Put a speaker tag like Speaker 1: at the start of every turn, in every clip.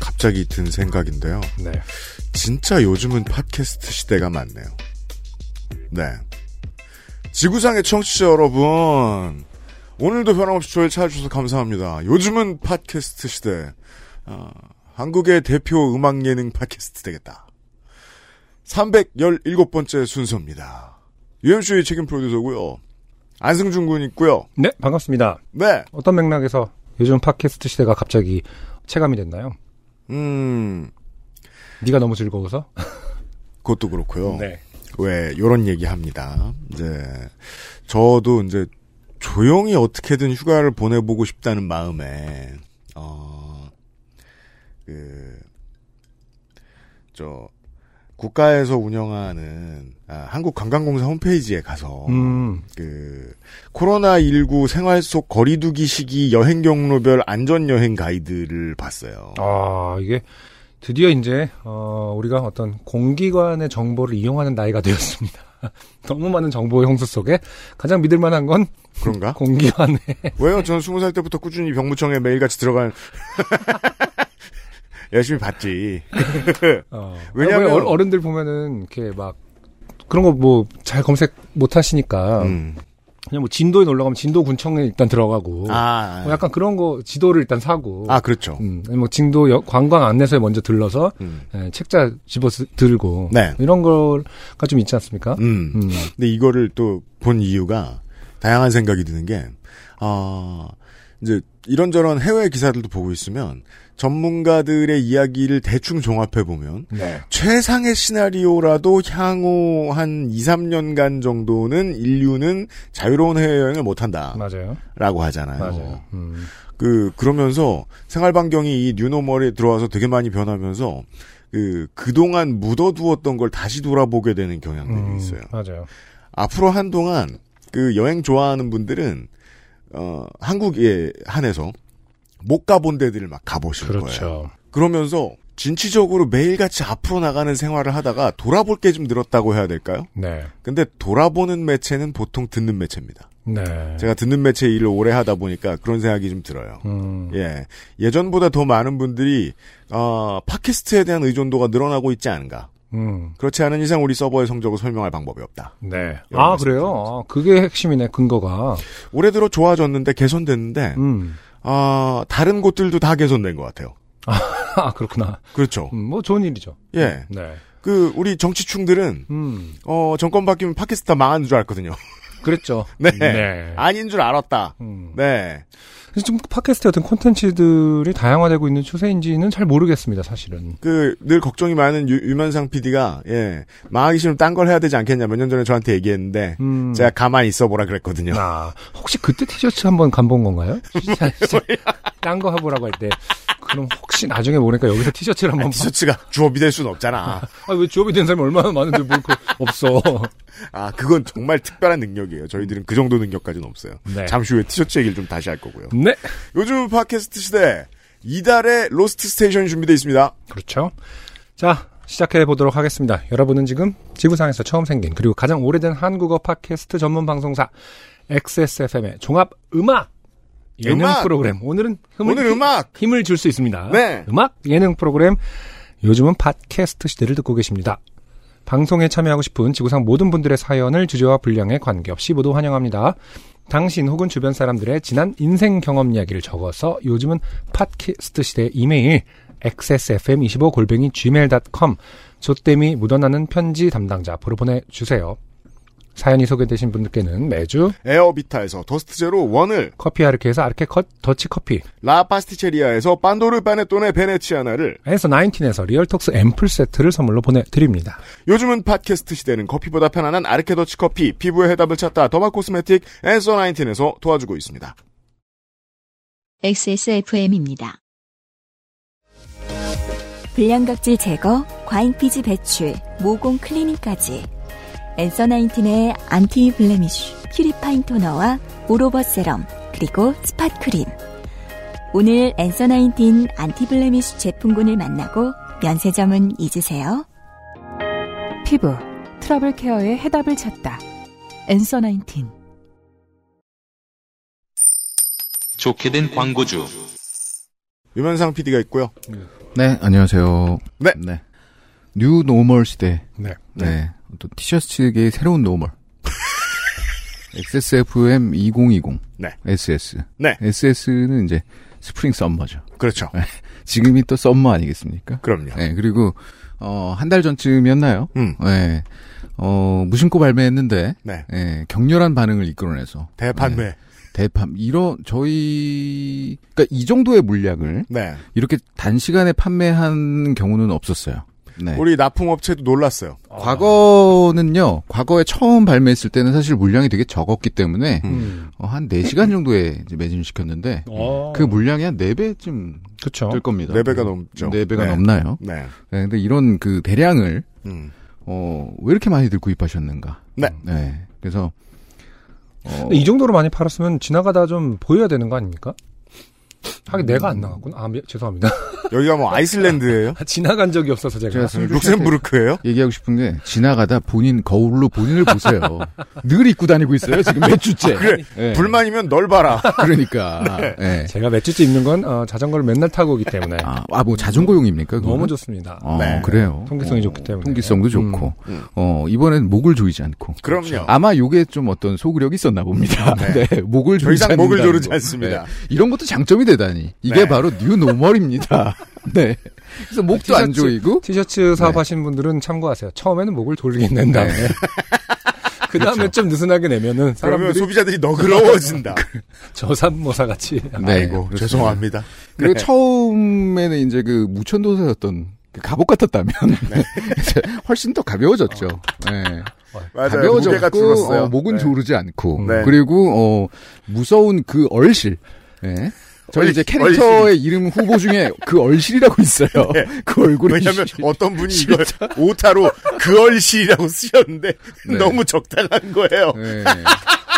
Speaker 1: 갑자기 든 생각인데요.
Speaker 2: 네.
Speaker 1: 진짜 요즘은 팟캐스트 시대가 많네요. 네. 지구상의 청취자 여러분, 오늘도 변함없이 저를 찾아주셔서 감사합니다. 요즘은 팟캐스트 시대. 어, 한국의 대표 음악 예능 팟캐스트 되겠다. 317번째 순서입니다. UMC의 책임 프로듀서고요. 안승준 군 있고요.
Speaker 2: 네, 반갑습니다.
Speaker 1: 네.
Speaker 2: 어떤 맥락에서 요즘 팟캐스트 시대가 갑자기 체감이 됐나요?
Speaker 1: 음,
Speaker 2: 네가 너무 즐거워서?
Speaker 1: 어. 그것도
Speaker 2: 네.
Speaker 1: 그렇고요. 왜 요런 얘기 합니다. 이제 저도 이제 조용히 어떻게든 휴가를 보내보고 싶다는 마음에 어, 어그저 국가에서 운영하는 아, 한국관광공사 홈페이지에 가서
Speaker 2: 음,
Speaker 1: 그 코로나 19 생활 속 거리두기 시기 여행 경로별 안전 여행 가이드를 봤어요.
Speaker 2: 아, 이게 드디어 이제, 어, 우리가 어떤 공기관의 정보를 이용하는 나이가 되었습니다. 너무 많은 정보의 홍수 속에 가장 믿을만한 건
Speaker 1: 그런가?
Speaker 2: 공기관의
Speaker 1: 왜요? 저는 스무 살 때부터 꾸준히 병무청에 매일같이 들어간 열심히 봤지.
Speaker 2: 어,
Speaker 1: 왜냐면-
Speaker 2: 왜 어- 어른들 보면은 이렇게 막 그런 거 뭐 잘 검색 못 하시니까
Speaker 1: 음.
Speaker 2: 그냥 뭐 진도에 놀러 가면 진도 군청에 일단 들어가고
Speaker 1: 아,
Speaker 2: 뭐 약간 그런 거 지도를 일단 사고
Speaker 1: 아 그렇죠.
Speaker 2: 음, 아니 뭐 진도 여- 관광 안내소에 먼저 들러서
Speaker 1: 음.
Speaker 2: 예, 책자 집어 쓰- 들고
Speaker 1: 네.
Speaker 2: 이런 거가 좀 있지 않습니까?
Speaker 1: 음.
Speaker 2: 음.
Speaker 1: 근데 이거를 또 본 이유가 다양한 생각이 드는 게, 아 이제 이런저런 해외 기사들도 보고 있으면 전문가들의 이야기를 대충 종합해 보면
Speaker 2: 네.
Speaker 1: 최상의 시나리오라도 향후 한 2, 3년간 정도는 인류는 자유로운 해외여행을 못한다라고
Speaker 2: 맞아요.
Speaker 1: 하잖아요.
Speaker 2: 맞아요. 음.
Speaker 1: 그 그러면서 생활 반경이 이 뉴노멀에 들어와서 되게 많이 변하면서 그 그동안 묻어두었던 걸 다시 돌아보게 되는 경향들이
Speaker 2: 음,
Speaker 1: 네, 있어요.
Speaker 2: 맞아요.
Speaker 1: 앞으로 한동안 그 여행 좋아하는 분들은 어 한국에 한해서 못 가본 데들을 막 가보실 거예요.
Speaker 2: 그렇죠.
Speaker 1: 그러면서 진취적으로 매일같이 앞으로 나가는 생활을 하다가 돌아볼 게 좀 늘었다고 해야 될까요?
Speaker 2: 네.
Speaker 1: 근데 돌아보는 매체는 보통 듣는 매체입니다.
Speaker 2: 네.
Speaker 1: 제가 듣는 매체 일을 오래 하다 보니까 그런 생각이 좀 들어요.
Speaker 2: 음.
Speaker 1: 예. 예전보다 더 많은 분들이, 어, 팟캐스트에 대한 의존도가 늘어나고 있지 않은가.
Speaker 2: 음.
Speaker 1: 그렇지 않은 이상 우리 서버의 성적을 설명할 방법이 없다.
Speaker 2: 네.
Speaker 1: 여러
Speaker 2: 아,
Speaker 1: 말씀
Speaker 2: 그래요? 아, 그게 핵심이네, 근거가.
Speaker 1: 올해 들어 좋아졌는데, 개선됐는데,
Speaker 2: 음.
Speaker 1: 아, 다른 곳들도 다 개선된 것 같아요.
Speaker 2: 아, 그렇구나.
Speaker 1: 그렇죠.
Speaker 2: 음, 뭐 좋은 일이죠.
Speaker 1: 예.
Speaker 2: 네.
Speaker 1: 그, 우리 정치충들은,
Speaker 2: 음.
Speaker 1: 어, 정권 바뀌면 팟캐스트 다 망하는 줄 알거든요.
Speaker 2: 그랬죠.
Speaker 1: 네.
Speaker 2: 네.
Speaker 1: 아닌 줄 알았다.
Speaker 2: 음.
Speaker 1: 네.
Speaker 2: 그래서 지금 팟캐스트 같은 콘텐츠들이 다양화되고 있는 추세인지는 잘 모르겠습니다, 사실은.
Speaker 1: 그, 늘 걱정이 많은 유, 유면상 PD가, 예, 망하기 싫으면 딴 걸 해야 되지 않겠냐, 몇 년 전에 저한테 얘기했는데,
Speaker 2: 음.
Speaker 1: 제가 가만히 있어 보라 그랬거든요.
Speaker 2: 아, 혹시 그때 티셔츠 한번 감본 건가요? 딴 거 해보라고 할 때. 그럼 혹시 나중에 보니까 여기서 티셔츠를 한번 봐.
Speaker 1: 티셔츠가 주업이 될 수는 없잖아.
Speaker 2: 아, 왜 주업이 된 사람이 얼마나 많은데 뭘 그, 없어.
Speaker 1: 아, 그건 정말 특별한 능력이에요. 저희들은 그 정도 능력까지는 없어요.
Speaker 2: 네.
Speaker 1: 잠시 후에 티셔츠 얘기를 좀 다시 할 거고요.
Speaker 2: 네.
Speaker 1: 요즘 팟캐스트 시대 이달의 로스트 스테이션이 준비되어 있습니다.
Speaker 2: 그렇죠. 자, 시작해 보도록 하겠습니다. 여러분은 지금 지구상에서 처음 생긴 그리고 가장 오래된 한국어 팟캐스트 전문 방송사 XSFM의 종합 음악 예능
Speaker 1: 음악!
Speaker 2: 프로그램. 오늘은 힘을,
Speaker 1: 오늘 음악!
Speaker 2: 힘을 줄 수 있습니다.
Speaker 1: 네.
Speaker 2: 음악 예능 프로그램. 요즘은 팟캐스트 시대를 듣고 계십니다. 방송에 참여하고 싶은 지구상 모든 분들의 사연을 주제와 분량에 관계없이 모두 환영합니다. 당신 혹은 주변 사람들의 지난 인생 경험 이야기를 적어서 요즘은 팟캐스트 시대 이메일 xsfm25골뱅이 gmail.com 조땜이 묻어나는 편지 담당자 앞으로 보내주세요. 사연이 소개되신 분들께는 매주
Speaker 1: 에어비타에서 더스트 제로 원을,
Speaker 2: 커피 아르케에서 아르케 컷 더치 커피
Speaker 1: 라 파스티체리아에서 빤도르 빠네톤의 베네치아나를,
Speaker 2: 에서 19에서 리얼톡스 앰플 세트를 선물로 보내드립니다.
Speaker 1: 요즘은 팟캐스트 시대는 커피보다 편안한 아르케더치 커피, 피부의 해답을 찾다 더마 코스메틱 앤서 19에서 도와주고 있습니다.
Speaker 3: XSFM입니다.
Speaker 4: 불량각질 제거, 과잉피지 배출, 모공 클리닝까지. 앤서 나인틴의 안티 블레미쉬, 퓨리파인 토너와 오로버 세럼, 그리고 스팟 크림. 오늘 앤서 나인틴 안티 블레미쉬 제품군을 만나고 면세점은 잊으세요.
Speaker 5: 피부 트러블 케어의 해답을 찾다. 엔서 19.
Speaker 6: 좋게 된 광고주.
Speaker 1: 유면상 PD가 있고요.
Speaker 7: 네, 안녕하세요.
Speaker 1: 네.
Speaker 7: 뉴 노멀 시대.
Speaker 2: 네.
Speaker 7: 네. 또 티셔츠계의 새로운 노멀. XSFM 2020.
Speaker 1: 네.
Speaker 7: SS.
Speaker 1: 네.
Speaker 7: SS는 이제 스프링 썸머죠. 네.
Speaker 1: 그렇죠.
Speaker 7: 지금이 또 썸머 아니겠습니까?
Speaker 1: 그럼요.
Speaker 7: 네, 그리고 어, 한 달 전쯤이었나요?
Speaker 1: 음.
Speaker 7: 네. 어, 무심코 발매했는데
Speaker 1: 네.
Speaker 7: 네, 격렬한 반응을 이끌어내서
Speaker 1: 대판매.
Speaker 7: 네, 대판 이런 저희 그러니까 이 정도의 물량을
Speaker 1: 네.
Speaker 7: 이렇게 단시간에 판매한 경우는 없었어요. 네.
Speaker 1: 우리 납품업체도 놀랐어요.
Speaker 2: 아.
Speaker 7: 과거는요, 과거에 처음 발매했을 때는 사실 물량이 되게 적었기 때문에,
Speaker 2: 음.
Speaker 7: 어, 한 4시간 정도에 이제 매진을 시켰는데,
Speaker 2: 어.
Speaker 7: 그 물량이 한 4배쯤
Speaker 2: 그쵸.
Speaker 7: 될 겁니다.
Speaker 1: 음. 네 배가 넘죠.
Speaker 7: 4배가
Speaker 1: 네.
Speaker 7: 넘나요?
Speaker 1: 네.
Speaker 7: 네, 근데 이런 그 대량을,
Speaker 1: 음.
Speaker 7: 어, 왜 이렇게 많이들 구입하셨는가?
Speaker 1: 네.
Speaker 7: 네. 그래서, 어,
Speaker 2: 근데 이 정도로 많이 팔았으면 지나가다 좀 보여야 되는 거 아닙니까? 하긴 내가 안 나갔구나. 아, 미- 죄송합니다.
Speaker 1: 여기가 뭐 아이슬란드예요?
Speaker 2: 지나간 적이 없어서 제가.
Speaker 7: 제가 승주
Speaker 1: 룩셈부르크예요?
Speaker 7: 얘기하고 싶은 게, 지나가다 본인, 거울로 본인을 보세요. 늘 입고 다니고 있어요, 지금 몇 주째.
Speaker 1: 아, 그래.
Speaker 7: 네.
Speaker 1: 불만이면 널 봐라.
Speaker 7: 그러니까. 네.
Speaker 2: 제가 몇 주째 입는 건 어, 자전거를 맨날 타고 오기 때문에
Speaker 7: 아, 아, 뭐 자전거용입니까? 그거는?
Speaker 2: 너무 좋습니다.
Speaker 7: 어,
Speaker 1: 네.
Speaker 7: 그래요.
Speaker 2: 통기성이
Speaker 7: 어,
Speaker 2: 좋기 때문에.
Speaker 7: 통기성도
Speaker 2: 음,
Speaker 7: 좋고. 어, 이번엔 목을 조이지 않고.
Speaker 1: 그럼요.
Speaker 7: 아마 요게 좀 어떤 소구력이 있었나 봅니다.
Speaker 1: 네.
Speaker 7: 네. 목을
Speaker 1: 더
Speaker 7: 조이지
Speaker 1: 이상 목을
Speaker 7: 않는다는
Speaker 1: 조르지
Speaker 7: 거.
Speaker 1: 않습니다.
Speaker 7: 네. 이런 것도 장점이 되다니. 이게
Speaker 1: 네.
Speaker 7: 바로 뉴 노멀입니다. 네. 그래서 목도 안
Speaker 2: 티셔츠-
Speaker 7: 조이고.
Speaker 2: 티셔츠 사업 하시는 분들은 참고하세요. 처음에는 목을 돌리게 낸 다음에
Speaker 7: 네.
Speaker 2: 그 다음에 좀 느슨하게 내면은
Speaker 1: 그러면
Speaker 2: 사람들이
Speaker 1: 소비자들이 너그러워진다.
Speaker 2: 저산모사 같이
Speaker 7: 네.
Speaker 1: 아이고
Speaker 7: 그렇습니다.
Speaker 1: 죄송합니다.
Speaker 7: 그리고
Speaker 1: 네.
Speaker 7: 처음에는 이제 그 무천도사였던 그 갑옷 같았다면 이제 훨씬 더 가벼워졌죠. 네.
Speaker 1: 맞아요. 무게가
Speaker 7: 가벼워졌고
Speaker 1: 줄었어요.
Speaker 7: 어, 목은
Speaker 1: 네.
Speaker 7: 조르지 않고
Speaker 1: 네.
Speaker 7: 그리고 어, 무서운 그 얼실. 예. 저희
Speaker 1: 얼-
Speaker 7: 이제 캐릭터의 이름 후보 중에 그 얼실이라고 있어요. 그 얼굴이
Speaker 1: 네. 왜냐면 어떤 분이 이걸 오타로 그얼씨라고 쓰셨는데
Speaker 7: 네.
Speaker 1: 너무 적당한 거예요.
Speaker 7: 예.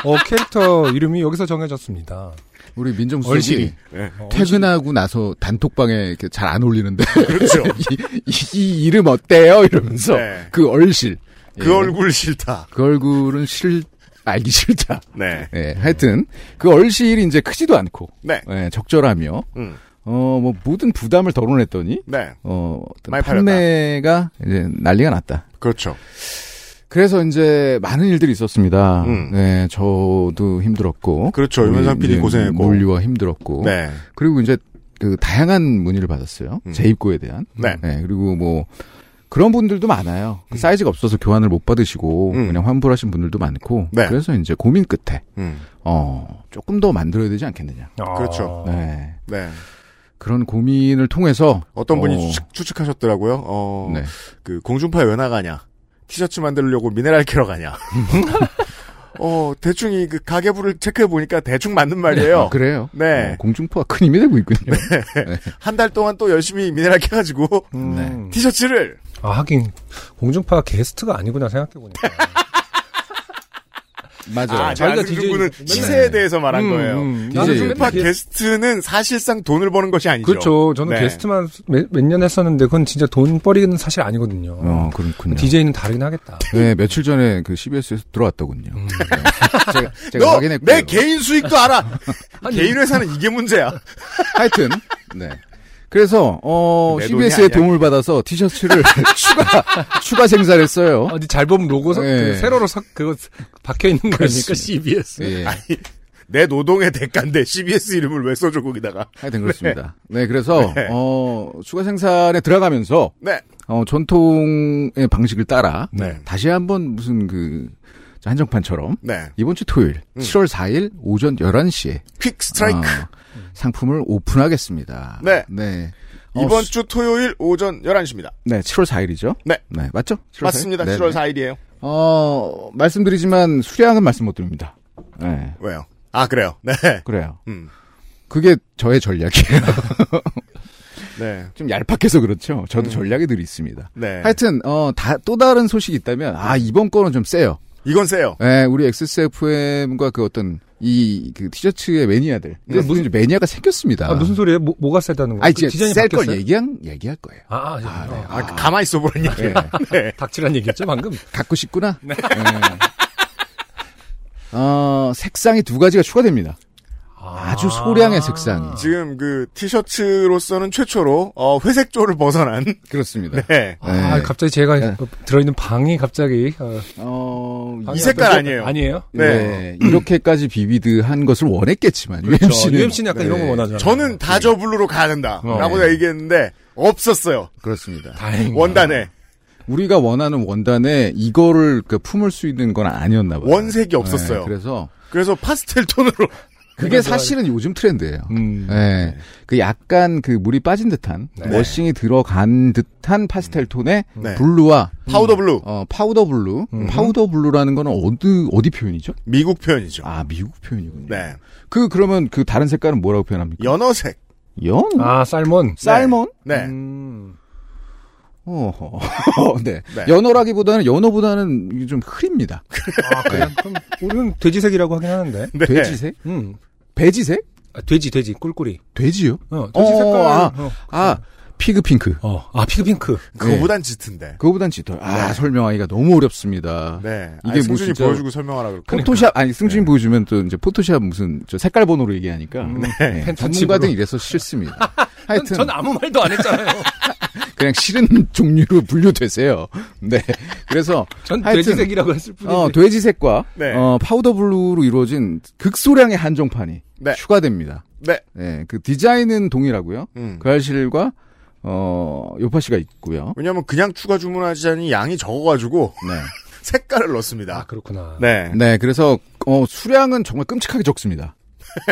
Speaker 2: 어, 캐릭터 이름이 여기서 정해졌습니다.
Speaker 7: 우리 민정수석이
Speaker 2: 얼실이.
Speaker 1: 네.
Speaker 7: 퇴근하고 나서 단톡방에 이렇게 잘 안 올리는데
Speaker 1: 그렇죠.
Speaker 7: 이, 이- 이 이름 어때요? 이러면서
Speaker 1: 네.
Speaker 7: 그 얼실.
Speaker 1: 그
Speaker 7: 예.
Speaker 1: 얼굴 싫다.
Speaker 7: 그 얼굴은 싫 알기 싫다.
Speaker 1: 네.
Speaker 7: 예. 하여튼 그 얼실이 이제 크지도 않고
Speaker 1: 네.
Speaker 7: 예, 적절하며
Speaker 1: 음.
Speaker 7: 어 뭐 모든 부담을 덜어냈더니
Speaker 1: 네.
Speaker 7: 어, 어떤
Speaker 1: 많이 팔렸다.
Speaker 7: 판매가 이제 난리가 났다.
Speaker 1: 그렇죠.
Speaker 7: 그래서 이제 많은 일들이 있었습니다.
Speaker 1: 음.
Speaker 7: 네, 저도 힘들었고.
Speaker 1: 그렇죠.
Speaker 7: 우리
Speaker 1: 윤상 PD
Speaker 7: 이제
Speaker 1: 고생했고.
Speaker 7: 물류와 힘들었고.
Speaker 1: 네.
Speaker 7: 그리고 이제 그 다양한 문의를 받았어요.
Speaker 1: 음.
Speaker 7: 재입고에 대한.
Speaker 1: 네.
Speaker 7: 그리고 뭐 그런 분들도 많아요. 그 사이즈가 없어서 교환을 못 받으시고
Speaker 1: 음.
Speaker 7: 그냥 환불하신 분들도 많고.
Speaker 1: 네.
Speaker 7: 그래서 이제 고민 끝에
Speaker 1: 음.
Speaker 7: 어, 조금 더 만들어야 되지 않겠느냐.
Speaker 1: 그렇죠.
Speaker 7: 네.
Speaker 1: 네.
Speaker 7: 그런 고민을 통해서
Speaker 1: 어떤 분이
Speaker 7: 어,
Speaker 1: 추측, 추측하셨더라고요. 어,
Speaker 7: 네.
Speaker 1: 그 공중파에 왜 나가냐? 티셔츠 만들려고 미네랄 캐러 가냐? 어, 대충 이 그 가계부를 체크해 보니까 대충 맞는 말이에요.
Speaker 7: 아, 그래요.
Speaker 1: 네.
Speaker 7: 어, 공중포가 큰 힘이 되고 있군요.
Speaker 1: 한 달 동안 또 열심히 미네랄 캐가지고
Speaker 2: 음.
Speaker 1: 티셔츠를
Speaker 2: 아, 하긴 공중파 게스트가 아니구나 생각해보니까.
Speaker 7: 맞아요.
Speaker 1: 아,
Speaker 2: 자기가
Speaker 1: 자기가 분은
Speaker 2: DJ.
Speaker 1: 시세에 대해서 말한
Speaker 2: 음,
Speaker 1: 거예요.
Speaker 2: 음.
Speaker 7: 나는
Speaker 1: 공중파
Speaker 2: 그게-
Speaker 1: 게스트는 사실상 돈을 버는 것이 아니죠.
Speaker 2: 그렇죠. 저는
Speaker 1: 네.
Speaker 2: 게스트만 몇 년 했었는데 그건 진짜 돈벌이는 사실 아니거든요.
Speaker 7: 어, 그렇군요.
Speaker 2: DJ는 다르긴 하겠다.
Speaker 7: 네, 며칠 전에 그 CBS에서 들어왔더군요. 네. 제가,
Speaker 1: 음.
Speaker 7: 제가
Speaker 1: 너
Speaker 7: 확인했고요.
Speaker 1: 내 개인 수익도 알아. 개인 회사는 이게 문제야.
Speaker 7: 하여튼, 네. 그래서, 어,
Speaker 1: 내 돈이
Speaker 7: CBS의
Speaker 1: 아니야.
Speaker 7: 도움을 받아서 티셔츠를 추가, 추가 생산했어요.
Speaker 2: 어디 잘 보면 로고 서,
Speaker 7: 네.
Speaker 2: 그 세로로 서, 그거 박혀 있는 거니까
Speaker 7: 그렇습니다.
Speaker 2: CBS.
Speaker 1: 네.
Speaker 7: 예.
Speaker 1: 내 노동의 대가인데 CBS 이름을 왜 써줘 거기다가.
Speaker 7: 하여튼 그렇습니다. 네, 그래서,
Speaker 1: 네.
Speaker 7: 어, 추가 생산에 들어가면서,
Speaker 1: 네.
Speaker 7: 어, 전통의 방식을 따라,
Speaker 1: 네.
Speaker 7: 다시 한번 무슨 그, 한정판처럼,
Speaker 1: 네.
Speaker 7: 이번 주 토요일, 7월 4일 오전 11시에,
Speaker 1: 퀵 스트라이크.
Speaker 7: 아. 어, 상품을 오픈하겠습니다.
Speaker 1: 네.
Speaker 7: 네. 어,
Speaker 1: 이번 주 토요일 오전 11시입니다.
Speaker 7: 네, 7월 4일이죠?
Speaker 1: 네.
Speaker 7: 맞죠? 7월 4일?
Speaker 1: 맞습니다.
Speaker 7: 네,
Speaker 1: 7월
Speaker 7: 네.
Speaker 1: 4일이에요.
Speaker 7: 어, 말씀드리지만 수량은 말씀 못 드립니다. 네.
Speaker 1: 왜요? 아, 그래요. 네.
Speaker 7: 그래요.
Speaker 1: 음.
Speaker 7: 그게 저의 전략이에요.
Speaker 1: 네.
Speaker 7: 좀 얄팍해서 그렇죠. 저도
Speaker 1: 음.
Speaker 7: 전략이 늘 있습니다.
Speaker 1: 네.
Speaker 7: 하여튼 어, 다, 또 다른 소식이 있다면 아 이번 거는 좀 세요.
Speaker 1: 이건 세요.
Speaker 7: 예, 우리 XSFM과 그 어떤 이, 그 티셔츠의 매니아들.
Speaker 1: 네,
Speaker 7: 근데 무슨 이제 매니아가 생겼습니다.
Speaker 2: 아, 무슨 소리예요? 뭐, 가 쎄다는 거예요?
Speaker 7: 아니,
Speaker 2: 그
Speaker 7: 진짜
Speaker 2: 디자인이
Speaker 7: 셀걸
Speaker 2: 바뀌었어요?
Speaker 7: 얘기한, 네. 얘기할 거예요.
Speaker 2: 아, 아, 예. 어.
Speaker 1: 아, 그 가만히 있어 네. 보라니.
Speaker 7: 예.
Speaker 2: 닥치란 얘기였죠, 방금?
Speaker 7: 갖고 싶구나? 예. 어, 색상이 두 가지가 추가됩니다. 아주 소량의 색상이.
Speaker 1: 지금 그 티셔츠로서는 최초로 어, 회색조를 벗어난.
Speaker 7: 그렇습니다.
Speaker 1: 네.
Speaker 2: 아,
Speaker 7: 네.
Speaker 2: 갑자기 제가 뭐
Speaker 7: 네.
Speaker 2: 들어있는 방이 갑자기. 어,
Speaker 7: 어,
Speaker 2: 방이
Speaker 1: 이 색깔
Speaker 2: 어떤-
Speaker 1: 아니에요.
Speaker 2: 아니에요?
Speaker 7: 네. 이렇게까지 비비드 한 것을 원했겠지만, UMC는.
Speaker 2: UMC는
Speaker 7: 네.
Speaker 2: 그렇죠. 약간 이런 거 원하잖아요.
Speaker 1: 저는 다저 블루로 가야 된다.
Speaker 2: 어.
Speaker 1: 라고
Speaker 2: 네.
Speaker 1: 얘기했는데, 없었어요.
Speaker 7: 그렇습니다. 네.
Speaker 2: 다행이다.
Speaker 1: 원단에.
Speaker 7: 우리가 원하는 원단에 이거를 그 품을 수 있는 건 아니었나 봐요.
Speaker 1: 원색이 없었어요.
Speaker 7: 네, 그래서 음.
Speaker 1: 그래서 파스텔 톤으로.
Speaker 7: 그게 사실은 요즘 트렌드예요.
Speaker 2: 음.
Speaker 7: 네. 그 약간 그 물이 빠진 듯한
Speaker 2: 네.
Speaker 7: 워싱이 들어간 듯한 파스텔 톤의
Speaker 1: 네.
Speaker 7: 블루와
Speaker 1: 파우더 블루.
Speaker 7: 어, 파우더 블루.
Speaker 2: 음.
Speaker 7: 파우더 블루라는 거는 어디 어디 표현이죠?
Speaker 1: 미국 표현이죠.
Speaker 7: 아, 미국 표현이군요.
Speaker 1: 네.
Speaker 7: 그 그러면 그 다른 색깔은 뭐라고 표현합니까?
Speaker 1: 연어색.
Speaker 7: 연?
Speaker 2: 아, 쌀몬.
Speaker 7: 쌀몬?
Speaker 1: 네.
Speaker 2: 음.
Speaker 7: 어허. 네.
Speaker 1: 네.
Speaker 7: 연어라기보다는 연어보다는 이게 좀 흐립니다.
Speaker 2: 아, 그냥
Speaker 7: 네.
Speaker 2: 그럼 우리는 돼지색이라고 하긴 하는데.
Speaker 1: 네.
Speaker 7: 돼지색?
Speaker 2: 음.
Speaker 7: 배지색?
Speaker 2: 아, 돼지, 돼지, 꿀꿀이.
Speaker 7: 돼지요?
Speaker 2: 어, 돼지
Speaker 7: 어,
Speaker 2: 색깔.
Speaker 7: 아.
Speaker 2: 어,
Speaker 7: 아, 피그 핑크.
Speaker 2: 어, 아, 피그핑크.
Speaker 1: 그거보단
Speaker 7: 네.
Speaker 1: 짙은데.
Speaker 7: 그거보단 짙어요. 아, 설명하기가 너무 어렵습니다.
Speaker 1: 네.
Speaker 7: 이게
Speaker 1: 이게
Speaker 7: 뭐
Speaker 1: 승준이
Speaker 7: 진짜-
Speaker 1: 보여주고 설명하라 그럴 거예요.
Speaker 7: 포토샵 아니 승준이 보여주면 또 이제 포토샵 무슨 저 색깔 번호로 얘기하니까 네.
Speaker 2: 펜타칩으로.
Speaker 7: 전문가들 이래서 싫습니다. 하여튼
Speaker 2: 음. 전 아무 말도 안 했잖아요.
Speaker 7: 그냥 싫은 종류로 분류되세요. 네, 그래서
Speaker 2: 전
Speaker 7: 하여튼,
Speaker 2: 돼지색이라고 했을 뿐인데.
Speaker 7: 어 돼지색과
Speaker 1: 그 네.
Speaker 7: 어, 파우더 블루로 이루어진 극소량의 한정판이
Speaker 1: 네.
Speaker 7: 추가됩니다.
Speaker 1: 네.
Speaker 7: 네, 그 디자인은 동일하고요.
Speaker 1: 음.
Speaker 7: 그 알실과 어 요파 씨가 있고요.
Speaker 1: 왜냐면 그냥 추가 주문하자니 양이 적어가지고
Speaker 7: 네,
Speaker 1: 색깔을
Speaker 2: 아,
Speaker 1: 넣습니다.
Speaker 2: 그렇구나.
Speaker 1: 네.
Speaker 7: 네, 그래서 어 수량은 정말 끔찍하게 적습니다.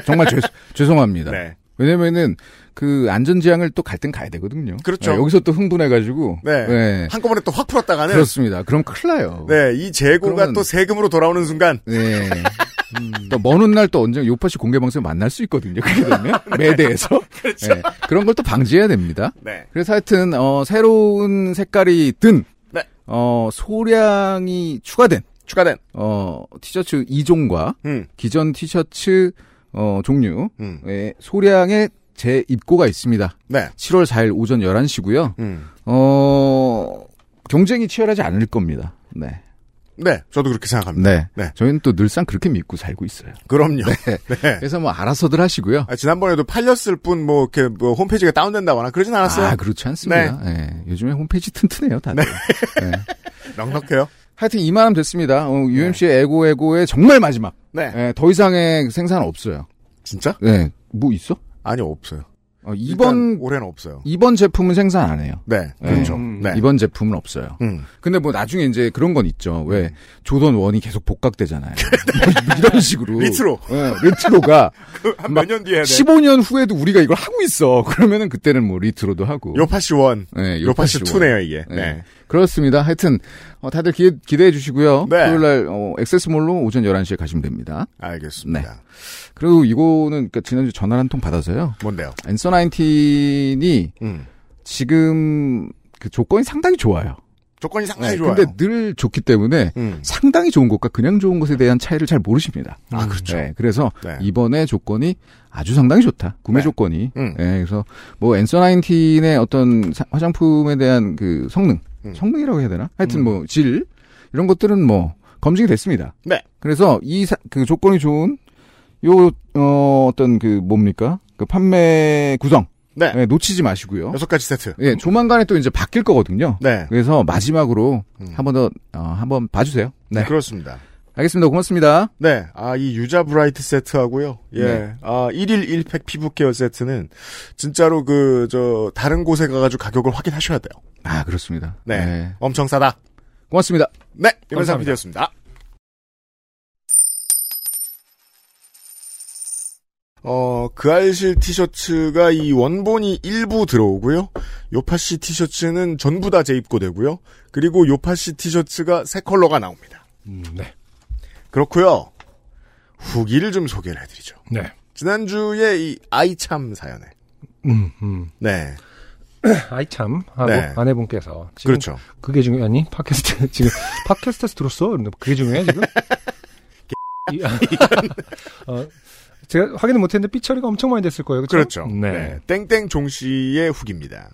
Speaker 7: 정말 죄, 죄송합니다.
Speaker 1: 네.
Speaker 7: 왜냐면은 그 안전지향을 또 갈 땐 가야 되거든요.
Speaker 1: 그렇죠.
Speaker 7: 네, 여기서 또 흥분해가지고.
Speaker 1: 네. 한꺼번에 또 확 풀었다가는.
Speaker 7: 그렇습니다. 그럼 큰일 나요.
Speaker 1: 네. 이 재고가
Speaker 7: 그러면-
Speaker 1: 또 세금으로 돌아오는 순간.
Speaker 7: 네. 또 먼 훗날 또 언젠가 요파시 공개방송에 만날 수 있거든요. 그게 되면 매대에서 네, 그런 걸 또 방지해야 됩니다.
Speaker 1: 네.
Speaker 7: 그래서 하여튼 어, 새로운 색깔이 든
Speaker 1: 네.
Speaker 7: 어, 소량이 추가된
Speaker 1: 추가된.
Speaker 7: 어, 티셔츠 2종과
Speaker 1: 음.
Speaker 7: 기존 티셔츠 어, 종류
Speaker 1: 음.
Speaker 7: 의 소량의 재입고가 있습니다.
Speaker 1: 네.
Speaker 7: 7월 4일 오전 11시고요.
Speaker 1: 음.
Speaker 7: 어, 경쟁이 치열하지 않을 겁니다. 네.
Speaker 1: 네. 저도 그렇게 생각합니다.
Speaker 7: 네.
Speaker 1: 네.
Speaker 7: 저희는 또 늘상 그렇게 믿고 살고 있어요.
Speaker 1: 그럼요. 네.
Speaker 7: 그래서 뭐 알아서들 하시고요.
Speaker 1: 아, 지난번에도 팔렸을 뿐, 뭐, 이렇게, 뭐, 홈페이지가 다운된다거나 그러진 않았어요. 네.
Speaker 7: 아, 그렇지 않습니다. 예, 요즘에 홈페이지 튼튼해요, 다들. 예.
Speaker 1: 넉넉해요.
Speaker 7: 하여튼 이만하면 됐습니다. 어, UMC의 에고에고의 정말 마지막.
Speaker 1: 네.
Speaker 7: 예, 더 이상의 생산 없어요.
Speaker 1: 진짜?
Speaker 7: 예. 뭐 있어?
Speaker 1: 아니, 없어요.
Speaker 7: 어,
Speaker 1: 일단
Speaker 7: 이번,
Speaker 1: 올해는 없어요.
Speaker 7: 이번 제품은 생산 안 해요.
Speaker 1: 네.
Speaker 7: 예.
Speaker 1: 그렇죠.
Speaker 2: 음.
Speaker 1: 네.
Speaker 7: 이번 제품은 없어요.
Speaker 1: 음.
Speaker 7: 근데 뭐 나중에 이제 그런 건 있죠. 왜 조던 원이 계속 복각되잖아요. 뭐 이런 식으로
Speaker 1: 네. 리트로. 네,
Speaker 7: 예, 리트로가
Speaker 1: 한 몇 년 뒤에 해야 돼.
Speaker 7: 15년 후에도 우리가 이걸 하고 있어. 그러면은 그때는 뭐 리트로도 하고.
Speaker 1: 요파시 원
Speaker 7: 예,
Speaker 1: 요파시
Speaker 7: 요파시
Speaker 1: 투네요 이게.
Speaker 7: 예.
Speaker 1: 네.
Speaker 7: 그렇습니다. 하여튼 어, 다들 기, 대해 주시고요.
Speaker 1: 네.
Speaker 7: 토요일 날 어, 액세스몰로 오전 11시에 가시면 됩니다. 네.
Speaker 1: 알겠습니다.
Speaker 7: 그리고 이거는 그러니까 지난주 전화를 한 통 받아서요.
Speaker 1: 뭔데요?
Speaker 7: 앤서 나인틴이
Speaker 1: 음.
Speaker 7: 지금 그 조건이 상당히 좋아요.
Speaker 1: 조건이 상당히
Speaker 7: 네,
Speaker 1: 좋아요.
Speaker 7: 근데 늘 좋기 때문에
Speaker 1: 음.
Speaker 7: 상당히 좋은 것과 그냥 좋은 것에 대한 차이를 잘 모르십니다.
Speaker 1: 아, 그렇죠.
Speaker 7: 네, 그래서
Speaker 1: 네.
Speaker 7: 이번에 조건이 아주 상당히 좋다. 구매
Speaker 1: 네.
Speaker 7: 조건이.
Speaker 1: 음.
Speaker 7: 네, 그래서 뭐 엔서 나인틴의 어떤 사- 화장품에 대한 그 성능,
Speaker 1: 음.
Speaker 7: 성능이라고 해야 되나? 하여튼 뭐 질 이런 것들은 뭐 검증이 됐습니다.
Speaker 1: 네.
Speaker 7: 그래서 이 그 조건이 좋은 요 어, 어떤 그 뭡니까? 그 판매 구성
Speaker 1: 네.
Speaker 7: 네, 놓치지 마시고요.
Speaker 1: 여섯 가지 세트.
Speaker 7: 예, 조만간에 또 이제 바뀔 거거든요.
Speaker 1: 네.
Speaker 7: 그래서 마지막으로
Speaker 1: 음.
Speaker 7: 한 번 더 어, 한번 봐주세요. 네,
Speaker 1: 그렇습니다.
Speaker 7: 알겠습니다. 고맙습니다.
Speaker 1: 네. 아, 이 유자 브라이트 세트하고요. 예.
Speaker 7: 네.
Speaker 1: 아, 1일 1팩 피부 케어 세트는 진짜로 그, 저, 다른 곳에 가가지고 가격을 확인하셔야 돼요.
Speaker 7: 아 그렇습니다.
Speaker 1: 네.
Speaker 7: 네.
Speaker 1: 엄청 싸다.
Speaker 7: 고맙습니다.
Speaker 1: 네. 이런
Speaker 2: 감사합니다.
Speaker 1: 상품이었습니다. 어, 그 알실 티셔츠가 이 원본이 일부 들어오고요. 요파시 티셔츠는 전부 다 재입고되고요. 그리고 요파시 티셔츠가 새 컬러가 나옵니다.
Speaker 2: 음, 네.
Speaker 1: 그렇고요. 후기를 좀 소개를 해드리죠.
Speaker 2: 네.
Speaker 1: 지난주에 이 아이참 사연에
Speaker 2: 음, 음.
Speaker 1: 네
Speaker 2: 아이 참 하고
Speaker 1: 네.
Speaker 2: 아내분께서 지금
Speaker 1: 그렇죠.
Speaker 2: 그게 중요하니 팟캐스트 지금 팟캐스트에서 들었어 이러는데 그게 중요해 지금 이- 어, 제가 확인을 못했는데 삐처리가 엄청 많이 됐을 거예요 그렇죠
Speaker 1: 그렇죠.
Speaker 2: 네.
Speaker 1: 네. 땡땡 종 씨의 후기입니다.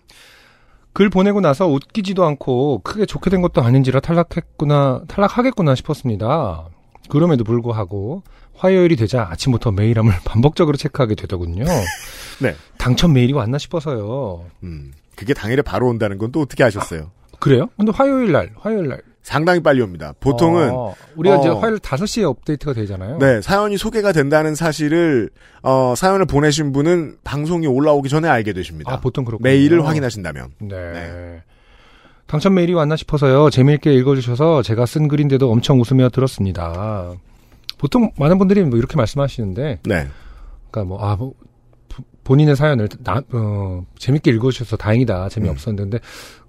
Speaker 2: 글 보내고 나서 웃기지도 않고 크게 좋게 된 것도 아닌지라 탈락했구나 탈락하겠구나 싶었습니다 그럼에도 불구하고 화요일이 되자 아침부터 메일함을 반복적으로 체크하게 되더군요
Speaker 1: 네.
Speaker 2: 당첨 메일이 왔나 싶어서요
Speaker 1: 음, 그게 당일에 바로 온다는 건 또 어떻게 아셨어요?
Speaker 2: 그래요? 근데 화요일 날 화요일 날
Speaker 1: 상당히 빨리 옵니다. 보통은
Speaker 2: 어, 우리가 이제
Speaker 1: 어.
Speaker 2: 화요일 5시에 업데이트가 되잖아요
Speaker 1: 네, 사연이 소개가 된다는 사실을 어, 사연을 보내신 분은 방송이 올라오기 전에 알게 되십니다.
Speaker 2: 아 보통 그렇군요
Speaker 1: 메일을 확인하신다면.
Speaker 2: 네.
Speaker 1: 네.
Speaker 2: 당첨 메일이 왔나 싶어서요. 재미있게 읽어주셔서 제가 쓴 글인데도 엄청 웃으며 들었습니다. 보통 많은 분들이 뭐 이렇게 말씀하시는데,
Speaker 1: 네.
Speaker 2: 그러니까 뭐, 아, 뭐, 부- 본인의 사연을 나, 어, 재밌게 읽어주셔서 다행이다. 재미없었는데,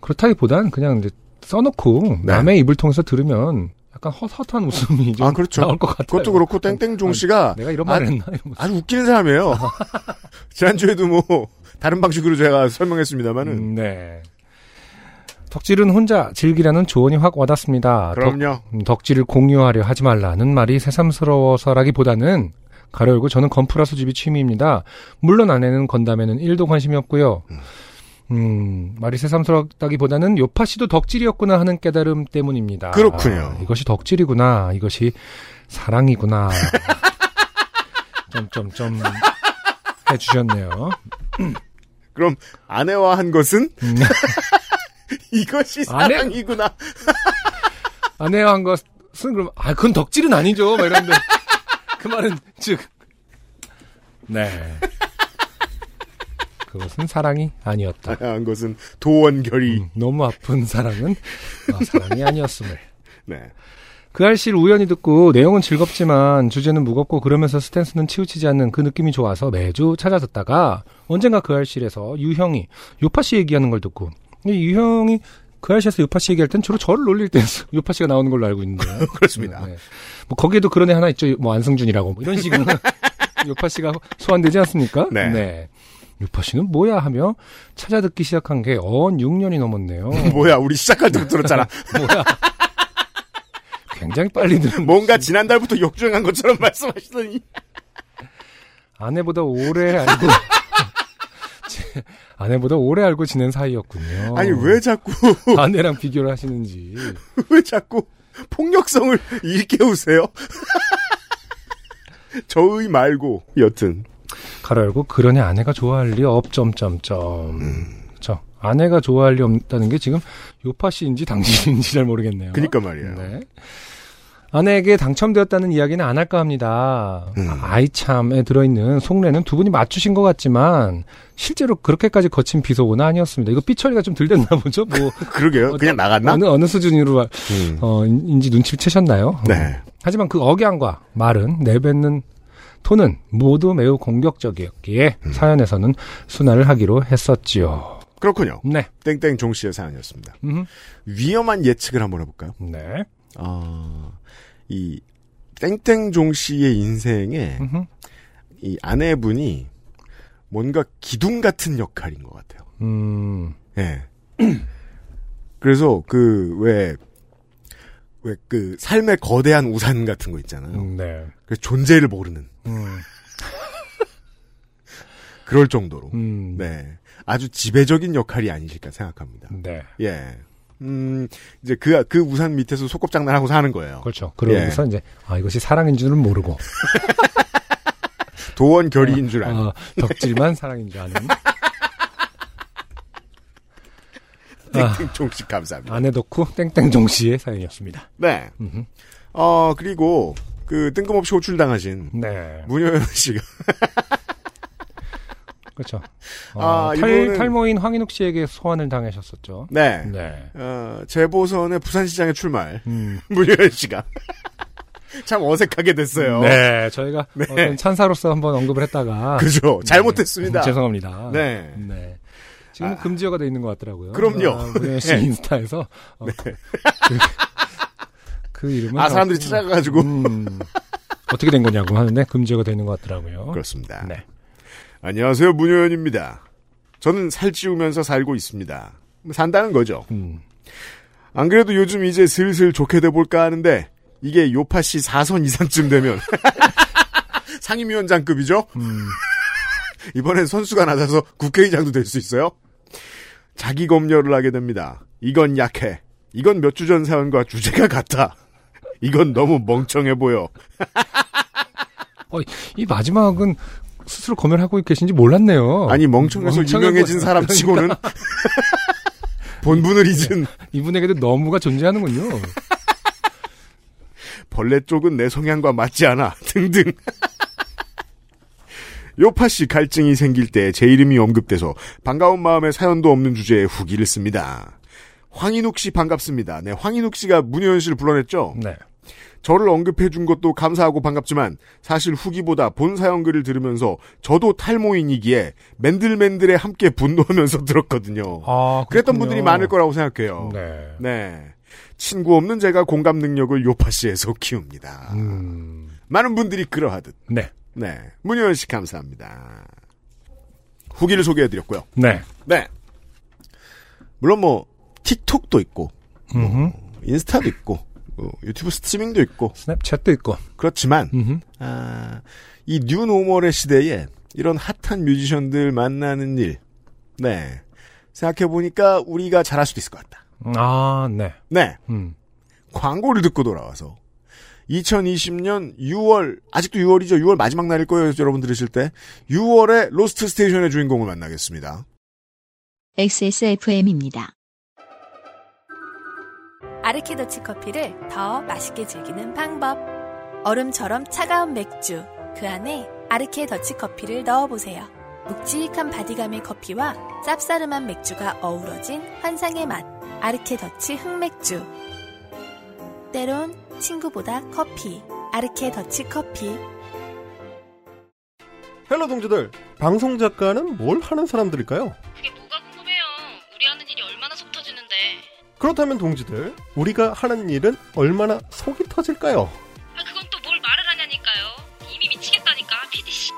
Speaker 2: 그렇다기보단 그냥 이제 써놓고
Speaker 1: 네.
Speaker 2: 남의 입을 통해서 들으면 약간 헛헛한 웃음이 좀
Speaker 1: 아, 그렇죠.
Speaker 2: 나올 것 같아요. 네.
Speaker 1: 그것도 그렇고 땡땡 종 씨가
Speaker 2: 내가 이런
Speaker 1: 아,
Speaker 2: 말을 했나? 이러면서.
Speaker 1: 아주 웃기는 사람이에요. 지난주에도 뭐 다른 방식으로 제가 설명했습니다만은
Speaker 2: 음, 네. 덕질은 혼자 즐기라는 조언이 확 와닿습니다. 덕-
Speaker 1: 그럼요.
Speaker 2: 음, 덕질을 공유하려 하지 말라는 말이 새삼스러워서라기보다는 가려 열고 저는 건프라 수집이 취미입니다. 물론 아내는 건담에는 1도 관심이 없고요. 음, 말이 새삼스럽다기보다는 요파 씨도 덕질이었구나 하는 깨달음 때문입니다.
Speaker 1: 그렇군요.
Speaker 2: 아, 이것이 덕질이구나. 이것이 사랑이구나. 점점점 해주셨네요.
Speaker 1: 그럼 아내와 한 것은
Speaker 2: 음.
Speaker 1: 이것이
Speaker 2: 아내?
Speaker 1: 사랑이구나.
Speaker 2: 아내와 한 것은 그럼 아 그건 덕질은 아니죠 막 이러는데 그 말은 즉 네. 그것은 사랑이 아니었다.
Speaker 1: 한 것은 도원결이.
Speaker 2: 음, 너무 아픈 사랑은 아, 사랑이 아니었음을.
Speaker 1: 네.
Speaker 2: 그 알씨를 우연히 듣고 내용은 즐겁지만 주제는 무겁고 그러면서 스탠스는 치우치지 않는 그 느낌이 좋아서 매주 찾아 듣다가 언젠가 그 알씨에서 유형이 요파 씨 얘기하는 걸 듣고 이 유형이 그 알씨에서 요파 씨 얘기할 땐 주로 저를 놀릴 때 요파 씨가 나오는 걸로 알고 있는데
Speaker 1: 그렇습니다.
Speaker 2: 네. 뭐 거기에도 그런 애 하나 있죠. 뭐 안승준이라고 뭐 이런 식으로 요파 씨가 소환되지 않습니까?
Speaker 1: 네.
Speaker 2: 요파 씨는 뭐야 하며 찾아 듣기 시작한 게 언 6년이 넘었네요.
Speaker 1: 뭐야, 우리 시작할 때부터 들었잖아.
Speaker 2: 뭐야? 굉장히 빨리 들은
Speaker 1: 뭔가 지난달부터 역주행한 것처럼 말씀하시더니.
Speaker 2: 아내보다 오래 알고 제- 아내보다 오래 알고 지낸 사이였군요.
Speaker 1: 아니, 왜 자꾸,
Speaker 2: 아내랑 비교를 하시는지
Speaker 1: 왜 자꾸 폭력성을 일깨우세요? 저의 말고, 여튼.
Speaker 2: 가로 알고 그러니 아내가 좋아할 리 없점점점.
Speaker 1: 음.
Speaker 2: 그렇죠. 아내가 좋아할 리 없다는 게 지금 요파 씨인지 당신인지 잘 모르겠네요.
Speaker 1: 그니까 말이에요.
Speaker 2: 네. 아내에게 당첨되었다는 이야기는 안 할까 합니다.
Speaker 1: 음.
Speaker 2: 아이참에 들어있는 속내는 두 분이 맞추신 것 같지만 실제로 그렇게까지 거친 비속어는 아니었습니다. 이거 삐처리가 좀 들렸나 보죠? 뭐
Speaker 1: 그러게요. 그냥 나갔나?
Speaker 2: 어느 어느 수준으로
Speaker 1: 음.
Speaker 2: 어, 인지 눈치를 채셨나요?
Speaker 1: 네.
Speaker 2: 하지만 그 억양과 말은 내뱉는 톤은 모두 매우 공격적이었기에
Speaker 1: 음.
Speaker 2: 사연에서는 순화를 하기로 했었지요.
Speaker 1: 그렇군요.
Speaker 2: 네.
Speaker 1: 땡땡 종 씨의 사연이었습니다.
Speaker 2: 음.
Speaker 1: 위험한 예측을 한번 해볼까요?
Speaker 2: 네.
Speaker 1: 아, 이 땡땡 종 씨의 인생에
Speaker 2: 음흠.
Speaker 1: 이 아내분이 뭔가 기둥 같은 역할인 것 같아요.
Speaker 2: 음.
Speaker 1: 예. 그래서 그 왜 왜 그 삶의 거대한 우산 같은 거 있잖아요.
Speaker 2: 네.
Speaker 1: 그 존재를 모르는
Speaker 2: 음.
Speaker 1: 그럴 정도로
Speaker 2: 음.
Speaker 1: 네 아주 지배적인 역할이 아니실까 생각합니다.
Speaker 2: 네.
Speaker 1: 예. 음 이제 그 그 우산 밑에서 소꿉장난하고 사는 거예요.
Speaker 2: 그렇죠. 그러면서 이제 아 이것이 사랑인 줄은 모르고
Speaker 1: 도원 결의인 줄 알고.
Speaker 2: 아, 덕질만 사랑인 줄 아는 아.
Speaker 1: 땡땡 종씨 감사합니다.
Speaker 2: 아내 덕후 땡땡 종씨의 사연이었습니다.
Speaker 1: 네.
Speaker 2: 음흠.
Speaker 1: 어 그리고 그 뜬금없이 호출당하신
Speaker 2: 네.
Speaker 1: 문효연 씨가
Speaker 2: 그렇죠. 어,
Speaker 1: 아,
Speaker 2: 탈,
Speaker 1: 이거는-
Speaker 2: 탈모인 황인욱 씨에게 소환을 당하셨었죠.
Speaker 1: 네.
Speaker 2: 네.
Speaker 1: 어, 재보선의 부산시장에 출마할
Speaker 2: 음.
Speaker 1: 문효연 씨가 참 어색하게 됐어요.
Speaker 2: 네, 저희가 어떤 찬사로서 한번 언급을 했다가
Speaker 1: 그죠. 잘못됐습니다.
Speaker 2: 음, 죄송합니다.
Speaker 1: 네.
Speaker 2: 지금 은
Speaker 1: 아.
Speaker 2: 금지어가 돼 있는 것 같더라고요.
Speaker 1: 그럼요.
Speaker 2: 아, 문현 씨
Speaker 1: 네.
Speaker 2: 인스타에서 어, 그, 그 이름은
Speaker 1: 아 사람들이
Speaker 2: 어,
Speaker 1: 찾아가가지고
Speaker 2: 음, 어떻게 된 그렇죠. 거냐고 하는데 금지어가 돼 있는 것 같더라고요.
Speaker 1: 그렇습니다.
Speaker 2: 네.
Speaker 1: 안녕하세요 문효연입니다. 저는 살찌우면서 살고 있습니다. 산다는 거죠.
Speaker 2: 음.
Speaker 1: 안 그래도 요즘 이제 슬슬 좋게 돼볼까 하는데 이게 요파시 4선 이상쯤 되면 상임위원장급이죠. 이번엔 선수가 낮아서 국회의장도 될 수 있어요. 자기 검열을 하게 됩니다. 이건 약해. 이건 몇 주 전 사연과 주제가 같아. 이건 너무 멍청해 보여.
Speaker 2: 이 마지막은 스스로 검열하고 계신지 몰랐네요.
Speaker 1: 아니 어. 멍청해서
Speaker 2: 멍청해
Speaker 1: 유명해진
Speaker 2: 보여.
Speaker 1: 사람 치고는 본분을 잊은
Speaker 2: 이분에게도 너무가 존재하는군요.
Speaker 1: 벌레 쪽은 내 성향과 맞지 않아 등등. 요파 씨 갈증이 생길 때 제 이름이 언급돼서 반가운 마음에 사연도 없는 주제에 후기를 씁니다. 황인욱 씨 반갑습니다. 네, 황인욱 씨가 문효연 씨를 불러냈죠.
Speaker 2: 네.
Speaker 1: 저를 언급해 준 것도 감사하고 반갑지만 사실 후기보다 본 사연 글을 들으면서 저도 탈모인이기에 맨들맨들에 함께 분노하면서 들었거든요.
Speaker 2: 아,
Speaker 1: 어, 그랬던
Speaker 2: 그렇군요.
Speaker 1: 분들이 많을 거라고 생각해요.
Speaker 2: 네.
Speaker 1: 네. 친구 없는 제가 공감 능력을 요파씨에서 키웁니다.
Speaker 2: 음.
Speaker 1: 많은 분들이 그러하듯.
Speaker 2: 네.
Speaker 1: 네. 문효연 씨 감사합니다. 후기를 소개해드렸고요.
Speaker 2: 네.
Speaker 1: 네. 물론 뭐, 틱톡도 있고,
Speaker 2: 음흠.
Speaker 1: 인스타도 있고, 어, 유튜브 스트리밍도 있고,
Speaker 2: 스냅챗도 있고.
Speaker 1: 그렇지만,
Speaker 2: 음흠.
Speaker 1: 아, 이 뉴노멀의 시대에 이런 핫한 뮤지션들 만나는 일, 네. 생각해보니까 우리가 잘할 수도 있을 것 같다.
Speaker 2: 아, 네.
Speaker 1: 네.
Speaker 2: 음.
Speaker 1: 광고를 듣고 돌아와서 2020년 6월 아직도 6월이죠. 6월 마지막 날일 거예요. 여러분 들으실 때 6월에 로스트 스테이션의 주인공을 만나겠습니다.
Speaker 3: XSFM입니다.
Speaker 8: 아르케더치 커피를 더 맛있게 즐기는 방법. 얼음처럼 차가운 맥주. 그 안에 아르케더치 커피를 넣어보세요. 묵직한 바디감의 커피와 쌉싸름한 맥주가 어우러진 환상의 맛. 아르케더치 흑맥주. 때론 친구보다 커피. 아르케더치 커피.
Speaker 7: 헬로 동지들 방송 작가는 뭘 하는 사람들일까요?
Speaker 9: 그게 뭐가 궁금해요. 우리 하는 일이 얼마나 속 터지는데.
Speaker 7: 그렇다면 동지들 우리가 하는 일은 얼마나 속이 터질까요?
Speaker 9: 아, 그건 또 뭘 말을 하냐니까요. 이미 미치겠다니까. PD 씨.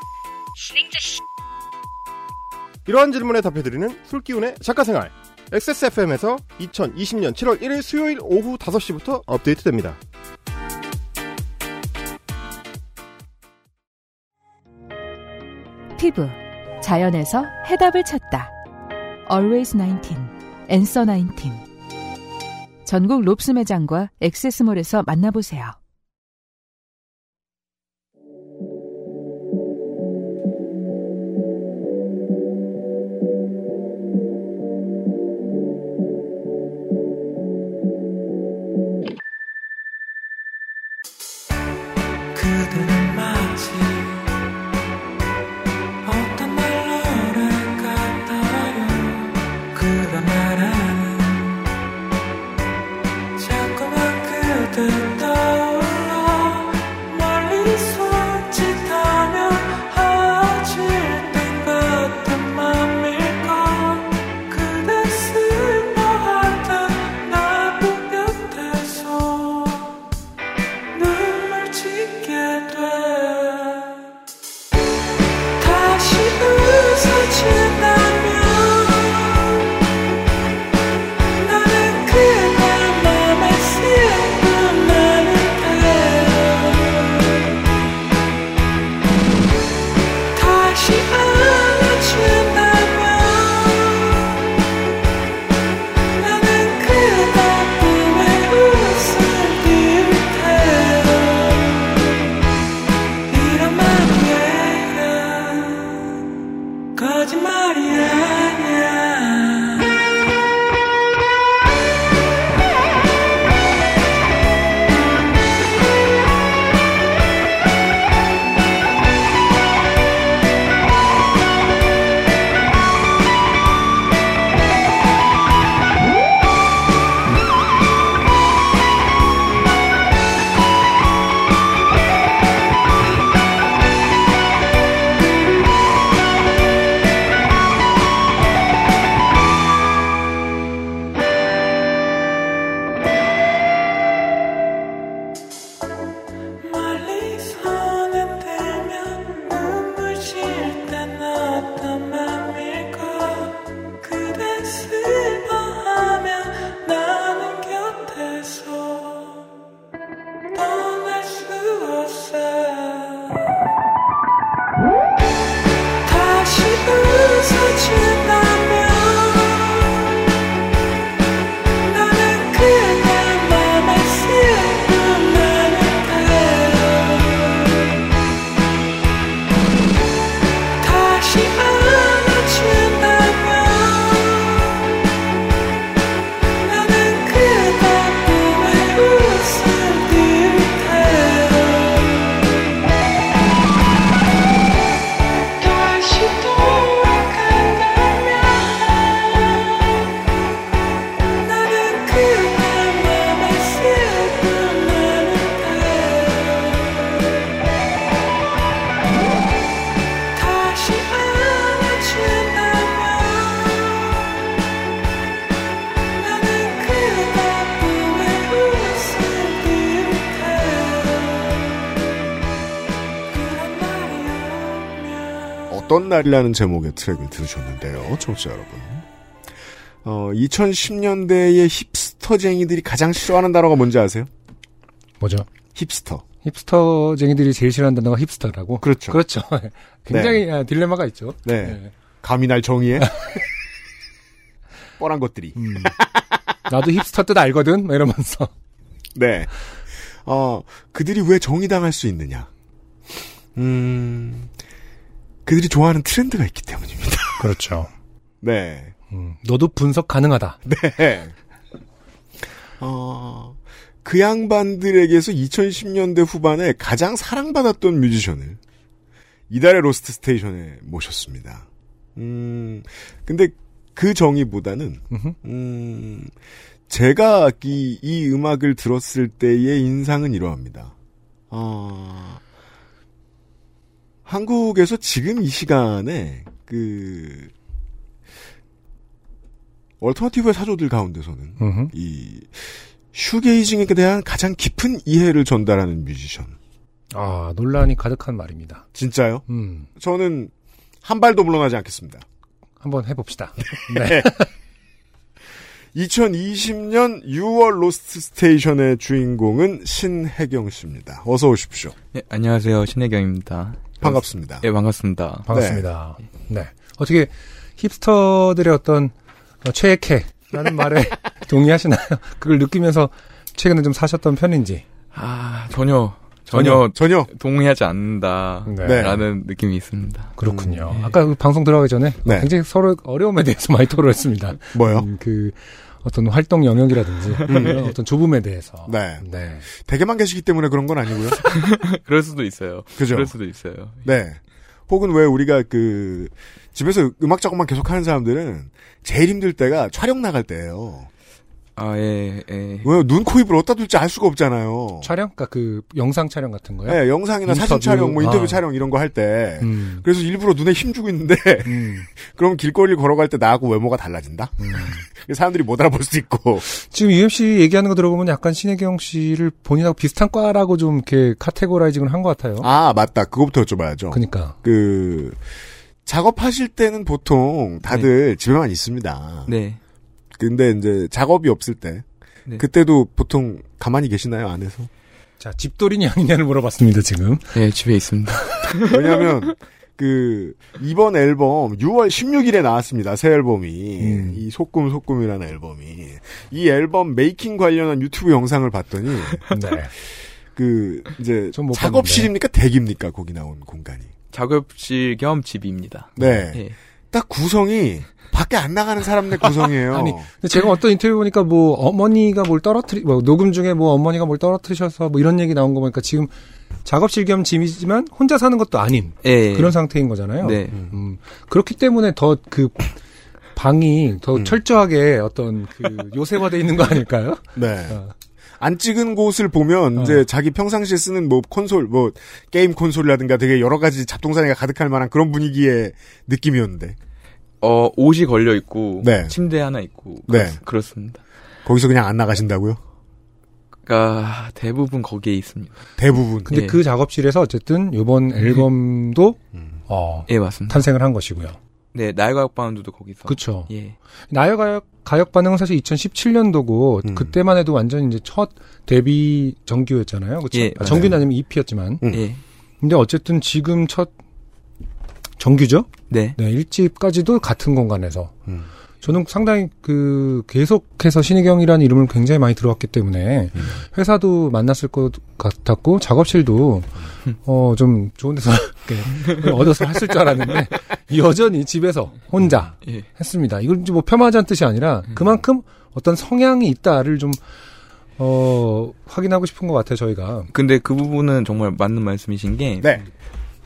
Speaker 9: 진행자 씨.
Speaker 7: 이러한 질문에 답해드리는 술기운의 작가생활 XSFM에서 2020년 7월 1일 수요일 오후 5시부터 업데이트됩니다
Speaker 5: 피부 자연에서 해답을 찾다. Always 19, Answer 19. 전국 롭스 매장과 액세스몰에서 만나보세요.
Speaker 9: 그들은 마치 어떤 말로를 같아요. 그런 말하는 자꾸만 그들 떠올라 멀리서 짓하며 아질 땐 같은 맘일까 그대 쓸모 하던 나쁜 곁에서 눈물 짓게 돼
Speaker 1: 어떤 날이라는 제목의 트랙을 들으셨는데요, 청취자 여러분. 어, 2010년대의 힙스터쟁이들이 가장 싫어하는 단어가 뭔지 아세요?
Speaker 2: 뭐죠?
Speaker 1: 힙스터.
Speaker 2: 힙스터쟁이들이 제일 싫어하는 단어가 힙스터라고.
Speaker 1: 그렇죠.
Speaker 2: 그렇죠. 굉장히 아, 딜레마가 있죠.
Speaker 1: 네. 감히 날 정의해? 뻔한 것들이.
Speaker 2: 음. 나도 힙스터 뜻 알거든. 막 이러면서.
Speaker 1: 네. 어, 그들이 왜 정의당할 수 있느냐? 음, 그들이 좋아하는 트렌드가 있기 때문입니다.
Speaker 2: 그렇죠.
Speaker 1: 네.
Speaker 2: 음, 너도 분석 가능하다.
Speaker 1: 네. 어, 그 양반들에게서 2010년대 후반에 가장 사랑받았던 뮤지션을 이달의 로스트 스테이션에 모셨습니다. 음, 근데 그 정의보다는, 음, 제가 이, 이 음악을 들었을 때의 인상은 이러합니다. 어, 한국에서 지금 이 시간에, 그, 얼터너티브의 사조들 가운데서는,
Speaker 2: 음흠.
Speaker 1: 이 슈게이징에 대한 가장 깊은 이해를 전달하는 뮤지션.
Speaker 2: 아, 논란이 가득한 말입니다.
Speaker 1: 진짜요?
Speaker 2: 음,
Speaker 1: 저는 한 발도 물러나지 않겠습니다.
Speaker 2: 한번 해봅시다. 네.
Speaker 1: 2020년 6월 로스트 스테이션의 주인공은 신혜경 씨입니다. 어서 오십시오.
Speaker 10: 네, 안녕하세요. 신혜경입니다.
Speaker 1: 반갑습니다.
Speaker 10: 예, 반갑습니다.
Speaker 2: 반갑습니다. 네. 어떻게 힙스터들의 어떤 어, 최애캐라는 말에 동의하시나요? 그걸 느끼면서 최근에 좀 사셨던 편인지.
Speaker 10: 아, 전혀,
Speaker 2: 전혀,
Speaker 10: 전혀,
Speaker 1: 전혀.
Speaker 10: 동의하지 않는다라는
Speaker 2: 네.
Speaker 10: 느낌이 있습니다.
Speaker 2: 그렇군요. 아까 그 방송 들어가기 전에
Speaker 1: 네.
Speaker 2: 굉장히 서로 어려움에 대해서 많이 토론했습니다.
Speaker 1: 뭐요?
Speaker 2: 음, 그 어떤 활동 영역이라든지 이런 어떤 좁음에 대해서.
Speaker 1: 네.
Speaker 2: 네.
Speaker 1: 대개만 계시기 때문에 그런 건 아니고요.
Speaker 10: 그럴 수도 있어요.
Speaker 1: 그죠?
Speaker 10: 럴 수도 있어요.
Speaker 1: 네. 혹은 왜 우리가 그 집에서 음악 작업만 계속 하는 사람들은 제일 힘들 때가 촬영 나갈 때예요.
Speaker 10: 아, 예, 예.
Speaker 1: 왜 눈, 코, 입을 어디다 둘지 알 수가 없잖아요.
Speaker 2: 촬영, 그러니까 그 영상 촬영 같은 거요.
Speaker 1: 네, 영상이나 사진
Speaker 2: 인터뷰.
Speaker 1: 촬영, 뭐 인터뷰
Speaker 2: 아.
Speaker 1: 촬영 이런 거 할 때
Speaker 2: 음.
Speaker 1: 그래서 일부러 눈에 힘 주고 있는데
Speaker 2: 음.
Speaker 1: 그럼 길거리를 걸어갈 때 나하고 외모가 달라진다. 사람들이 못 알아볼 수도 있고.
Speaker 2: 지금 UMC 얘기하는 거 들어보면 약간 신혜경 씨를 본인하고 비슷한 과라고 좀 이렇게 카테고라이징을 한 것 같아요.
Speaker 1: 아 맞다. 그거부터 여쭤봐야죠. 그,
Speaker 2: 그러니까.
Speaker 1: 작업하실 때는 보통 다들 집에만 있습니다.
Speaker 10: 네.
Speaker 1: 근데 이제 작업이 없을 때
Speaker 10: 네.
Speaker 1: 그때도 보통 가만히 계시나요 안에서?
Speaker 2: 자, 집돌이냐 아니냐를 물어봤습니다, 지금.
Speaker 10: 예, 집에 있습니다.
Speaker 1: 왜냐하면 그 이번 앨범 6월 16일에 나왔습니다. 새 앨범이
Speaker 2: 음.
Speaker 1: 이 소꿈 소꿈이라는 앨범이 이 앨범 메이킹 관련한 유튜브 영상을 봤더니
Speaker 2: 네.
Speaker 1: 그 이제
Speaker 2: 전못
Speaker 1: 작업실입니까 대기입니까 거기 나온 공간이
Speaker 10: 작업실 겸 집입니다.
Speaker 1: 네.
Speaker 10: 예.
Speaker 1: 딱 구성이 밖에 안 나가는 사람들 구성이에요.
Speaker 2: 아니, 근데 제가 어떤 인터뷰 보니까 뭐 어머니가 뭘 떨어뜨리 뭐 녹음 중에 뭐 어머니가 뭘 떨어뜨리셔서 뭐 이런 얘기 나온 거 보니까 지금 작업실 겸 짐이지만 혼자 사는 것도 아닌
Speaker 10: 예.
Speaker 2: 그런 상태인 거잖아요.
Speaker 10: 네.
Speaker 2: 음, 그렇기 때문에 더 그 방이 더
Speaker 1: 음.
Speaker 2: 철저하게 어떤 그 요새화돼 있는 거 아닐까요?
Speaker 1: 네.
Speaker 2: 어.
Speaker 1: 안 찍은 곳을 보면
Speaker 2: 어.
Speaker 1: 이제 자기 평상시에 쓰는 뭐 콘솔 뭐 게임 콘솔이라든가 되게 여러 가지 잡동사니가 가득할 만한 그런 분위기의 느낌이었는데
Speaker 10: 어, 옷이 걸려 있고,
Speaker 1: 네.
Speaker 10: 침대 하나 있고,
Speaker 1: 네.
Speaker 10: 그렇, 습니다
Speaker 1: 거기서 그냥 안 나가신다고요?
Speaker 10: 그러니까 대부분 거기에 있습니다.
Speaker 1: 대부분.
Speaker 2: 근데
Speaker 10: 예.
Speaker 2: 그 작업실에서 어쨌든 이번 앨범도
Speaker 1: 음.
Speaker 2: 어,
Speaker 10: 예, 맞습니다.
Speaker 2: 탄생을 한 것이고요.
Speaker 10: 네, 날과역 바운드도 거기서.
Speaker 2: 그렇죠.
Speaker 10: 예.
Speaker 2: 나의 가역, 가역 반응은 사실 2017년도고
Speaker 1: 음.
Speaker 2: 그때만 해도 완전 이제 첫 데뷔 정규였잖아요. 그렇죠?
Speaker 10: 예,
Speaker 2: 아, 정규는 아니면 EP였지만.
Speaker 1: 음.
Speaker 10: 예.
Speaker 2: 근데 어쨌든 지금 첫 정규죠?
Speaker 10: 네.
Speaker 2: 네, 1집까지도 같은 공간에서.
Speaker 1: 음.
Speaker 2: 저는 상당히 그 계속해서 신희경이라는 이름을 굉장히 많이 들어왔기 때문에
Speaker 1: 음.
Speaker 2: 회사도 만났을 것 같았고 작업실도 어 좀 좋은 데서 이렇게 얻어서 했을 줄 알았는데 여전히 집에서 혼자
Speaker 10: 예.
Speaker 2: 했습니다. 이건 이제 뭐 폄하하자는 뜻이 아니라 그만큼 어떤 성향이 있다를 좀 어, 확인하고 싶은 것 같아요. 저희가
Speaker 10: 근데 그 부분은 정말 맞는 말씀이신 게,
Speaker 1: 네.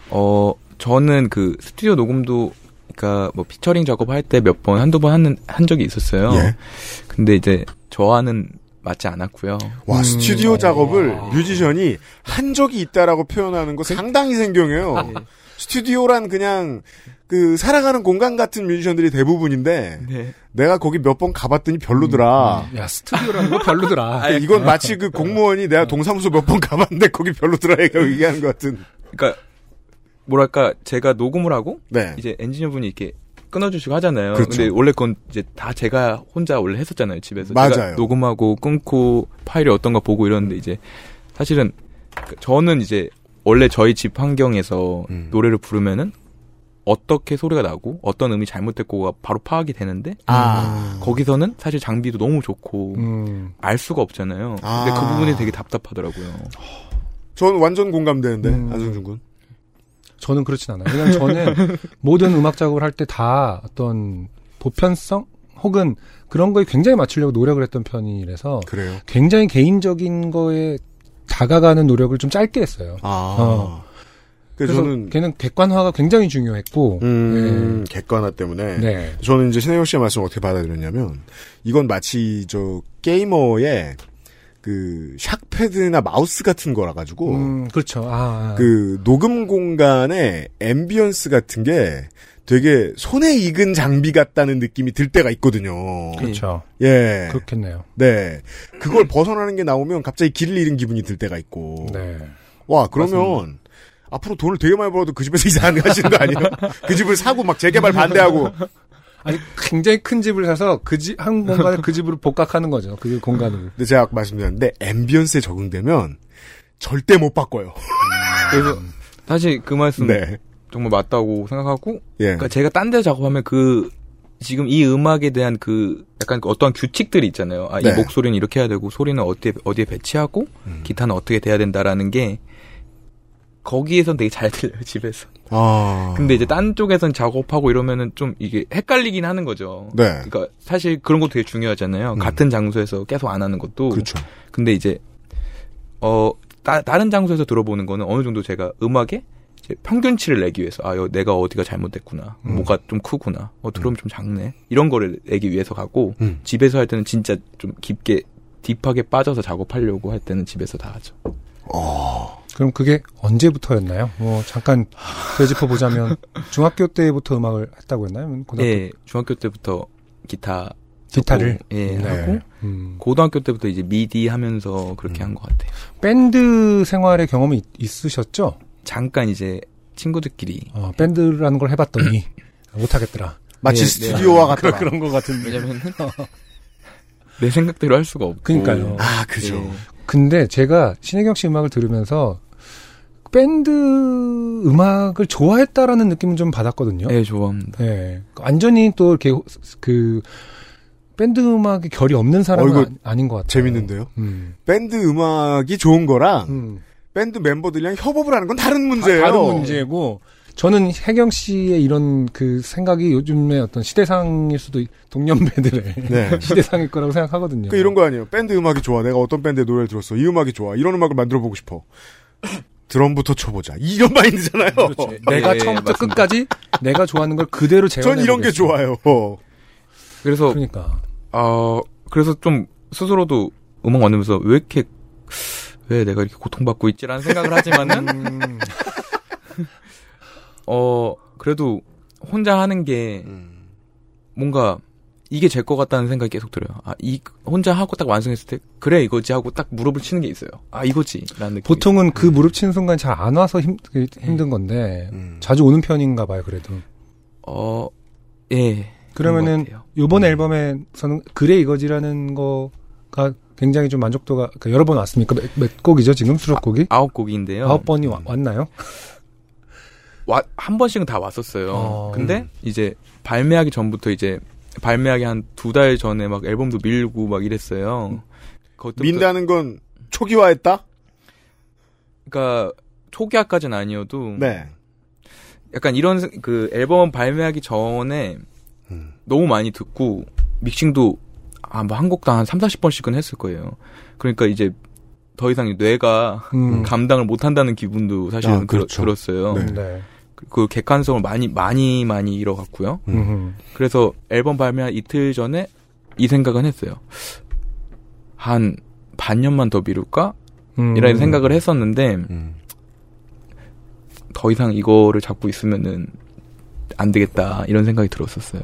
Speaker 10: 어, 저는 그 스튜디오 녹음도, 그니까 뭐 피처링 작업할 때 몇 번, 한두 번 하는, 한 적이 있었어요.
Speaker 1: 예.
Speaker 10: 근데 이제 저와는 맞지 않았고요.
Speaker 1: 와
Speaker 2: 음.
Speaker 1: 스튜디오
Speaker 2: 어.
Speaker 1: 작업을 뮤지션이 한 적이 있다라고 표현하는 거 상당히 생경해요. 스튜디오란 그냥 그 살아가는 공간 같은 뮤지션들이 대부분인데
Speaker 10: 네.
Speaker 1: 내가 거기 몇 번 가봤더니 별로더라.
Speaker 2: 야 스튜디오라는 거 별로더라.
Speaker 10: 아,
Speaker 1: 이건 마치 그 공무원이 내가 동사무소 몇 번 가봤는데 거기 별로더라 얘가 얘기하는 것 같은.
Speaker 10: 그니까, 그러니까 뭐랄까 제가 녹음을 하고
Speaker 1: 네.
Speaker 10: 이제 엔지니어분이 이렇게 끊어주시고 하잖아요.
Speaker 1: 그렇죠.
Speaker 10: 근데 원래 그건 이제 다 제가 혼자 원래 했었잖아요 집에서.
Speaker 1: 맞아요.
Speaker 10: 제가 녹음하고 끊고 파일이 어떤 거 보고 이러는데 이제 사실은 그- 저는 이제 원래 저희 집 환경에서
Speaker 1: 음.
Speaker 10: 노래를 부르면은 어떻게 소리가 나고 어떤 음이 잘못됐고가 바로 파악이 되는데
Speaker 1: 아.
Speaker 10: 거기서는 사실 장비도 너무 좋고
Speaker 2: 음.
Speaker 10: 알 수가 없잖아요. 근데
Speaker 1: 아.
Speaker 10: 그 부분이 되게 답답하더라고요.
Speaker 1: 전 완전 공감되는데 안승준 군.
Speaker 2: 저는 그렇진 않아요. 왜냐면 저는 모든 음악 작업을 할 때 다 어떤 보편성 혹은 그런 거에 굉장히 맞추려고 노력을 했던 편이라서
Speaker 1: 그래요.
Speaker 2: 굉장히 개인적인 거에 다가가는 노력을 좀 짧게 했어요. 어.
Speaker 1: 아. 그래서 저는-
Speaker 2: 걔는 객관화가 굉장히 중요했고
Speaker 1: 음, 객관화 때문에.
Speaker 2: 네.
Speaker 1: 저는 이제 신혜영 씨의 말씀 을 어떻게 받아들였냐면, 이건 마치 저 게이머의 그 샥패드나 마우스 같은 거라 가지고,
Speaker 2: 음, 그렇죠. 아, 아.
Speaker 1: 그 녹음 공간의 앰비언스 같은 게 되게 손에 익은 장비 같다는 느낌이 들 때가 있거든요.
Speaker 2: 그렇죠.
Speaker 1: 예.
Speaker 2: 그렇겠네요.
Speaker 1: 네. 그걸 벗어나는 게 나오면 갑자기 길을 잃은 기분이 들 때가 있고.
Speaker 2: 네.
Speaker 1: 와, 그러면 앞으로 돈을 되게 많이 벌어도 그 집에서 이사 안 가시는 거 아니에요? 그 집을 사고 막 재개발 반대하고.
Speaker 2: 아니, 굉장히 큰 집을 사서 그 집, 한 공간을 그 집으로 복각하는 거죠. 그 공간을.
Speaker 1: 근데 제가 아까 말씀드렸는데 앰비언스에 적응되면 절대 못 바꿔요.
Speaker 10: 그래서 사실 그 말씀
Speaker 1: 네.
Speaker 10: 정말 맞다고 생각하고
Speaker 1: 예.
Speaker 10: 그러니까 제가 딴 데 작업하면 그 지금 이 음악에 대한 그 약간 그 어떠한 규칙들이 있잖아요. 아,
Speaker 1: 네. 음.
Speaker 10: 이 목소리는 이렇게 해야 되고 소리는 어디에 어디에 배치하고 기타는 어떻게 돼야 된다라는 게 거기에선 되게 잘 들려요 집에서.
Speaker 1: 아.
Speaker 10: 근데 이제 딴 쪽에선 작업하고 이러면은 좀 이게 헷갈리긴 하는 거죠.
Speaker 1: 네. 음.
Speaker 10: 그러니까 사실 그런 것도 되게 중요하잖아요. 같은 장소에서 계속 안 하는 것도.
Speaker 1: 그렇죠.
Speaker 10: 근데 이제 어 따- 다른 장소에서 들어보는 거는 어느 정도 제가 음악에 이제 평균치를 내기 위해서 아 여- 내가 어디가 잘못됐구나
Speaker 2: 음.
Speaker 10: 뭐가 좀 크구나 어 드럼 좀 작네 이런 거를 내기 위해서 가고
Speaker 1: 음.
Speaker 10: 집에서 할 때는 진짜 좀 깊게 딥하게 빠져서 작업하려고 할 때는 집에서 다 하죠.
Speaker 2: 그럼 그게 언제부터였나요? 뭐, 잠깐 되짚어 보자면, 중학교 때부터 음악을 했다고 했나요? 아니면 고등학교
Speaker 10: 예, 중학교 때부터 기타
Speaker 2: 기타를?
Speaker 10: 쳤고, 예,
Speaker 2: 네.
Speaker 10: 하고 고등학교 때부터 이제 미디 하면서 그렇게
Speaker 2: 음.
Speaker 10: 한 것 같아요.
Speaker 2: 밴드 생활의 경험이 있- 있으셨죠?
Speaker 10: 잠깐 이제 친구들끼리
Speaker 2: 어, 밴드라는 걸 해봤더니 못하겠더라.
Speaker 10: 마치 스튜디오와 같더라.
Speaker 2: 그런, 그런 것 같은데.
Speaker 10: 왜냐면 내 생각대로 할 수가 없고
Speaker 2: 그러니까요.
Speaker 10: 아 그죠.
Speaker 1: 예.
Speaker 2: 근데 제가 신혜경 씨 음악을 들으면서 밴드 음악을 좋아했다라는 느낌은 좀 받았거든요.
Speaker 10: 예, 좋아합니다.
Speaker 2: 예. 완전히 또 이렇게 호- 그 밴드 음악에 결이 없는 사람은
Speaker 1: 어, 이거
Speaker 2: 아, 닌것 같아요.
Speaker 1: 재밌는데요?
Speaker 2: 음.
Speaker 1: 밴드 음악이 좋은 거랑
Speaker 2: 음.
Speaker 1: 밴드 멤버들이랑 협업을 하는 건 다른 문제예요.
Speaker 2: 아, 다, 른 문제고 저는 혜경 씨의 이런 그 생각이 요즘의 어떤 시대상일 수도 있- 동년배들의
Speaker 1: 네.
Speaker 2: 시대상일 거라고 생각하거든요.
Speaker 1: 그 이런 거 아니에요. 밴드 음악이 좋아. 내가 어떤 밴드의 노래를 들었어. 이 음악이 좋아. 이런 음악을 만들어 보고 싶어. 드럼부터 쳐보자. 이런 마인드잖아요. 어,
Speaker 2: 내가 처음부터 끝까지 내가 좋아하는 걸 그대로 그렇죠. 재현해.
Speaker 1: 예, 전 이런 게 좋아요.
Speaker 10: 그래서
Speaker 2: 그러니까
Speaker 10: 아 그래서 좀 스스로도 음악 만들면서 왜 이렇게 왜 내가 이렇게 고통받고 있지라는 생각을 하지만은
Speaker 1: 음.
Speaker 10: 어 그래도 혼자 하는 게 뭔가 이게 제 것 같다는 생각이 계속 들어요. 아 이 혼자 하고 딱 완성했을 때 그래 이거지 하고 딱 무릎을 치는 게 있어요. 아 이거지라는 느낌.
Speaker 2: 보통은 그 무릎 치는 순간 잘 안 와서 힘, 그 힘든 건데
Speaker 1: 음.
Speaker 2: 자주 오는 편인가 봐요. 그래도
Speaker 10: 어 예.
Speaker 2: 그러면은 이번
Speaker 1: 음.
Speaker 2: 앨범에서는 그래 이거지라는 거가 굉장히 좀 만족도가 그러니까 여러 번 왔습니까? 몇, 몇 곡이죠 지금 수록곡이?
Speaker 10: 아홉 곡인데요.
Speaker 2: 아홉 번이
Speaker 1: 음.
Speaker 2: 와- 왔나요?
Speaker 10: 와, 한 번씩은 다 왔었어요. 근데 이제 발매하기 전부터 이제 발매하기 한 두 달 전에 막 앨범도 밀고 막 이랬어요. 그것부터-
Speaker 1: 민다는 건 초기화했다?
Speaker 10: 그러니까 초기화까지는 아니어도
Speaker 2: 음.
Speaker 1: 네.
Speaker 10: 약간 이런 생- 그 앨범 발매하기 전에
Speaker 2: 음.
Speaker 10: 너무 많이 듣고 믹싱도 아, 뭐한 곡도 한 3, 40번씩은 했을 거예요. 그러니까 이제 더 이상 뇌가
Speaker 2: 음.
Speaker 10: 감당을 못 한다는 기분도 사실은
Speaker 1: 아,
Speaker 10: 들-
Speaker 1: 그렇죠.
Speaker 10: 들었어요.
Speaker 1: 네.
Speaker 2: 네.
Speaker 10: 그- 그 객관성을 많이 많이 많이 잃어갔고요.
Speaker 2: 음흠.
Speaker 10: 그래서 앨범 발매한 이틀 전에 이 생각은 했어요. 한 반년만 더 미룰까?
Speaker 2: 음.
Speaker 10: 이런 생각을 했었는데 더 이상 이거를 잡고 있으면은 안 되겠다 이런 생각이 들었었어요.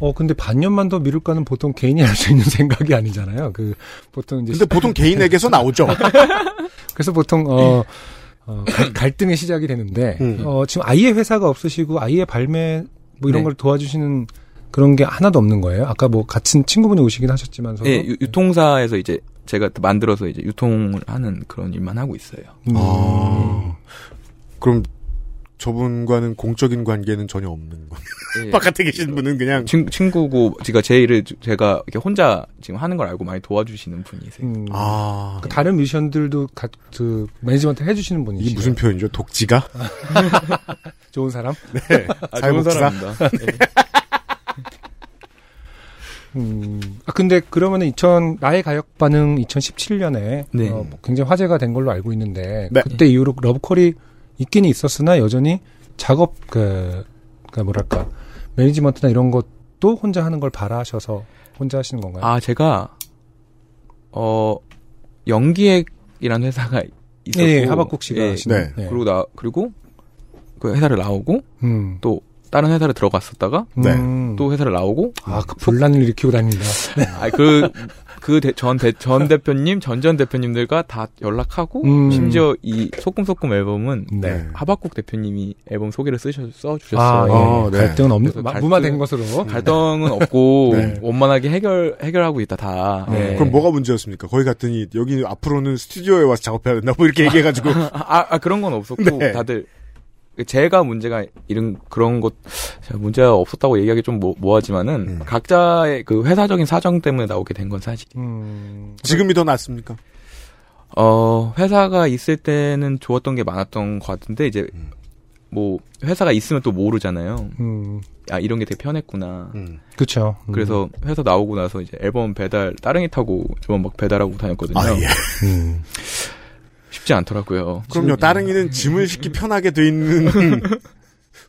Speaker 2: 어 근데 반년만 더 미룰까는 보통 개인이 할 수 있는 생각이 아니잖아요. 그 보통 이제
Speaker 1: 근데 보통 개인에게서 나오죠.
Speaker 10: 예.
Speaker 2: 그래서 보통 어 어, 가- 갈등의 시작이 되는데
Speaker 1: 음.
Speaker 2: 어, 지금 아예 회사가 없으시고 아예 발매 뭐 이런
Speaker 10: 음. 네.
Speaker 2: 걸 도와주시는 그런 게 하나도 없는 거예요. 아까 뭐 같은 친구분이 오시긴 하셨지만 서로
Speaker 10: 예, 유- 유통사에서 이제 제가 만들어서 이제 유통을 하는 그런 일만 하고 있어요.
Speaker 2: 음.
Speaker 1: 아. 그럼 저분과는 공적인 관계는 전혀 없는 거.
Speaker 10: 예.
Speaker 1: 바깥에 계신 분은 그냥
Speaker 2: 음.
Speaker 10: 친, 친구고 제가 제 일을 주- 제가 이렇게 혼자 지금 하는 걸 알고 많이 도와주시는 분이세요.
Speaker 1: 아.
Speaker 2: 그 다른 뮤지션들도 가, 그 매니지먼트 해주시는 분이시죠.
Speaker 1: 이게 무슨 표현이죠? 독지가?
Speaker 2: 좋은 사람?
Speaker 1: 네.
Speaker 10: 아,
Speaker 1: 잘
Speaker 10: 좋은
Speaker 1: 봅시다.
Speaker 10: 사람입니다.
Speaker 2: 음, 아, 근데 그러면은 2000, 나의 가역반응 2017년에 어, 뭐
Speaker 10: 네.
Speaker 2: 굉장히 화제가 된 걸로 알고 있는데,
Speaker 10: 네.
Speaker 2: 그때 이후로 러브콜이 있긴 있었으나 여전히 작업, 그, 그 뭐랄까, 매니지먼트나 이런 것도 혼자 하는 걸 바라셔서 혼자 하시는 건가요?
Speaker 10: 아 제가 어 연기액이라는 회사가 있었고 예.
Speaker 2: 예, 예, 하박국 씨가 하시는. 네.
Speaker 10: 그렇죠. 그리고 나 그리고 그 회사를 나오고
Speaker 2: 음.
Speaker 10: 또 다른 회사를 들어갔었다가
Speaker 2: 네. 음.
Speaker 10: 또 회사를 나오고 그,
Speaker 2: 아, 그 분란을 일으키고 다닙니다.
Speaker 10: 아그그전전 전 대표님 전 전 대표님들과 다 연락하고
Speaker 2: 음.
Speaker 10: 심지어 이 소꿉소꿉 앨범은
Speaker 2: 네.
Speaker 10: 하박국 대표님이 앨범 소개를 쓰셔 써
Speaker 2: 아, 예.
Speaker 10: 주셨어요. 네.
Speaker 2: 갈등은 없는,
Speaker 10: 그래서
Speaker 2: 마-
Speaker 10: 갈등-
Speaker 2: 무마된 것으로.
Speaker 10: 갈등은 없고
Speaker 1: 네.
Speaker 10: 원만하게 해결 해결하고 있다 다.
Speaker 2: 네.
Speaker 10: 예.
Speaker 1: 그럼 뭐가 문제였습니까? 거기 갔더니 여기 앞으로는 스튜디오에 와서 작업해야 된다 뭐 이렇게 얘기해가지고
Speaker 10: 아, 아, 그런 건 없었고
Speaker 1: 네.
Speaker 10: 다들 제가 문제가 이런 그런 것 제가 문제가 없었다고 얘기하기 좀 뭐, 뭐하지만은
Speaker 1: 음.
Speaker 10: 각자의 그 회사적인 사정 때문에 나오게 된 건 사실.
Speaker 2: 음,
Speaker 1: 지금이 더 낫습니까?
Speaker 10: 어 회사가 있을 때는 좋았던 게 많았던 것 같은데 이제
Speaker 1: 음.
Speaker 10: 뭐 회사가 있으면 또 모르잖아요.
Speaker 2: 음.
Speaker 10: 아 이런 게 되게 편했구나.
Speaker 1: 음.
Speaker 2: 그쵸. 음.
Speaker 10: 그래서 회사 나오고 나서 이제 앨범 배달 따릉이 타고 앨범 막 배달하고 다녔거든요.
Speaker 1: 아, 예.
Speaker 10: 음. 쉽지 않더라고요.
Speaker 1: 그럼요.
Speaker 2: 음.
Speaker 1: 따릉이는 짐을 싣기 편하게 돼 있는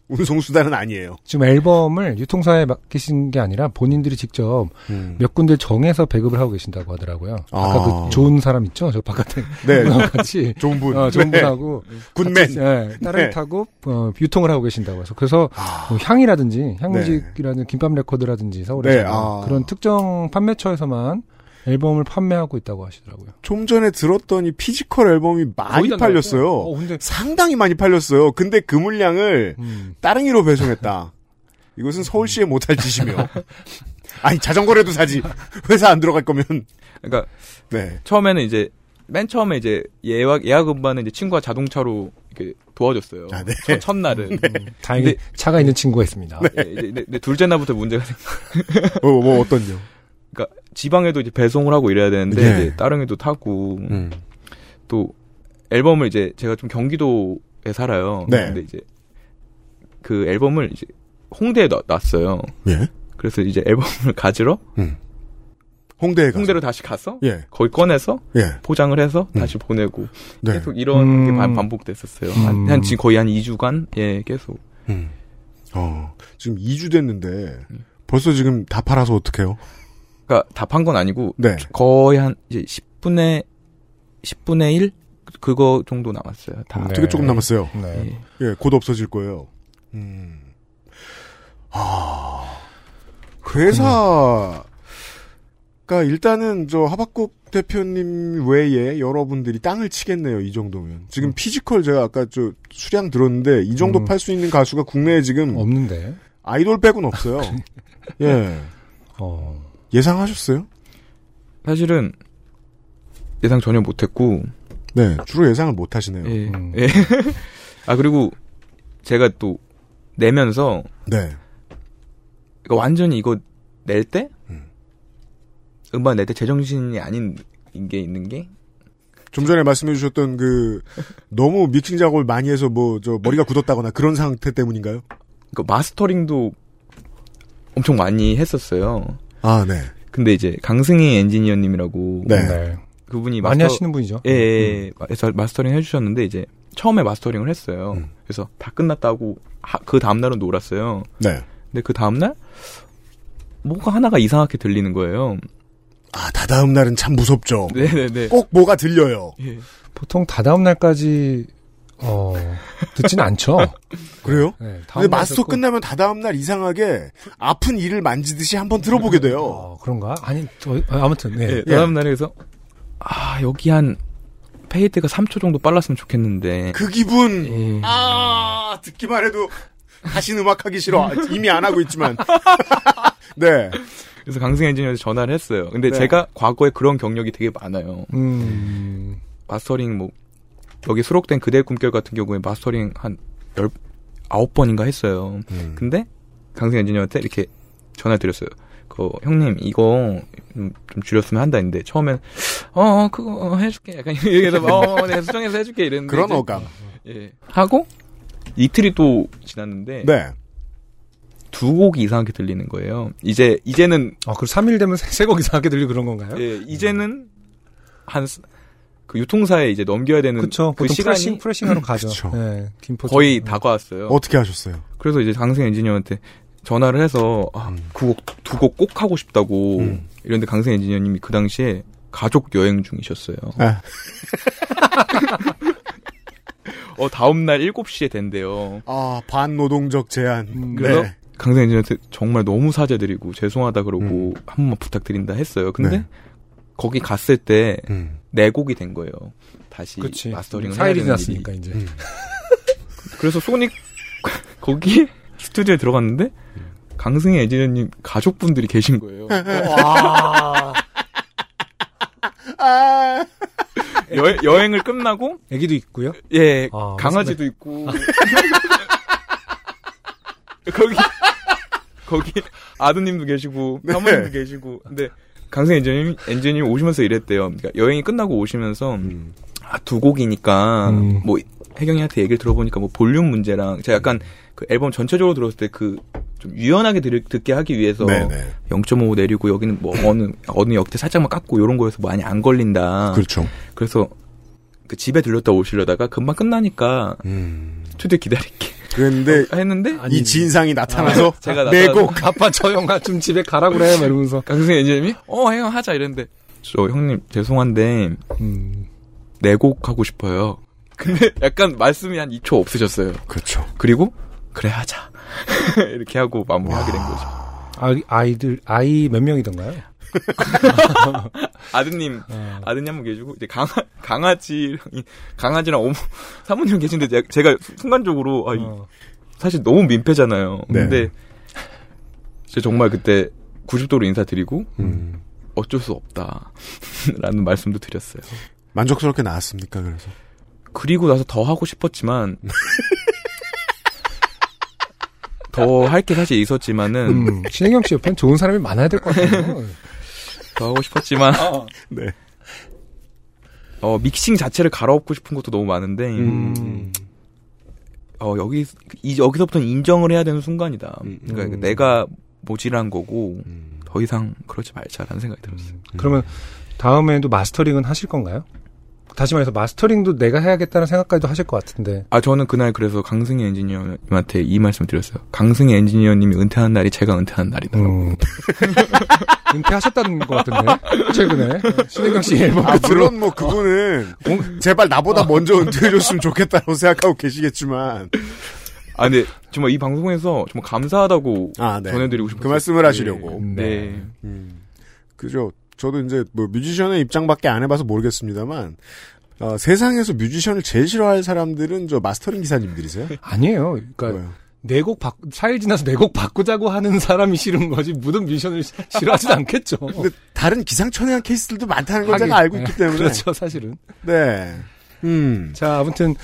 Speaker 1: 운송 수단은 아니에요.
Speaker 2: 지금 앨범을 유통사에 맡기신 게 아니라 본인들이 직접
Speaker 1: 음.
Speaker 2: 몇 군데 정해서 배급을 하고 계신다고 하더라고요.
Speaker 1: 아.
Speaker 2: 아. 까그 좋은 사람 있죠? 저 바깥에.
Speaker 1: 네.
Speaker 2: 분하고 같이.
Speaker 1: 좋은 분.
Speaker 2: 음. 어, 좋은
Speaker 1: 네.
Speaker 2: 분하고.
Speaker 1: 굿맨.
Speaker 2: 같이, 예, 따릉이
Speaker 1: 네. 아.
Speaker 2: 타고 어, 유통을 하고 계신다고 해서. 그래서 뭐 향이라든지 향뮤직이라는 김밥 레코드라든지 서울에서
Speaker 1: 네, 아.
Speaker 2: 그런 특정 판매처에서만 앨범을 판매하고 있다고 하시더라고요.
Speaker 1: 좀 전에 들었더니 피지컬 앨범이 많이
Speaker 2: 거의 다
Speaker 1: 팔렸어요.
Speaker 2: 나왔어요. 어, 근데-
Speaker 1: 상당히 많이 팔렸어요. 근데 그 물량을
Speaker 2: 음.
Speaker 1: 따릉이로 배송했다. 이것은 서울시에 못할 짓이며. 아니 자전거라도 사지. 회사 안 들어갈 거면.
Speaker 10: 그러니까
Speaker 1: 네.
Speaker 10: 처음에는 이제 맨 처음에 이제 예약 예약 음반은 이제 친구가 자동차로 이렇게 도와줬어요.
Speaker 1: 아, 네.
Speaker 10: 첫, 첫날은.
Speaker 1: 음.
Speaker 2: 다행히
Speaker 10: 근데-
Speaker 2: 차가 있는 친구가 있습니다.
Speaker 10: 예, 이제 근데, 근데 둘째 날부터 문제가 생.
Speaker 1: 뭐, 뭐 어떤요?
Speaker 10: 그러니까 지방에도 이제 배송을 하고 이래야 되는데
Speaker 1: 예.
Speaker 10: 이제 따릉이도 타고
Speaker 1: 음.
Speaker 2: 음.
Speaker 10: 또 앨범을 이제 제가 좀 경기도에 살아요.
Speaker 1: 네.
Speaker 10: 근데 이제 그 앨범을 이제 홍대에 넣, 놨어요.
Speaker 1: 예.
Speaker 10: 그래서 이제 앨범을 가지러
Speaker 1: 음. 홍대에 가서.
Speaker 10: 홍대로 다시 가서
Speaker 1: 예.
Speaker 10: 거기 꺼내서
Speaker 1: 예.
Speaker 10: 포장을 해서 다시 보내고
Speaker 1: 네.
Speaker 10: 계속 이런 게 반- 반복됐었어요. 한,
Speaker 1: 음.
Speaker 10: 한 지금 거의 한 2주간 예 계속
Speaker 1: 어, 지금 2주 됐는데 벌써 지금 다 팔아서 어떡해요?
Speaker 10: 그러니까 답한 건 아니고
Speaker 1: 네.
Speaker 10: 거의 한 이제 10분의 10분의 1 그거 정도 남았어요. 다
Speaker 1: 되게 조금 남았어요.
Speaker 2: 네.
Speaker 1: 예, 곧 없어질 거예요. 음. 아. 회사 가 일단은 저 하박국 대표님 외에 여러분들이 땅을 치겠네요. 이 정도면. 지금 피지컬 제가 아까 저 수량 들었는데 이 정도 팔 수 있는 가수가 국내에 지금
Speaker 2: 없는데.
Speaker 1: 아이돌 빼곤 없어요. 예.
Speaker 2: 어,
Speaker 1: 예상하셨어요?
Speaker 10: 사실은 예상 전혀 못했고
Speaker 1: 네, 주로 예상을 못 하시네요.
Speaker 10: 예.
Speaker 2: 음.
Speaker 10: 예. 아 그리고 제가 또 내면서
Speaker 1: 네.
Speaker 10: 그러니까 완전히 이거 낼 때
Speaker 2: 음.
Speaker 10: 음반 낼 때 제정신이 아닌 게 있는 게
Speaker 1: 좀 전에 말씀해 주셨던 그 너무 믹싱 작업을 많이 해서 뭐 저 머리가 굳었다거나 그런 상태 때문인가요?
Speaker 10: 그 마스터링도 엄청 많이 했었어요.
Speaker 1: 아, 네.
Speaker 10: 근데 이제 강승희 엔지니어님이라고
Speaker 1: 네.
Speaker 10: 그분이
Speaker 2: 많이
Speaker 10: 마스터-
Speaker 2: 하시는 분이죠.
Speaker 10: 예, 예. 그래서 마스터링 해주셨는데 이제 처음에 마스터링을 했어요. 그래서 다 끝났다고 하- 그 다음 날은 놀았어요.
Speaker 1: 네.
Speaker 10: 근데 그 다음 날 뭐가 하나가 이상하게 들리는 거예요.
Speaker 1: 아, 다다음 날은 참 무섭죠.
Speaker 10: 네네네. 예.
Speaker 1: 꼭 뭐가 들려요.
Speaker 2: 보통 다다음 날까지 어, 듣진 않죠.
Speaker 1: 그래요?
Speaker 2: 네, 다음 날
Speaker 1: 근데 마스터
Speaker 2: 듣고-
Speaker 1: 끝나면 다다음 날 이상하게 아픈 이를 만지듯이 한번 들어보게 돼요.
Speaker 2: 예.
Speaker 10: 그
Speaker 2: 어, 그런가? 아니, 저- 아, 아무튼, 네.
Speaker 10: 예, 다음 날에 그래서 아 여기 한 페이드가 3초 정도 빨랐으면 좋겠는데.
Speaker 1: 그 기분.
Speaker 10: 음.
Speaker 1: 아 듣기만 해도 다시 음악하기 싫어. 아, 이미 안 하고 있지만. 네.
Speaker 10: 그래서 강승 엔지니어한테 전화를 했어요. 근데
Speaker 1: 네.
Speaker 10: 제가 과거에 그런 경력이 되게 많아요.
Speaker 2: 음.
Speaker 10: 마스터링 뭐 여기 수록된 그대의 꿈결 같은 경우에 마스터링 한 열 아홉 번인가 했어요. 음.
Speaker 1: 음.
Speaker 10: 근데 강승 엔지니어한테 이렇게 전화 드렸어요. 그 형님 이거 좀 줄였으면 한다 했는데 처음엔 어, 어 그거 어, 해줄게 약간 이렇게서 어 내가 수정해서 해줄게 이랬는데
Speaker 1: 그런
Speaker 10: 이제
Speaker 1: 어감.
Speaker 10: 예. 하고 이틀이 또 지났는데
Speaker 1: 네.
Speaker 10: 두 곡이 이상하게 들리는 거예요. 이제 이제는
Speaker 2: 아, 그럼 3일 되면 세 곡 이상하게 들리고 그런 건가요?
Speaker 10: 예, 이제는 한 그 유통사에 이제 넘겨야 되는
Speaker 2: 그쵸.
Speaker 10: 그
Speaker 2: 보통
Speaker 10: 시간이
Speaker 2: 프레싱, 프레싱하러 가죠. 예, 김포장.
Speaker 10: 거의 다가왔어요.
Speaker 1: 어떻게 하셨어요?
Speaker 10: 그래서 이제 강생 엔지니어한테 전화를 해서 아,
Speaker 1: 음.
Speaker 10: 두곡 꼭 하고 싶다고 이런데 강생 엔지니어님이 그 당시에 가족 여행 중이셨어요.
Speaker 1: 아.
Speaker 10: 어 다음 날 7시에 된대요.
Speaker 1: 아 반노동적 제한.
Speaker 10: 음, 그래서
Speaker 1: 네.
Speaker 10: 강생 엔지니어한테 정말 너무 사죄드리고 죄송하다 그러고 한 번만 부탁드린다 했어요. 근데
Speaker 1: 음. 네.
Speaker 10: 거기 갔을 때
Speaker 1: 음.
Speaker 10: 네 내곡이 된 거예요. 다시
Speaker 2: 그치.
Speaker 10: 마스터링을 해야
Speaker 2: 사일이
Speaker 10: 되는
Speaker 2: 지났으니까,
Speaker 10: 일이.
Speaker 2: 이제.
Speaker 10: 그래서 소닉 거기 스튜디오에 들어갔는데 강승희 엔지니어님 가족분들이 계신 거예요.
Speaker 1: 와. 아.
Speaker 10: 여, 여행을 끝나고
Speaker 2: 애기도 있고요.
Speaker 10: 예,
Speaker 2: 아, 맞습니다.
Speaker 10: 강아지도 있고 거기 거기 아드님도 계시고
Speaker 1: 네.
Speaker 10: 사모님도 계시고 근데 강승희 엔지니어님 엔지니어님 오시면서 이랬대요. 그러니까 여행이 끝나고 오시면서
Speaker 1: 음.
Speaker 10: 아, 두 곡이니까 뭐 혜경이한테 얘기를 들어보니까 뭐 볼륨 문제랑 제가 약간 그 앨범 전체적으로 들었을 때 그 좀 유연하게 들, 듣게 하기 위해서
Speaker 1: 네, 네.
Speaker 10: 0.5 내리고 여기는 뭐 어느 어느 역대 살짝만 깎고 이런 거에서 많이 안 걸린다.
Speaker 1: 그렇죠.
Speaker 10: 그래서 그 집에 들렀다 오시려다가 금방 끝나니까
Speaker 1: 음.
Speaker 10: 스튜디오 기다릴게.
Speaker 1: 그런데
Speaker 10: 했는데
Speaker 1: 이 진상이 나타나서
Speaker 10: 어, 아, 제가
Speaker 1: 내곡
Speaker 10: 나타나서-
Speaker 2: 아빠 저 영화 좀 집에 가라 그래 막 이러면서
Speaker 10: 강승희 엔지님이 어 혜영 하자 이랬는데 저 형님 죄송한데
Speaker 2: 음.
Speaker 10: 네 내곡 하고 싶어요. 근데 약간 말씀이 한 2초 없으셨어요.
Speaker 1: 그렇죠.
Speaker 10: 그리고 그래 하자 이렇게 하고 마무리하게 된 거죠.
Speaker 2: 아, 아이들 아이 몇 명이던가요?
Speaker 10: 아드님 아드님 한 분 계시고 이제 강아 강아지 강아지랑 어머 사모님 계신데 제- 제가 순간적으로 아, 이- 사실 너무 민폐잖아요.
Speaker 1: 네.
Speaker 10: 근데 진짜 정말 그때 90도로 인사드리고
Speaker 1: 음.
Speaker 10: 어쩔 수 없다라는 말씀도 드렸어요.
Speaker 1: 만족스럽게 나왔습니까? 그래서
Speaker 10: 그리고 나서 더 하고 싶었지만 더 할 게 사실 있었지만은
Speaker 2: 음, 신혜경 씨 옆엔 좋은 사람이 많아야 될 것 같아요.
Speaker 10: 더 하고 싶었지만
Speaker 1: 네.
Speaker 10: 어, 믹싱 자체를 갈아엎고 싶은 것도 너무 많은데
Speaker 2: 음.
Speaker 10: 어, 여기 이, 여기서부터는 인정을 해야 되는 순간이다.
Speaker 1: 음,
Speaker 10: 그러니까 내가 모질한 거고 더 이상 그러지 말자라는 생각이 들었어요.
Speaker 1: 음.
Speaker 2: 음. 그러면 다음에도 마스터링은 하실 건가요? 다시 말해서 마스터링도 내가 해야겠다는 생각까지도 하실 것 같은데.
Speaker 10: 아 저는 그날 그래서 강승희 엔지니어님한테 이 말씀을 드렸어요. 강승희 엔지니어님이 은퇴한 날이 제가 은퇴한 날이다.
Speaker 1: 음.
Speaker 2: 은퇴하셨다는 것 같은데 최근에 신혜경 씨 앨범
Speaker 1: 네. 아,
Speaker 2: 끝으로
Speaker 1: 물론 뭐 그거는 제발 나보다 먼저 은퇴해줬으면 좋겠다고 생각하고 계시겠지만
Speaker 10: 아 근데 정말 이 방송에서 정말 감사하다고
Speaker 1: 아, 네.
Speaker 10: 전해드리고 싶어요.
Speaker 1: 그 말씀을 하시려고.
Speaker 10: 네. 네.
Speaker 1: 그죠. 저도 이제 뭐 뮤지션의 입장밖에 안 해봐서 모르겠습니다만 어, 세상에서 뮤지션을 제일 싫어할 사람들은 저 마스터링 기사님들이세요?
Speaker 2: 네. 아니에요. 그러니까
Speaker 1: 뭐예요?
Speaker 2: 네곡 바 사일 지나서 네 곡 바꾸자고 하는 사람이 싫은 거지 모든 뮤지션을 싫어하진 않겠죠.
Speaker 1: 근데 다른 기상천외한 케이스들도 많다는 걸
Speaker 2: 하긴,
Speaker 1: 제가 알고
Speaker 2: 네.
Speaker 1: 있기 때문에
Speaker 2: 그렇죠 사실은.
Speaker 1: 네. 음.
Speaker 2: 자, 아무튼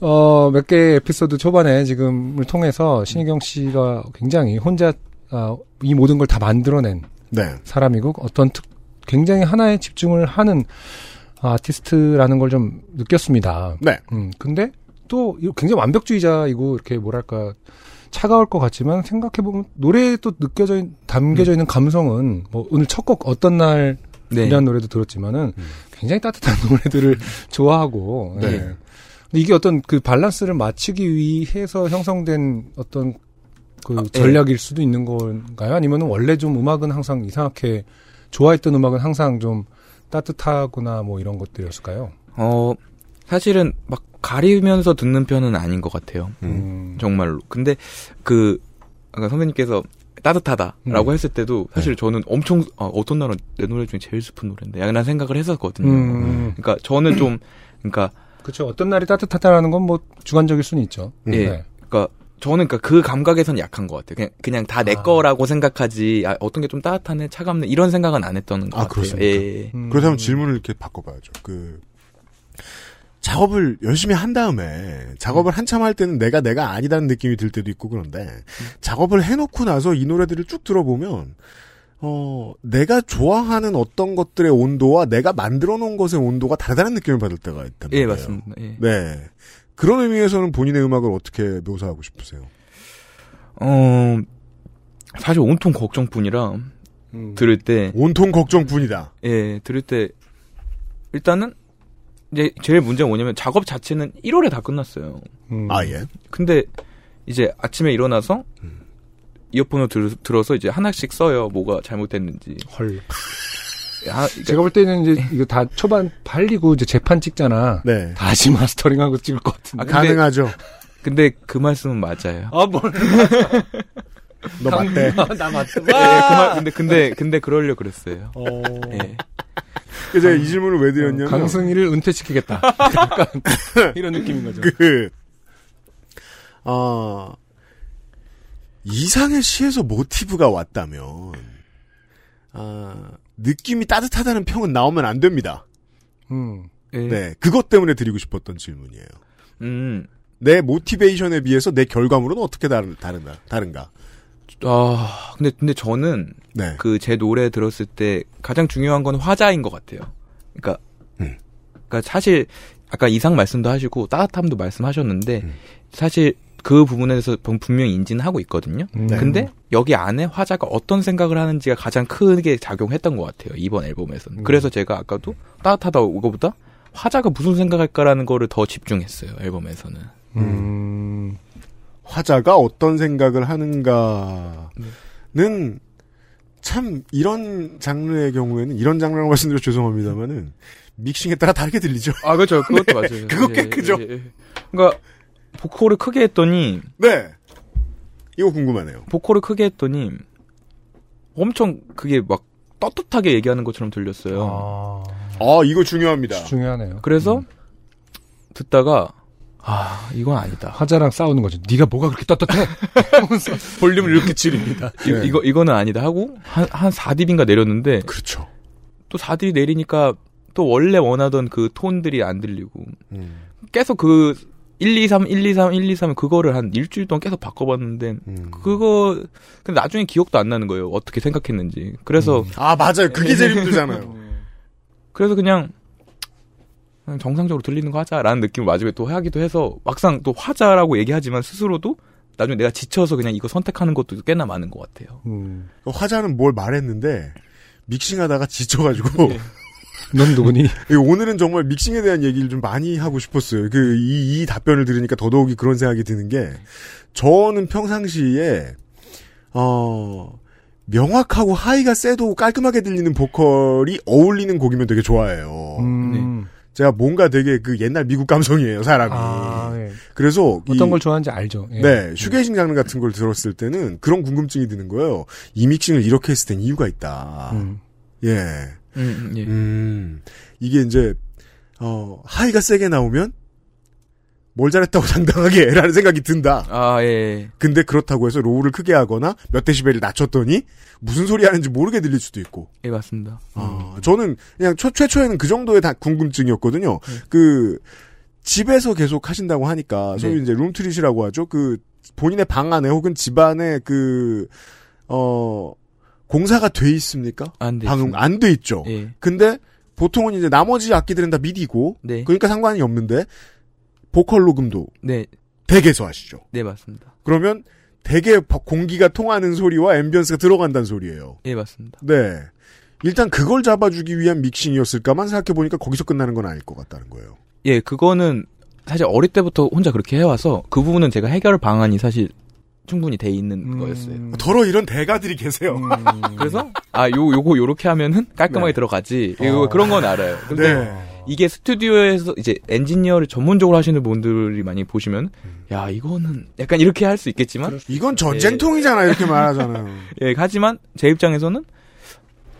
Speaker 2: 어, 몇 개의 에피소드 초반에 지금을 통해서 신혜경 씨가 굉장히 혼자 아, 이 모든 걸 다 만들어낸
Speaker 1: 네.
Speaker 2: 사람이고 어떤 특, 굉장히 하나에 집중을 하는 아티스트라는 걸 좀 느꼈습니다.
Speaker 1: 네.
Speaker 2: 음, 근데 또 이- 굉장히 완벽주의자이고 이렇게 뭐랄까 차가울 것 같지만 생각해 보면 노래에 또 느껴져 있- 담겨져 있는 감성은 뭐 오늘 첫 곡 어떤 날
Speaker 10: 네.
Speaker 2: 이런 노래도 들었지만은 굉장히 따뜻한 노래들을 좋아하고
Speaker 1: 음. 네.
Speaker 2: 예. 근데 이게 어떤 그 밸런스를 맞추기 위해서 형성된 어떤
Speaker 1: 아,
Speaker 2: 그
Speaker 1: 예.
Speaker 2: 전략일 수도 있는 건가요? 아니면 원래 좀 음악은 항상 이상하게 좋아했던 음악은 항상 좀 따뜻하거나 뭐 이런 것들이었을까요?
Speaker 10: 어 사실은 막 가리면서 듣는 편은 아닌 것 같아요.
Speaker 2: 음.
Speaker 10: 정말로. 근데 그 아까 선배님께서 따뜻하다라고
Speaker 2: 음.
Speaker 10: 했을 때도 사실
Speaker 1: 네.
Speaker 10: 저는 엄청 아, 어떤 날은 내 노래 중에 제일 슬픈 노래인데 약간 생각을 했었거든요.
Speaker 2: 음.
Speaker 10: 그러니까 저는 좀 그러니까
Speaker 2: 그렇죠. 어떤 날이 따뜻하다라는 건 뭐 주관적일 수는 있죠.
Speaker 1: 음.
Speaker 10: 예.
Speaker 2: 네.
Speaker 10: 그러니까 저는 그러니까 그 감각에선 약한 것 같아요. 그냥 그냥 다 내 거라고 생각하지. 아, 어떤 게 좀 따뜻하네, 차갑네 이런 생각은 안 했던 것
Speaker 1: 아,
Speaker 10: 같아요.
Speaker 1: 그렇습니까?
Speaker 10: 예.
Speaker 2: 음.
Speaker 1: 그렇다면 질문을 이렇게 바꿔봐야죠. 그, 작업을 열심히 한 다음에, 작업을 한참 할 때는 내가 내가 아니다는 느낌이 들 때도 있고 그런데, 작업을 해놓고 나서 이 노래들을 쭉 들어보면, 어, 내가 좋아하는 어떤 것들의 온도와 내가 만들어 놓은 것의 온도가 다르다는 느낌을 받을 때가 있단 말이에요.
Speaker 10: 예, 맞습니다. 예.
Speaker 1: 네. 그런 의미에서는 본인의 음악을 어떻게 묘사하고 싶으세요?
Speaker 10: 어, 사실 온통 걱정뿐이라
Speaker 1: 음.
Speaker 2: 음.
Speaker 10: 들을 때
Speaker 1: 온통 걱정뿐이다.
Speaker 10: 예, 들을 때 일단은 이제 제일 문제가 뭐냐면 작업 자체는 1월에 다 끝났어요.
Speaker 2: 음.
Speaker 1: 아, 예.
Speaker 10: 근데 이제 아침에 일어나서 이어폰을 들, 어서 이제 하나씩 써요. 뭐가 잘못됐는지.
Speaker 2: 헐.
Speaker 10: 아,
Speaker 2: 제가 볼 때는 이제 이거 다 초반 발리고 이제 재판 찍잖아.
Speaker 1: 네.
Speaker 2: 다시 마스터링하고 찍을 것 같은데.
Speaker 1: 가능하죠.
Speaker 10: 근데 그 말씀은 맞아요.
Speaker 2: 아, 뭘.
Speaker 1: 너 맞대.
Speaker 2: 나 맞대. 네.
Speaker 10: 예, 그 말, 근데 근데 근데 그러려 그랬어요. 예.
Speaker 1: 그래서 이 질문을 왜 드렸냐면
Speaker 2: 강승희를 은퇴시키겠다. 약간 이런 느낌인 거죠.
Speaker 1: 그, 아, 이상의 시에서 모티브가 왔다면, 아, 느낌이 따뜻하다는 평은 나오면 안 됩니다.
Speaker 2: 음.
Speaker 1: 네. 그것 때문에 드리고 싶었던 질문이에요.
Speaker 10: 예. 음.
Speaker 1: 내 모티베이션에 비해서 내 결과물은 어떻게 다른, 다른가, 다른가.
Speaker 10: 아, 근데 근데 저는
Speaker 1: 네.
Speaker 10: 그 제 노래 들었을 때 가장 중요한 건 화자인 것 같아요. 그러니까 그러니까 사실 아까 이상 말씀도 하시고 따뜻함도 말씀하셨는데 사실 그 부분에서 분- 분명히 인지는 하고 있거든요.
Speaker 7: 네.
Speaker 10: 근데 여기 안에 화자가 어떤 생각을 하는지가 가장 크게 작용했던 것 같아요. 이번 앨범에서는. 그래서 제가 아까도 따뜻하다 이거보다 화자가 무슨 생각할까라는 거를 더 집중했어요. 앨범에서는.
Speaker 1: 음. 화자가 어떤 생각을 하는가는 참 이런 장르의 경우에는 이런 장르라고 말씀드려 죄송합니다만은 믹싱에 따라 다르게 들리죠.
Speaker 10: 아 그렇죠. 그것도 맞아요.
Speaker 1: 그거 꽤
Speaker 10: 예,
Speaker 1: 크죠.
Speaker 10: 예, 예. 그러니까 보컬을 크게 했더니
Speaker 1: 네. 이거 궁금하네요.
Speaker 10: 보컬을 크게 했더니 엄청 그게 막 떳떳하게 얘기하는 것처럼 들렸어요.
Speaker 1: 아, 이거 중요합니다.
Speaker 2: 중요하네요.
Speaker 10: 그래서 듣다가 아 이건 아니다.
Speaker 2: 화자랑 싸우는 거죠. 네가 뭐가 그렇게 떳떳해? 볼륨을 이렇게 줄입니다.
Speaker 10: 이, 이거 이거는 아니다 하고 한 한 4딥인가 내렸는데
Speaker 1: 그렇죠.
Speaker 10: 또 4딥 내리니까 또 원래 원하던 그 톤들이 안 들리고
Speaker 1: 음.
Speaker 10: 계속 그 1, 2, 3, 1, 2, 3, 1, 2, 3 그거를 한 일주일 동안 계속 바꿔봤는데 그거 근데 나중에 기억도 안 나는 거예요. 어떻게 생각했는지. 그래서
Speaker 1: 아, 맞아요. 그게 제일 힘들잖아요.
Speaker 10: 그래서 그냥 그냥 정상적으로 들리는 거 하자라는 느낌을 마지막에 또 하기도 해서 막상 또 화자라고 얘기하지만 스스로도 나중에 내가 지쳐서 그냥 이거 선택하는 것도 꽤나 많은 것 같아요.
Speaker 1: 그 화자는 뭘 말했는데 믹싱하다가 지쳐가지고
Speaker 2: 네. 넌 누구니?
Speaker 1: 예, 오늘은 정말 믹싱에 대한 얘기를 좀 많이 하고 싶었어요. 그, 이, 이 답변을 들으니까 더더욱이 그런 생각이 드는 게, 저는 평상시에, 어, 명확하고 하이가 세도 깔끔하게 들리는 보컬이 어울리는 곡이면 되게
Speaker 2: 어,
Speaker 1: 좋아해요.
Speaker 2: 음. 네.
Speaker 1: 제가 뭔가 되게 그 옛날 미국 감성이에요,
Speaker 2: 아,
Speaker 1: 사람이.
Speaker 2: 네.
Speaker 1: 그래서.
Speaker 2: 어떤
Speaker 1: 이-
Speaker 2: 걸 좋아하는지 알죠. 예.
Speaker 1: 네, 슈게이징 장르 같은 걸 들었을 때는 그런 궁금증이 드는 거예요. 이 믹싱을 이렇게 했을 땐 이유가 있다.
Speaker 2: 음.
Speaker 1: 예.
Speaker 10: 음, 예.
Speaker 1: 음, 이게 이제, 어, 하이가 세게 나오면 뭘 잘했다고 당당하게 라는 생각이 든다.
Speaker 10: 아, 예.
Speaker 1: 근데 그렇다고 해서 로우를 크게 하거나 몇 데시벨을 낮췄더니 무슨 소리 하는지 모르게 들릴 수도 있고.
Speaker 10: 예, 맞습니다.
Speaker 1: 아, 저는 그냥 초, 최초에는 그 정도의 다 궁금증이었거든요. 그, 집에서 계속 하신다고 하니까, 소위
Speaker 10: 네.
Speaker 1: 이제 룸트릿이라고 하죠. 그, 본인의 방 안에 혹은 집 안에 그, 어, 공사가 돼 네, 있습니까?
Speaker 10: 안 돼.
Speaker 1: 방음 안 돼 있죠.
Speaker 10: 아, 네, 예.
Speaker 1: 근데 보통은 이제 나머지 악기들은 다 미디고,
Speaker 10: 네.
Speaker 1: 그러니까 상관이 없는데, 보컬 녹음도
Speaker 10: 네.
Speaker 1: 댁에서 하시죠.
Speaker 10: 네, 맞습니다.
Speaker 1: 그러면 댁에 바- 공기가 통하는 소리와 앰비언스가 들어간다는 소리예요.
Speaker 10: 예, 맞습니다.
Speaker 1: 네. 일단 그걸 잡아주기 위한 믹싱이었을까만 생각해보니까 거기서 끝나는 건 아닐 것 같다는 거예요.
Speaker 10: 예, 그거는 사실 어릴 때부터 혼자 그렇게 해와서 그 부분은 제가 해결 방안이 사실 충분히 돼 있는
Speaker 1: 음.
Speaker 10: 거였어요.
Speaker 1: 아, 더러 이런 대가들이 계세요.
Speaker 10: 그래서 아, 요 요거 요렇게 하면은 깔끔하게 들어가지. 이거 그런 건 알아요.
Speaker 1: 네.
Speaker 10: 근데 이게 스튜디오에서 이제 엔지니어를 전문적으로 하시는 분들이 많이 보시면 야, 이거는 약간 이렇게 할 수
Speaker 1: 그렇죠.
Speaker 10: 있겠지만
Speaker 1: 이건 전쟁통이잖아, 이렇게 말하잖아요.
Speaker 10: 예, 하지만 제 입장에서는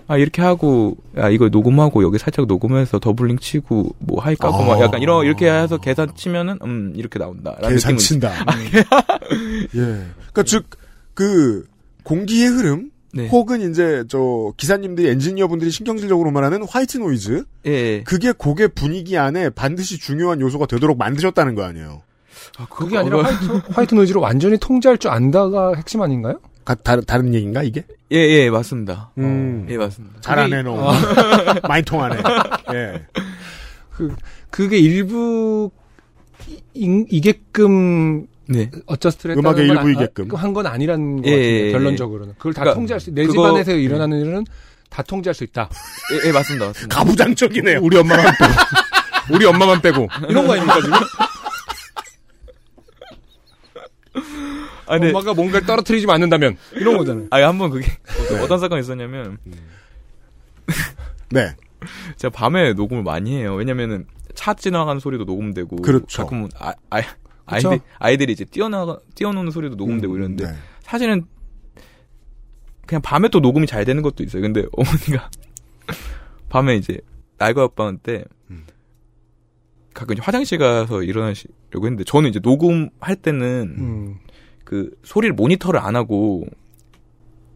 Speaker 10: 아 이렇게 하고 아 이거 녹음하고 여기 살짝 녹음해서 더블링 치고 뭐 하이 까고
Speaker 1: 아.
Speaker 10: 막 약간 이런 이렇게 해서 계산 치면은 음 이렇게 나온다.
Speaker 1: 계산 친다. 예. 그러니까 즉 그 공기의 흐름
Speaker 10: 네.
Speaker 1: 혹은 이제 저 기사님들이 엔지니어분들이 신경질적으로 말하는 화이트 노이즈.
Speaker 10: 예.
Speaker 1: 그게 곡의 분위기 안에 반드시 중요한 요소가 되도록 만드셨다는 거 아니에요?
Speaker 2: 그게
Speaker 10: 어,
Speaker 2: 아니라 화이트, 화이트 노이즈를 완전히 통제할 줄 안다가 핵심 아닌가요?
Speaker 1: 다른 다른 얘기인가 이게?
Speaker 10: 예예 맞습니다.
Speaker 1: 음.
Speaker 10: 예 맞습니다.
Speaker 1: 잘 안 해놓은.
Speaker 2: 어.
Speaker 1: 많이 통하네. 예.
Speaker 2: 그 그게 일부 이- 이게끔
Speaker 10: 네.
Speaker 2: 어쩌스트를
Speaker 1: 음악의
Speaker 2: 했다는 건
Speaker 1: 일부이게끔.
Speaker 2: 아, 한건 아니라는 것
Speaker 10: 예,
Speaker 2: 같은데
Speaker 10: 예,
Speaker 2: 결론적으로는 그걸 다
Speaker 10: 그러니까
Speaker 2: 통제할 수. 내
Speaker 10: 그거- 음.
Speaker 2: 집안에서 일어나는 일은 다 통제할 수 있다.
Speaker 10: 예, 예, 맞습니다. 맞습니다.
Speaker 1: 가부장적이네요.
Speaker 2: 우리 엄마만
Speaker 7: 빼고. 우리 엄마만 빼고.
Speaker 2: 이런 거 아닙니까 지금?
Speaker 10: 아니,
Speaker 2: 엄마가 뭔가를 떨어뜨리지 않는다면 이런 거잖아요.
Speaker 10: 아니 한번 그게
Speaker 2: 어, 네. 음.
Speaker 10: 어떤 사건이 있었냐면
Speaker 1: 네.
Speaker 10: 제가 밤에 녹음을 많이 해요. 왜냐면은 차 지나가는 소리도 녹음되고
Speaker 1: 그렇죠.
Speaker 10: 가끔은 아, 아,
Speaker 1: 그렇죠.
Speaker 10: 아이들 아이들이 이제 뛰어나가 뛰어노는 소리도 녹음되고
Speaker 2: 네.
Speaker 10: 이러는데
Speaker 1: 네.
Speaker 10: 사실은 그냥 밤에 또 녹음이 잘 되는 것도 있어요. 근데 어머니가 밤에 이제 날과 아빠한테
Speaker 2: 음.
Speaker 10: 가끔 이제 화장실 가서 일어나시려고 했는데 저는 이제 녹음할 때는 그 소리를 모니터를 안 하고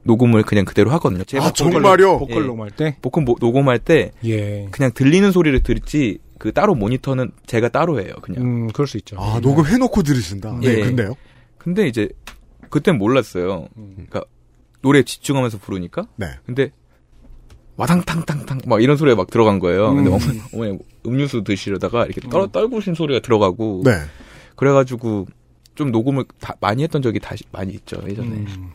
Speaker 10: 녹음을 그냥 그대로 하거든요. 제가
Speaker 1: 아, 정말요?
Speaker 10: 예.
Speaker 2: 보컬 녹음할 때?
Speaker 10: 보컬 모- 녹음할 때
Speaker 2: 예.
Speaker 10: 그냥 들리는 소리를 들지 그 따로 모니터는 제가 따로 해요. 그냥.
Speaker 2: 음, 그럴 수 있죠.
Speaker 1: 아 녹음 해놓고 들으신다. 네.
Speaker 10: 예.
Speaker 1: 근데요.
Speaker 10: 근데 이제 그땐 몰랐어요. 그러니까 노래에 집중하면서 부르니까.
Speaker 1: 음. 네.
Speaker 10: 근데 와당탕탕탕 막 이런 소리가 막 들어간 거예요. 근데
Speaker 1: 음.
Speaker 10: 어머니, 어머니 음료수 드시려다가 이렇게 떨 떨구신 소리가 들어가고.
Speaker 1: 네.
Speaker 10: 그래가지고 좀 녹음을 다- 많이 했던 적이 다시 많이 있죠 예전에. 음.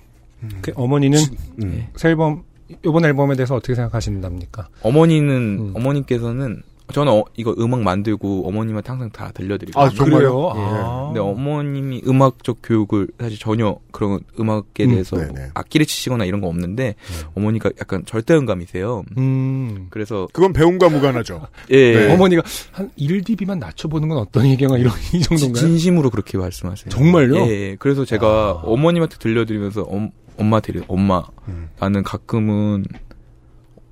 Speaker 2: 그 어머니는
Speaker 1: 음, 네.
Speaker 10: 예.
Speaker 2: 새 앨범 이번 앨범에 대해서 어떻게 생각하신답니까?
Speaker 10: 어머니는
Speaker 2: 음.
Speaker 10: 어머님께서는 저는 어- 이거 음악 만들고 어머님한테 항상 다 들려드리고
Speaker 2: 아, 정말요?
Speaker 10: 예.
Speaker 2: 아.
Speaker 10: 근데 어머님이 음악적 교육을 사실 전혀 그런 음악에
Speaker 2: 음,
Speaker 10: 대해서 뭐 악기를 치시거나 이런 거 없는데 어머니가 약간 절대음감이세요.
Speaker 2: 음.
Speaker 10: 그래서
Speaker 1: 그건 배움과 무관하죠.
Speaker 10: 예.
Speaker 2: 네. 어머니가 한 1dB만 낮춰보는 건 어떤 얘기가 이런 이 정도인가요?
Speaker 10: 진심으로 그렇게 말씀하세요.
Speaker 2: 정말요?
Speaker 10: 예, 예. 그래서 제가 어머님한테 들려드리면서 엄, 엄마 들려 엄마
Speaker 2: 음.
Speaker 10: 나는 가끔은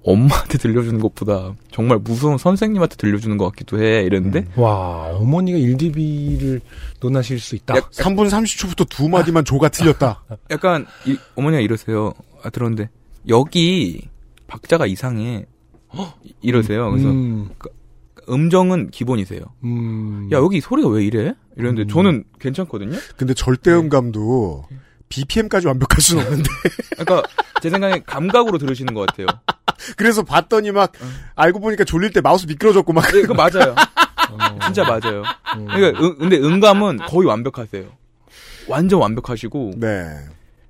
Speaker 10: 엄마한테 들려주는 것보다 정말 무서운 선생님한테 들려주는 것 같기도 해
Speaker 2: 음.
Speaker 10: 이랬는데
Speaker 2: 와 어머니가 1dB를 논하실 수 있다.
Speaker 1: 3분 30초부터 두 마디만 조가 틀렸다.
Speaker 10: 약간 이- 어머니가 이러세요. 아, 들었는데 여기 박자가 이상해. 이- 이러세요. 그래서
Speaker 2: 음.
Speaker 10: 그- 음정은 기본이세요.
Speaker 2: 음.
Speaker 10: 야 여기 소리가 왜 이래? 이러는데 저는 괜찮거든요.
Speaker 1: 근데 절대음감도 BPM까지 완벽할 수는 없는데.
Speaker 10: 그러니까 제 생각에 감각으로 들으시는 것 같아요.
Speaker 1: 그래서 봤더니 막 알고 보니까 졸릴 때 마우스 미끄러졌고 막.
Speaker 10: 그 맞아요. 진짜 맞아요. 그러니까 음, 근데 음감은 거의 완벽하세요. 완전 완벽하시고.
Speaker 1: 네.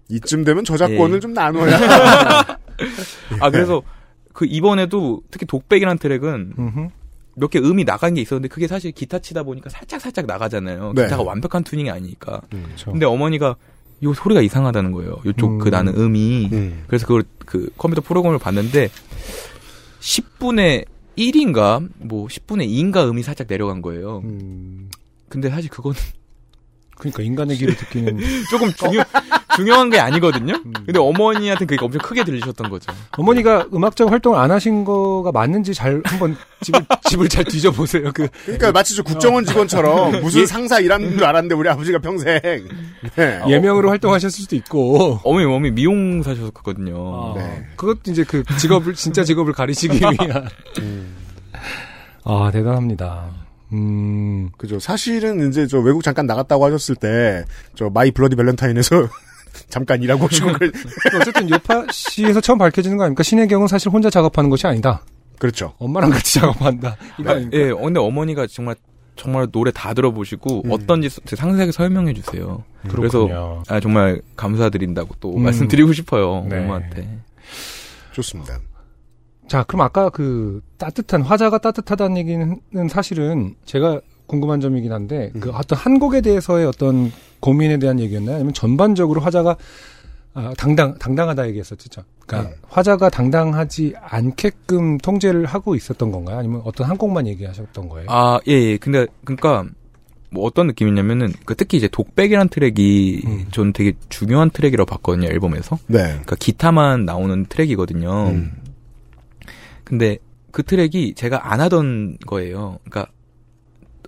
Speaker 1: 이쯤 되면 저작권을
Speaker 10: 예.
Speaker 1: 좀 나눠야.
Speaker 10: 아 그래서 그 이번에도 특히 독백이라는 트랙은 몇 개 음이 나간 게 있었는데 그게 사실 기타 치다 보니까 살짝 살짝 나가잖아요.
Speaker 1: 네.
Speaker 10: 기타가 완벽한 튜닝이 아니니까.
Speaker 2: 네,
Speaker 10: 근데 어머니가 요 소리가 이상하다는 거예요. 요쪽 그 나는 음이. 그래서 그걸 그 컴퓨터 프로그램을 봤는데 10분의 1인가 뭐 10분의 2인가 음이 살짝 내려간 거예요.
Speaker 2: 음.
Speaker 10: 근데 사실 그건
Speaker 2: 그러니까 인간의 귀로 듣기는
Speaker 10: 조금 중요 중요한 게 아니거든요. 근데 어머니한테 그게 엄청 크게 들리셨던 거죠.
Speaker 2: 어머니가 음악적 활동을 안 하신 거가 맞는지 잘 한번 집을 집을 잘 뒤져보세요. 그
Speaker 1: 그러니까 마치 저 국정원 직원처럼 무슨
Speaker 2: 예.
Speaker 1: 상사 일하는 줄 알았는데 우리 아버지가 평생. 네.
Speaker 10: 아, 어.
Speaker 2: 예명으로 활동하셨을 수도 있고. 어.
Speaker 10: 어머니 몸이 미용사셨거든요. 네.
Speaker 2: 그것도 이제 그 직업을 진짜 직업을 가리시기
Speaker 10: 음.
Speaker 2: 위한. 아 대단합니다. 음.
Speaker 1: 그죠. 사실은 이제 저 외국 잠깐 나갔다고 하셨을 때 저 마이 블러디 밸런타인에서 잠깐 일하고 오시고 그
Speaker 2: 어쨌든 요파 씨에서 처음 밝혀지는 거 아닙니까? 신의 경우는 사실 혼자 작업하는 것이 아니다.
Speaker 1: 그렇죠.
Speaker 2: 엄마랑 같이 작업한다. 이거
Speaker 10: 아,
Speaker 2: 아닙니까?
Speaker 10: 예, 어, 근데 어머니가 정말 정말 노래 다 들어보시고 어떤지 서- 상세하게 설명해 주세요. 음. 그래서 아, 정말 감사드린다고 또
Speaker 2: 음.
Speaker 10: 말씀드리고 싶어요
Speaker 2: 네.
Speaker 10: 엄마한테.
Speaker 1: 좋습니다.
Speaker 2: 자, 그럼 아까 그 따뜻한 화자가 따뜻하다는 얘기는 사실은 제가 궁금한 점이긴 한데
Speaker 10: 음.
Speaker 2: 그 어떤 한 곡에 대해서의 어떤 고민에 대한 얘기였나요? 아니면 전반적으로 화자가 아, 당당 당당하다 얘기했었죠. 그러니까
Speaker 10: 네.
Speaker 2: 화자가 당당하지 않게끔 통제를 하고 있었던 건가요? 아니면 어떤 한 곡만 얘기하셨던 거예요?
Speaker 10: 아, 예, 예. 근데 그러니까 뭐 어떤 느낌이냐면은 그 특히 이제 독백이란 트랙이
Speaker 1: 음.
Speaker 10: 저는 되게 중요한 트랙이라고 봤거든요 앨범에서.
Speaker 1: 네. 음.
Speaker 10: 그러니까 기타만 나오는 트랙이거든요. 근데 그 트랙이 제가 안 하던 거예요. 그러니까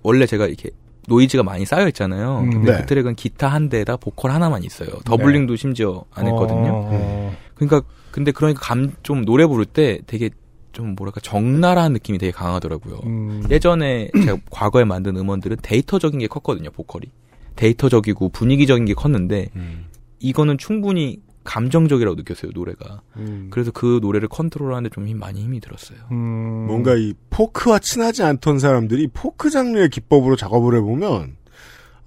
Speaker 10: 원래 제가 이렇게 노이즈가 많이 쌓여 있잖아요.
Speaker 1: 음,
Speaker 10: 근데
Speaker 1: 네.
Speaker 10: 그 트랙은 기타 한 대에다 보컬 하나만 있어요. 더블링도 심지어 안 했거든요.
Speaker 1: 어.
Speaker 10: 그러니까 근데 그러니까 감 좀 노래 부를 때 되게 좀 뭐랄까 적나라한 느낌이 되게 강하더라고요.
Speaker 1: 음.
Speaker 2: 음.
Speaker 10: 예전에 제가 과거에 만든 음원들은 데이터적인 게 컸거든요, 보컬이. 데이터적이고 분위기적인 게 컸는데 이거는 충분히 감정적이라고 느꼈어요, 노래가.
Speaker 2: 음.
Speaker 10: 그래서 그 노래를 컨트롤하는데 좀 힘- 많이 힘이 들었어요. 음.
Speaker 1: 뭔가 이 포크와 친하지 않던 사람들이 포크 장르의 기법으로 작업을 해보면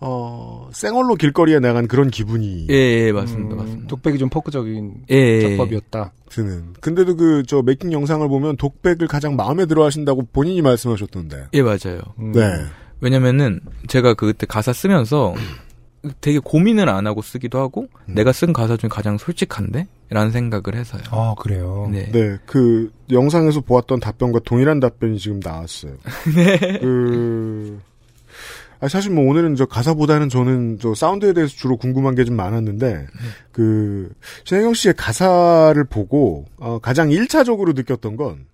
Speaker 1: 어, 생얼로 길거리에 나간 그런 기분이
Speaker 10: 예, 예 맞습니다, 맞습니다.
Speaker 2: 음, 독백이 좀 포크적인
Speaker 10: 예, 예.
Speaker 2: 작법이었다.
Speaker 1: 드는. 근데도 그 저 메이킹 영상을 보면 독백을 가장 마음에 들어하신다고 본인이 말씀하셨던데.
Speaker 10: 예, 맞아요.
Speaker 2: 음.
Speaker 1: 네.
Speaker 10: 왜냐면은 제가 그때 가사 쓰면서 되게 고민을 안 하고 쓰기도 하고
Speaker 2: 음.
Speaker 10: 내가 쓴 가사 중에 가장 솔직한데? 라는 생각을 해서요.
Speaker 2: 아 그래요.
Speaker 10: 네.
Speaker 1: 그 영상에서 보았던 답변과 동일한 답변이 지금 나왔어요. 네. 그 아, 사실 뭐 오늘은 저 가사보다는 저는 저 사운드에 대해서 주로 궁금한 게 좀 많았는데 그 신혜경 씨의 가사를 보고 어, 가장 일차적으로 느꼈던 건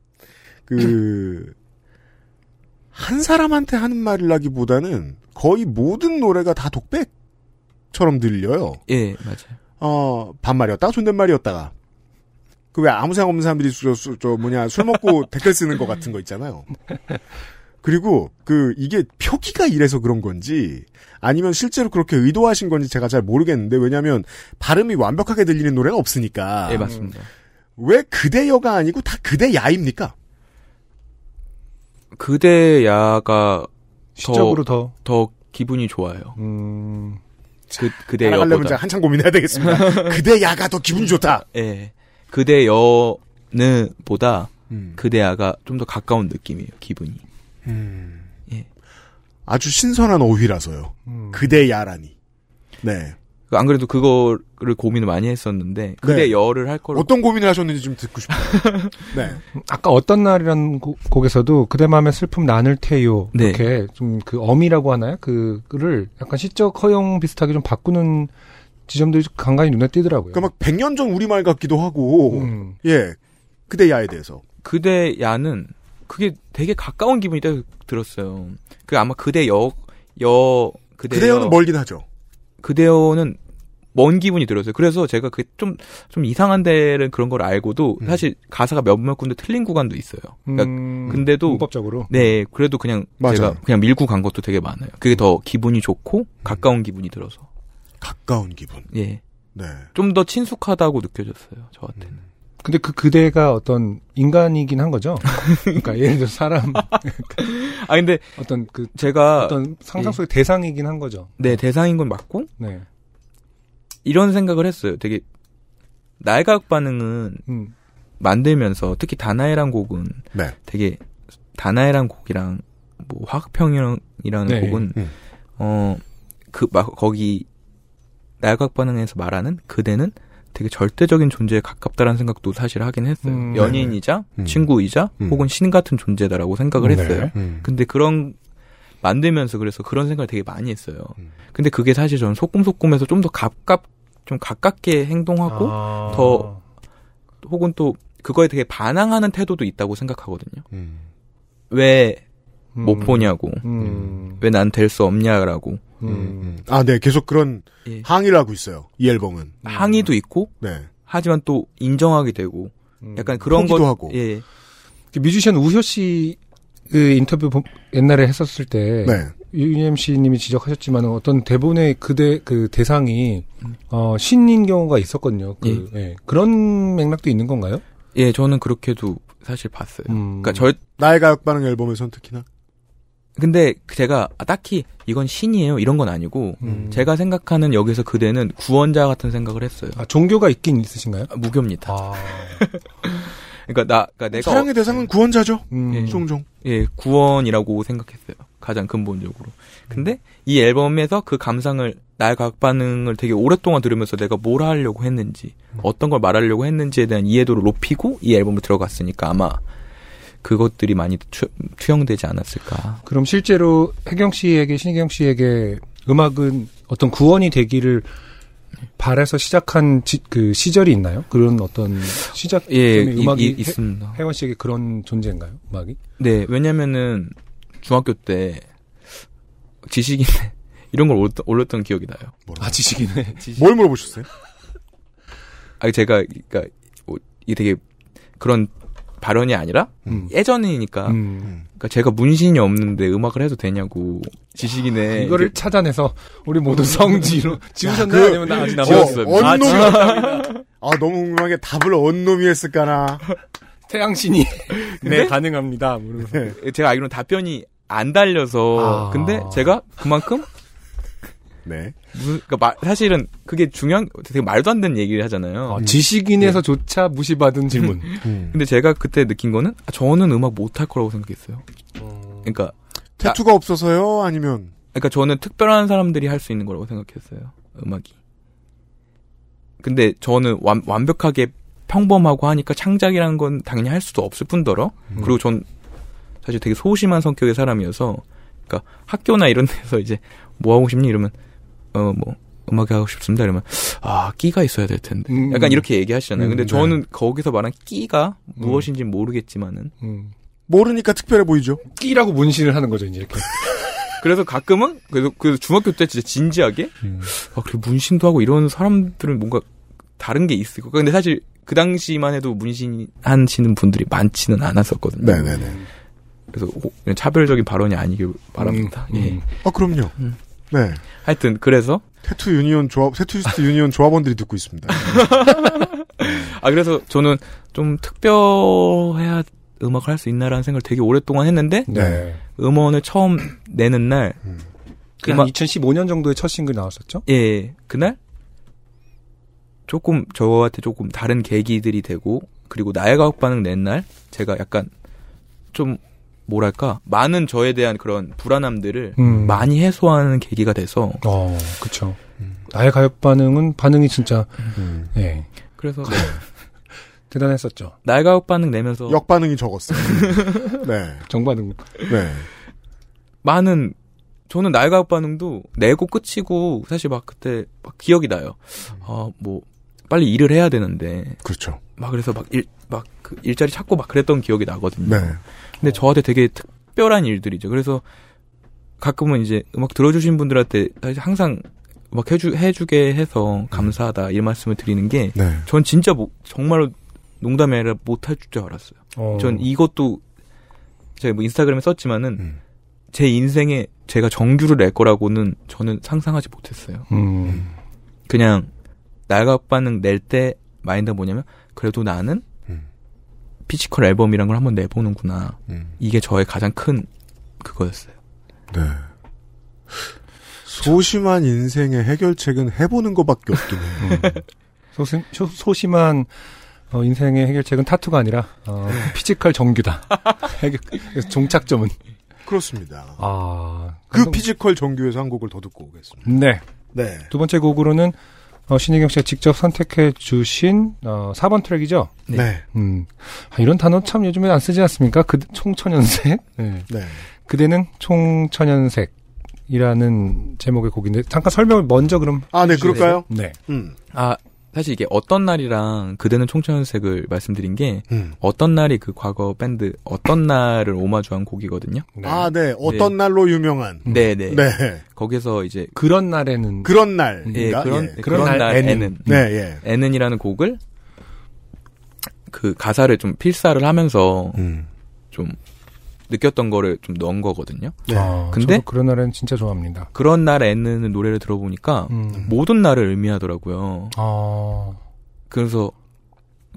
Speaker 1: 그 한 사람한테 하는 말이라기보다는 거의 모든 노래가 다 독백처럼 들려요.
Speaker 10: 예, 맞아요.
Speaker 1: 어, 반말이었다가 존댓말이었다가. 그 왜 아무 생각 없는 사람들이 저, 저, 저 뭐냐, 술 먹고 댓글 쓰는 것 같은 거 있잖아요. 그리고 그 이게 표기가 이래서 그런 건지 아니면 실제로 그렇게 의도하신 건지 제가 잘 모르겠는데 왜냐하면 발음이 완벽하게 들리는 노래는 없으니까.
Speaker 2: 아.
Speaker 10: 예, 맞습니다.
Speaker 1: 왜 그대여가 아니고 다 그대야입니까?
Speaker 10: 그대야가
Speaker 1: 시적으로 더-
Speaker 10: 더 기분이 좋아요. 그 그대여
Speaker 1: 음. 따라가려면 제가 한참 고민해야 되겠습니다. 그대야가 더 기분 좋다.
Speaker 10: 예. 그대여는보다
Speaker 1: 음.
Speaker 10: 그대야가 좀 더 가까운 느낌이에요. 기분이.
Speaker 1: 음.
Speaker 10: 예.
Speaker 1: 아주 신선한 어휘라서요.
Speaker 2: 음.
Speaker 1: 그대야라니. 네.
Speaker 10: 그안 그래도 그거를 고민을 많이 했었는데 그대여를 할 거로
Speaker 1: 네. 어떤 고민을 하셨는지 좀 듣고 싶어요. 네.
Speaker 2: 아까 어떤 날이라는 곡- 곡에서도 그대 마음의 슬픔 나눌 테요
Speaker 10: 네.
Speaker 2: 이렇게 좀 그 어미라고 하나요? 그를 약간 시적 허용 비슷하게 좀 바꾸는 지점들이 간간히 눈에 띄더라고요. 음.
Speaker 1: 그러니까 막 100년 전 우리말 같기도 하고
Speaker 10: 음.
Speaker 1: 예 그대야에 대해서
Speaker 10: 그대야는 그게 되게 가까운 기분이 딱 들었어요. 그 아마 그대여 여 그대여
Speaker 1: 그대여는 뭐- 멀긴 하죠.
Speaker 10: 그대여는 먼 기분이 들었어요. 그래서 제가 그 좀 좀 이상한 데는 그런 걸 알고도
Speaker 1: 음.
Speaker 10: 사실 가사가 몇몇 군데 틀린 구간도 있어요. 그러니까
Speaker 2: 음,
Speaker 10: 근데도
Speaker 2: 문법적으로?
Speaker 10: 네 그래도 그냥
Speaker 1: 맞아요.
Speaker 10: 제가 그냥 밀고 간 것도 되게 많아요. 그게 더 기분이 좋고 가까운 기분이 들어서
Speaker 1: 가까운 기분.
Speaker 10: 예.
Speaker 1: 네.
Speaker 10: 좀 더 친숙하다고 느껴졌어요. 저한테는.
Speaker 1: 음.
Speaker 2: 근데 그 그대가 어떤 인간이긴 한 거죠. 그러니까 예를 들어 사람.
Speaker 10: 아 근데
Speaker 2: 어떤 그
Speaker 10: 제가
Speaker 2: 어떤 상상
Speaker 10: 예.
Speaker 2: 속의 대상이긴 한 거죠.
Speaker 10: 네, 대상인 건 맞고.
Speaker 2: 네.
Speaker 10: 이런 생각을 했어요. 되게 날각 반응은
Speaker 2: 음.
Speaker 10: 만들면서 특히 다나이란 곡은
Speaker 1: 네.
Speaker 10: 되게 다나이란 곡이랑 뭐 화학평이라는
Speaker 1: 네.
Speaker 10: 곡은
Speaker 1: 음.
Speaker 10: 어그 막 거기 날각 반응에서 말하는 그대는 되게 절대적인 존재에 가깝다라는 생각도 사실 하긴 했어요.
Speaker 1: 음.
Speaker 10: 연인이자
Speaker 1: 음.
Speaker 10: 친구이자
Speaker 1: 음.
Speaker 10: 혹은 신 같은 존재다라고
Speaker 1: 네.
Speaker 10: 생각을 했어요.
Speaker 1: 음.
Speaker 10: 근데 그런 만들면서 그래서 그런 생각을 되게 많이 했어요.
Speaker 1: 음.
Speaker 10: 근데 그게 사실 저는 소꿉소꿉해서 좀 더 가깝 좀 가깝게 행동하고
Speaker 2: 아.
Speaker 10: 더 혹은 또 그거에 되게 반항하는 태도도 있다고 생각하거든요. 왜 못
Speaker 1: 음.
Speaker 10: 보냐고, 왜 난 될 수 없냐라고
Speaker 2: 음.
Speaker 10: 음.
Speaker 1: 아 네 계속 그런
Speaker 10: 예.
Speaker 1: 항의를 하고 있어요 이 앨범은 네.
Speaker 10: 항의도 있고, 하지만 또 인정하게 되고,
Speaker 2: 음.
Speaker 10: 약간 그런
Speaker 2: 포기도
Speaker 10: 것-
Speaker 2: 하고.
Speaker 10: 예,
Speaker 2: 그 뮤지션 우효 씨 그 인터뷰 보- 옛날에 했었을 때
Speaker 1: 네.
Speaker 2: UMC님이 지적하셨지만 어떤 대본의 그대 그 대상이 어, 신인 경우가 있었거든요. 그, 예. 그런 맥락도 있는 건가요?
Speaker 10: 예, 저는 그렇게도 사실
Speaker 2: 음.
Speaker 10: 봤어요. 그러니까 저
Speaker 1: 나의 가요반응 앨범에선 특히나
Speaker 10: 근데 제가 아, 딱히 이건 신이에요 이런 건 아니고
Speaker 2: 음.
Speaker 10: 음, 제가 생각하는 여기서 그대는 구원자 같은 생각을 했어요.
Speaker 2: 아,
Speaker 10: 아,
Speaker 2: 종교가 있긴 있으신가요?
Speaker 10: 무교입니다.
Speaker 2: 아.
Speaker 10: 그러니까 나 그러니까 내가
Speaker 1: 사랑의 대상은 구원자죠
Speaker 2: 음.
Speaker 10: 예.
Speaker 1: 종종
Speaker 10: 예, 구원이라고 생각했어요. 가장 근본적으로. 근데 이 앨범에서 그 감상을 나의 각 반응을 되게 오랫동안 들으면서 내가 뭘 하려고 했는지, 어떤 걸 말하려고 했는지에 대한 이해도를 높이고 이 앨범을 들어갔으니까 아마 그것들이 많이 추, 투영되지 않았을까.
Speaker 2: 그럼 실제로 혜경 씨에게 신혜경 씨에게 음악은 어떤 구원이 되기를 발에서 시작한 지- 그 시절이 있나요? 그런 어떤 시작
Speaker 10: 예,
Speaker 2: 음이-
Speaker 10: 이-
Speaker 2: 음악이
Speaker 10: 이-
Speaker 2: 해-
Speaker 10: 있습니다.
Speaker 2: 혜원 씨에게 그런 존재인가요? 음악이?
Speaker 10: 네, 왜냐면은 중학교 때 지식인에 이런 걸 올렸던, 올렸던 기억이 나요.
Speaker 2: 아 지식인에
Speaker 11: 뭘 물어보셨어요?
Speaker 10: 아 제가 그러니까 뭐, 이게 되게 그런 발언이 아니라
Speaker 2: 음. 아,
Speaker 10: 예전이니까 그러니까 제가 문신이 없는데 음악을 해도 되냐고 지식인에
Speaker 2: 아, 네, 이거를
Speaker 10: 이렇게-
Speaker 2: 찾아내서 우리 모두 성지로 지우셨나요?
Speaker 10: 그-
Speaker 2: 아니면 나 아직 남아
Speaker 10: 지웠어요.
Speaker 2: 있어요?
Speaker 10: 아,
Speaker 11: 언놈이
Speaker 10: 지웠답니다.
Speaker 11: 아 너무 궁금한 게 답을 언놈이 했을까나
Speaker 2: 태양신이
Speaker 10: 네?
Speaker 2: 네 가능합니다. 물으면서.
Speaker 10: 제가 알기로는 답변이 안 달려서
Speaker 2: 아.
Speaker 10: 근데 제가 그만큼
Speaker 11: 네.
Speaker 10: 무슨 그러니까 말- 사실은 그게 중요한 되게 말도 안 되는 얘기를 하잖아요.
Speaker 2: 음. 네. 지식인에서조차 무시받은 질문.
Speaker 10: 근데 제가 그때 느낀 거는 아, 저는 음악 못 할 거라고 생각했어요.
Speaker 2: 음.
Speaker 10: 그러니까
Speaker 11: 태투가 없어서요? 아니면
Speaker 10: 그러니까 저는 특별한 사람들이 할 수 있는 거라고 생각했어요. 음악이. 근데 저는 완, 완벽하게 평범하고 하니까 창작이라는 건 당연히 할 수도 없을 뿐더러
Speaker 2: 음.
Speaker 10: 그리고 전 사실 되게 소심한 성격의 사람이어서 그러니까 학교나 이런 데서 이제 뭐 하고 싶니 이러면 어 뭐 음악에 하고 싶습니다 이러면 아 끼가 있어야 될 텐데
Speaker 2: 음.
Speaker 10: 약간 이렇게 얘기하시잖아요. 근데
Speaker 2: 음, 네. 음.
Speaker 10: 저는 거기서 말한 끼가 무엇인지 모르겠지만은
Speaker 11: 모르니까 특별해 보이죠.
Speaker 2: 끼라고 문신을 하는 거죠 이제 이렇게.
Speaker 10: 그래서 가끔은 그래서, 그래서 중학교 때 진짜 진지하게
Speaker 2: 음.
Speaker 10: 아 그래 문신도 하고 이런 사람들은 뭔가 다른 게 있을 거. 근데 사실 그 당시만 해도 문신 하시는 분들이 많지는 않았었거든요.
Speaker 11: 네네네.
Speaker 10: 그래서 오- 그냥 차별적인 발언이 아니길 바랍니다. 예.
Speaker 11: 아 그럼요. 네.
Speaker 10: 하여튼 그래서
Speaker 11: 태투 유니온 조합 태투리스트 유니온 조합원들이 듣고 있습니다.
Speaker 10: 아 그래서 저는 좀 특별해야 음악을 할 수 있나라는 생각을 되게 오랫동안 했는데
Speaker 2: 네.
Speaker 10: 음원을 처음 내는 날
Speaker 2: 그냥 2015년 정도에 첫 싱글 나왔었죠?
Speaker 10: 예, 그날 조금 저한테 조금 다른 계기들이 되고 그리고 나의 가혹 반응 낸 날 제가 약간 좀 뭐랄까 많은 저에 대한 그런 불안함들을
Speaker 2: 음.
Speaker 10: 많이 해소하는 계기가 돼서
Speaker 2: 어, 그쵸. 나의 가역 반응은 반응이 진짜
Speaker 11: 음.
Speaker 2: 예
Speaker 10: 그래서
Speaker 2: 대단했었죠.
Speaker 10: 네. 나의 가혹 반응 내면서
Speaker 11: 역 반응이 적었어요. 네.
Speaker 2: 정반응.
Speaker 11: 네.
Speaker 10: 많은 저는 나의 가혹 반응도 내고 끝이고 사실 막 그때 막 기억이 나요. 아뭐 빨리 일을 해야 되는데
Speaker 11: 그렇죠.
Speaker 10: 막 그래서 막 일 막 그 일자리 찾고 막 그랬던 기억이 나거든요.
Speaker 11: 네.
Speaker 10: 근데 저한테 되게 특별한 일들이죠. 그래서 가끔은 이제 음악 들어주신 분들한테 사실 항상 음악 해주 해주게 해서 감사하다 이 말씀을 드리는 게 전
Speaker 11: 네.
Speaker 10: 진짜 뭐, 정말로 농담이 아니라 못할 줄 알았어요.
Speaker 2: 어.
Speaker 10: 전 이것도 제가 뭐 인스타그램에 썼지만은
Speaker 1: 음.
Speaker 11: 음.
Speaker 10: 제 인생에 제가 정규를 낼 거라고는 저는 상상하지 못했어요.
Speaker 2: 음.
Speaker 10: 그냥 날각 반응 낼 때 마인드가 뭐냐면 그래도 나는 피지컬 앨범이란 걸 한번 내보는구나. 이게 저의 가장 큰 그거였어요.
Speaker 11: 음. 네. 소심한 인생의 해결책은 해보는 것밖에 없긴 해요.
Speaker 2: 소심, 소, 소심한 어, 인생의 해결책은 타투가 아니라 어, 피지컬 정규다. 해결, 그래서 종착점은
Speaker 11: 그렇습니다.
Speaker 2: 아
Speaker 11: 그 피지컬 정규에서 한 곡을 더 듣고 오겠습니다.
Speaker 2: 네.
Speaker 11: 네.
Speaker 2: 두 번째 곡으로는 어, 신혜경 씨가 직접 선택해 주신 어, 4번 트랙이죠.
Speaker 11: 네.
Speaker 2: 음, 아, 이런 단어 참 요즘에 안 쓰지 않습니까? 그 총천연색. 네.
Speaker 11: 네.
Speaker 2: 그대는 총천연색이라는 제목의 곡인데 잠깐 설명을 먼저 그럼.
Speaker 11: 아, 네, 그럴까요?
Speaker 2: 해주시겠어요? 네.
Speaker 11: 음.
Speaker 10: 아 사실 이게 어떤 날이랑 그대는 총천연색을 말씀드린 게
Speaker 11: 음.
Speaker 10: 어떤 날이 그 과거 밴드 어떤 날을 오마주한 곡이거든요.
Speaker 11: 아, 네. 어떤
Speaker 10: 네.
Speaker 11: 날로 유명한.
Speaker 10: 네네.
Speaker 11: 네.
Speaker 10: 거기서 이제
Speaker 2: 그런 날에는
Speaker 11: 그런 날.
Speaker 10: 예, 그런,
Speaker 11: 예.
Speaker 10: 그런 날에는
Speaker 11: 네, 예.
Speaker 10: 애는이라는 곡을 그 가사를 좀 필사를 하면서 좀 느꼈던 거를 좀 넣은 거거든요.
Speaker 11: 예. 네.
Speaker 1: 네.
Speaker 2: 아,
Speaker 10: 근데
Speaker 2: 저도 그런 날에는 진짜 좋아합니다.
Speaker 10: 그런 날 애는 노래를 들어보니까
Speaker 2: 음.
Speaker 10: 모든 날을 의미하더라고요.
Speaker 2: 아,
Speaker 10: 그래서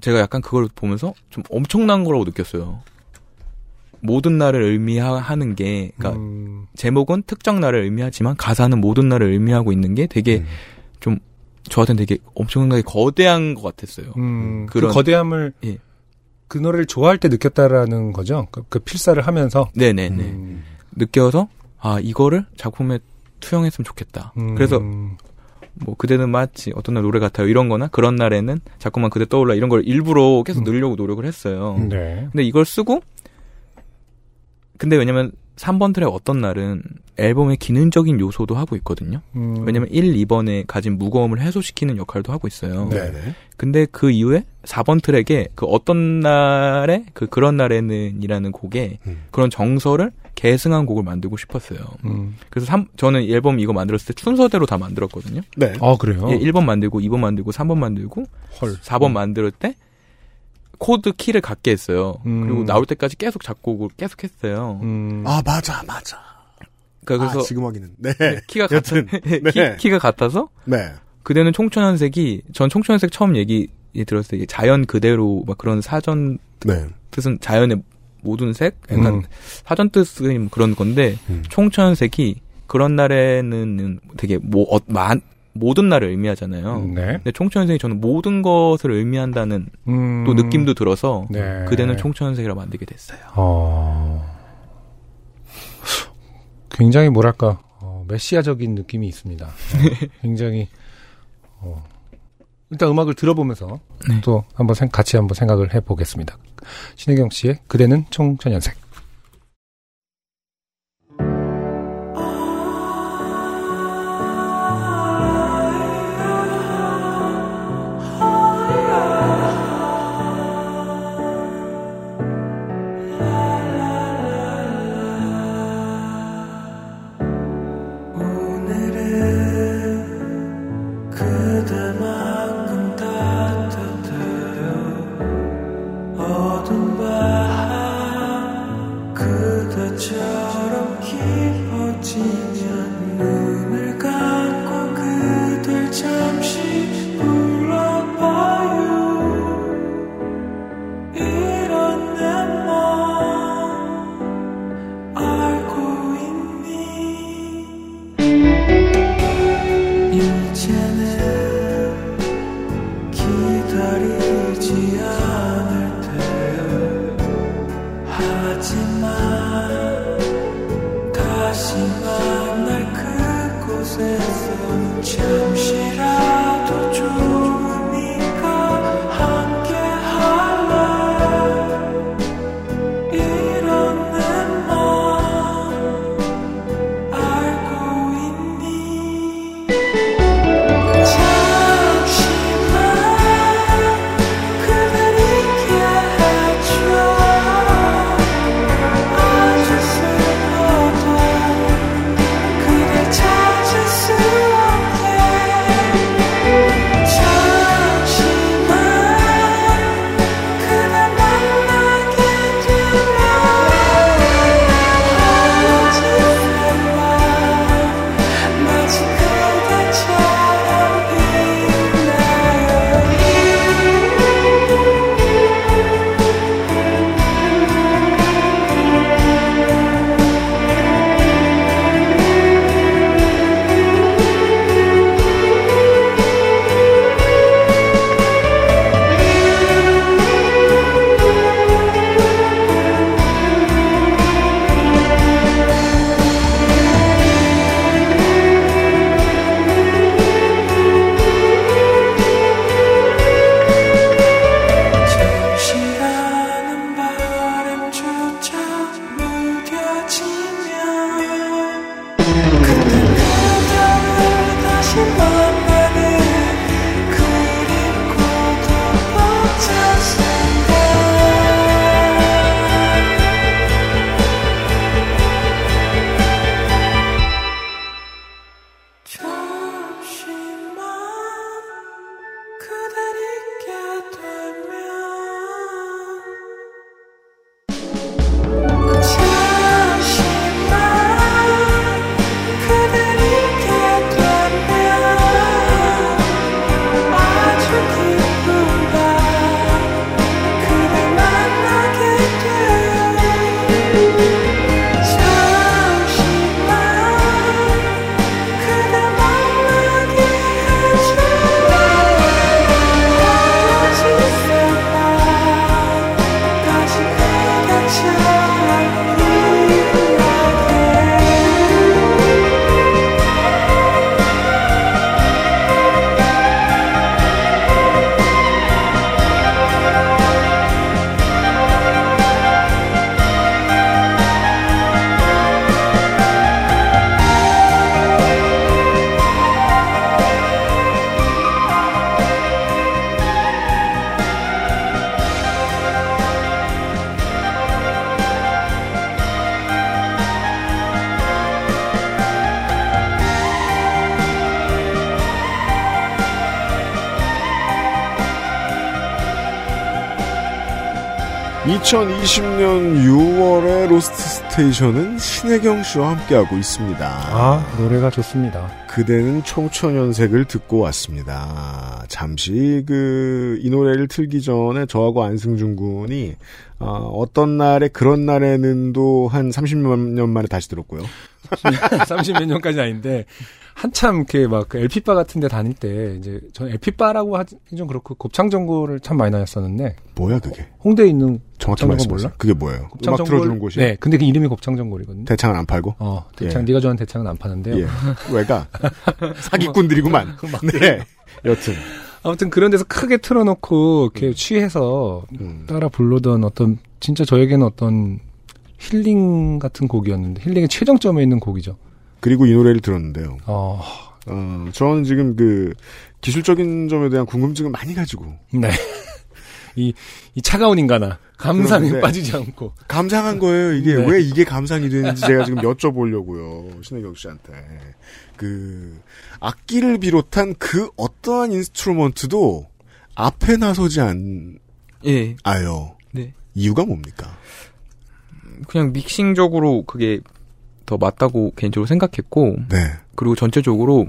Speaker 10: 제가 약간 그걸 보면서 좀 엄청난 거라고 느꼈어요. 모든 날을 의미하는 게,
Speaker 2: 음.
Speaker 10: 그러니까
Speaker 2: 뭐,
Speaker 10: 제목은 특정 날을 의미하지만 가사는 모든 날을 의미하고 있는 게
Speaker 2: 음.
Speaker 10: 되게 좀 저한테는 되게 엄청나게 거대한 것 같았어요.
Speaker 2: 음, 그
Speaker 10: 그런-
Speaker 2: 거대함을
Speaker 10: 예.
Speaker 2: 그 노래를 좋아할 때 느꼈다라는 거죠. 그, 그 필사를 하면서.
Speaker 10: 네네네.
Speaker 2: 음.
Speaker 10: 느껴서 아 이거를 작품에 투영했으면 좋겠다.
Speaker 2: 음.
Speaker 10: 그래서 뭐 그대는 마치 어떤 날 노래 같아요 이런거나 그런 날에는 자꾸만 그대 떠올라 이런 걸 일부러
Speaker 2: 음.
Speaker 10: 계속 늘려고 노력을 했어요.
Speaker 2: 네.
Speaker 10: 근데 이걸 쓰고 근데 왜냐면 3번 트랙 어떤 날은 앨범의 기능적인 요소도 하고 있거든요.
Speaker 9: 음.
Speaker 10: 왜냐면 1, 2번에 가진 무거움을 해소시키는 역할도
Speaker 2: 음.
Speaker 10: 하고 있어요.
Speaker 9: 네네.
Speaker 10: 근데 그 이후에 4번 트랙에 그 어떤 날에 그 그런 날에는이라는 곡에
Speaker 9: 음.
Speaker 10: 그런 정서를 계승한 곡을 만들고 싶었어요.
Speaker 2: 음.
Speaker 10: 그래서 삼- 저는 이 앨범 이거 만들었을 때 순서대로 다 만들었거든요.
Speaker 2: 네.
Speaker 1: 어,
Speaker 2: 아, 그래요?
Speaker 11: 어.
Speaker 10: 예, 1번 만들고 2번 만들고 3번 만들고
Speaker 2: 헐.
Speaker 10: 4번 만들 때 코드 키를 갖게 했어요.
Speaker 2: 음.
Speaker 10: 그리고 나올 때까지 계속 작곡을 계속 했어요.
Speaker 1: 음.
Speaker 11: 아 맞아 맞아.
Speaker 10: 그러니까 그래서
Speaker 11: 아, 지금 확인은 네.
Speaker 10: 키가
Speaker 11: 여튼,
Speaker 10: 같은
Speaker 11: 네.
Speaker 10: 키, 가 같아서
Speaker 11: 네.
Speaker 10: 그대는 총천 한색이 전 총천 한색 처음 얘기 들었을 때 이게 자연 그대로 막 그런 사전
Speaker 11: 네.
Speaker 10: 뜻은 자연의 모든 색 약간
Speaker 11: 음.
Speaker 10: 사전 뜻은 그런 건데 총천 한색이 그런 날에는 되게 뭐 어, 만- 모든 날을 의미하잖아요.
Speaker 11: 음.
Speaker 10: 근데 총천 한색이 저는 모든 것을 의미한다는
Speaker 2: 네. 음.
Speaker 10: 또 느낌도 들어서
Speaker 2: 네.
Speaker 10: 그대는 총천 한색이라 만들게 됐어요.
Speaker 2: 어. 굉장히 뭐랄까 어, 메시아적인 느낌이 있습니다. 어, 굉장히 어, 일단 음악을 들어보면서 또 한번 생- 같이 한번 생각을 해보겠습니다. 신혜경 씨의 그대는 총천연색.
Speaker 9: 오늘은 그대만큼 따뜻해요 어둠 밤 그대처럼 깊어지면 눈을 감고 그댈 잠시 불러봐요 이런 내맘 알고 있니 이제는 기다리지 않을 테요 하지만 다시 만날 그곳에서 잠시라도 좋으니까 함께 할래 이런 내맘 알고 잠시만 그댈 잊게 해줘 아주 슬퍼도 그댈 찾을 수 없게
Speaker 1: 2020년 6월에 로스트 스테이션은 신혜경 씨와 함께하고 있습니다. 아,
Speaker 2: 노래가 좋습니다.
Speaker 1: 그대는 청초년색을 듣고 왔습니다. 잠시 그 이 노래를 틀기 전에 저하고 안승준 군이 어, 어떤 날에 그런 날에는도 한 30년 만에 다시 들었고요.
Speaker 2: 30몇 년까지 아닌데 한참 이렇게 막그 LP바 같은 데 다닐 때 이제 전 LP바라고 하긴 좀 그렇고 곱창 전골을 참 많이 다녔었는데
Speaker 1: 뭐야 그게?
Speaker 2: 홍대에 있는
Speaker 1: 정확히
Speaker 2: 곱창 전골
Speaker 1: 말씀하세요. 그게 뭐예요? 음악 틀어주는 곳이요?
Speaker 2: 네, 근데 그 이름이 곱창 전골이거든요.
Speaker 1: 대창은 안 팔고?
Speaker 2: 어, 대창 네가 좋아하는 대창은 안 파는데요. 그
Speaker 1: 예. 왜가? 사기꾼들이구만. 네. 여튼
Speaker 2: 아무튼 그런 데서 크게 틀어놓고 이렇게
Speaker 1: 음.
Speaker 2: 취해서 따라 부르던 어떤 진짜 저에게는 어떤 힐링 같은 곡이었는데 힐링의 최정점에 있는 곡이죠.
Speaker 1: 그리고 이 노래를 들었는데요.
Speaker 2: 어.
Speaker 1: 저는 지금 그 기술적인 점에 대한 궁금증을 많이 가지고.
Speaker 2: 네. 이, 이 차가운 인간아 감상에
Speaker 1: 그런데
Speaker 2: 빠지지 않고
Speaker 1: 감상한 거예요. 이게
Speaker 2: 네.
Speaker 1: 왜 이게 감상이 되는지 제가 지금 여쭤보려고요. 신혜경 씨한테. 그 악기를 비롯한 그 어떠한 인스트루먼트도 앞에 나서지 않
Speaker 10: 예.
Speaker 1: 아요.
Speaker 10: 네.
Speaker 1: 이유가 뭡니까?
Speaker 10: 그냥 믹싱적으로 그게 더 맞다고 개인적으로 생각했고
Speaker 1: 네.
Speaker 10: 그리고 전체적으로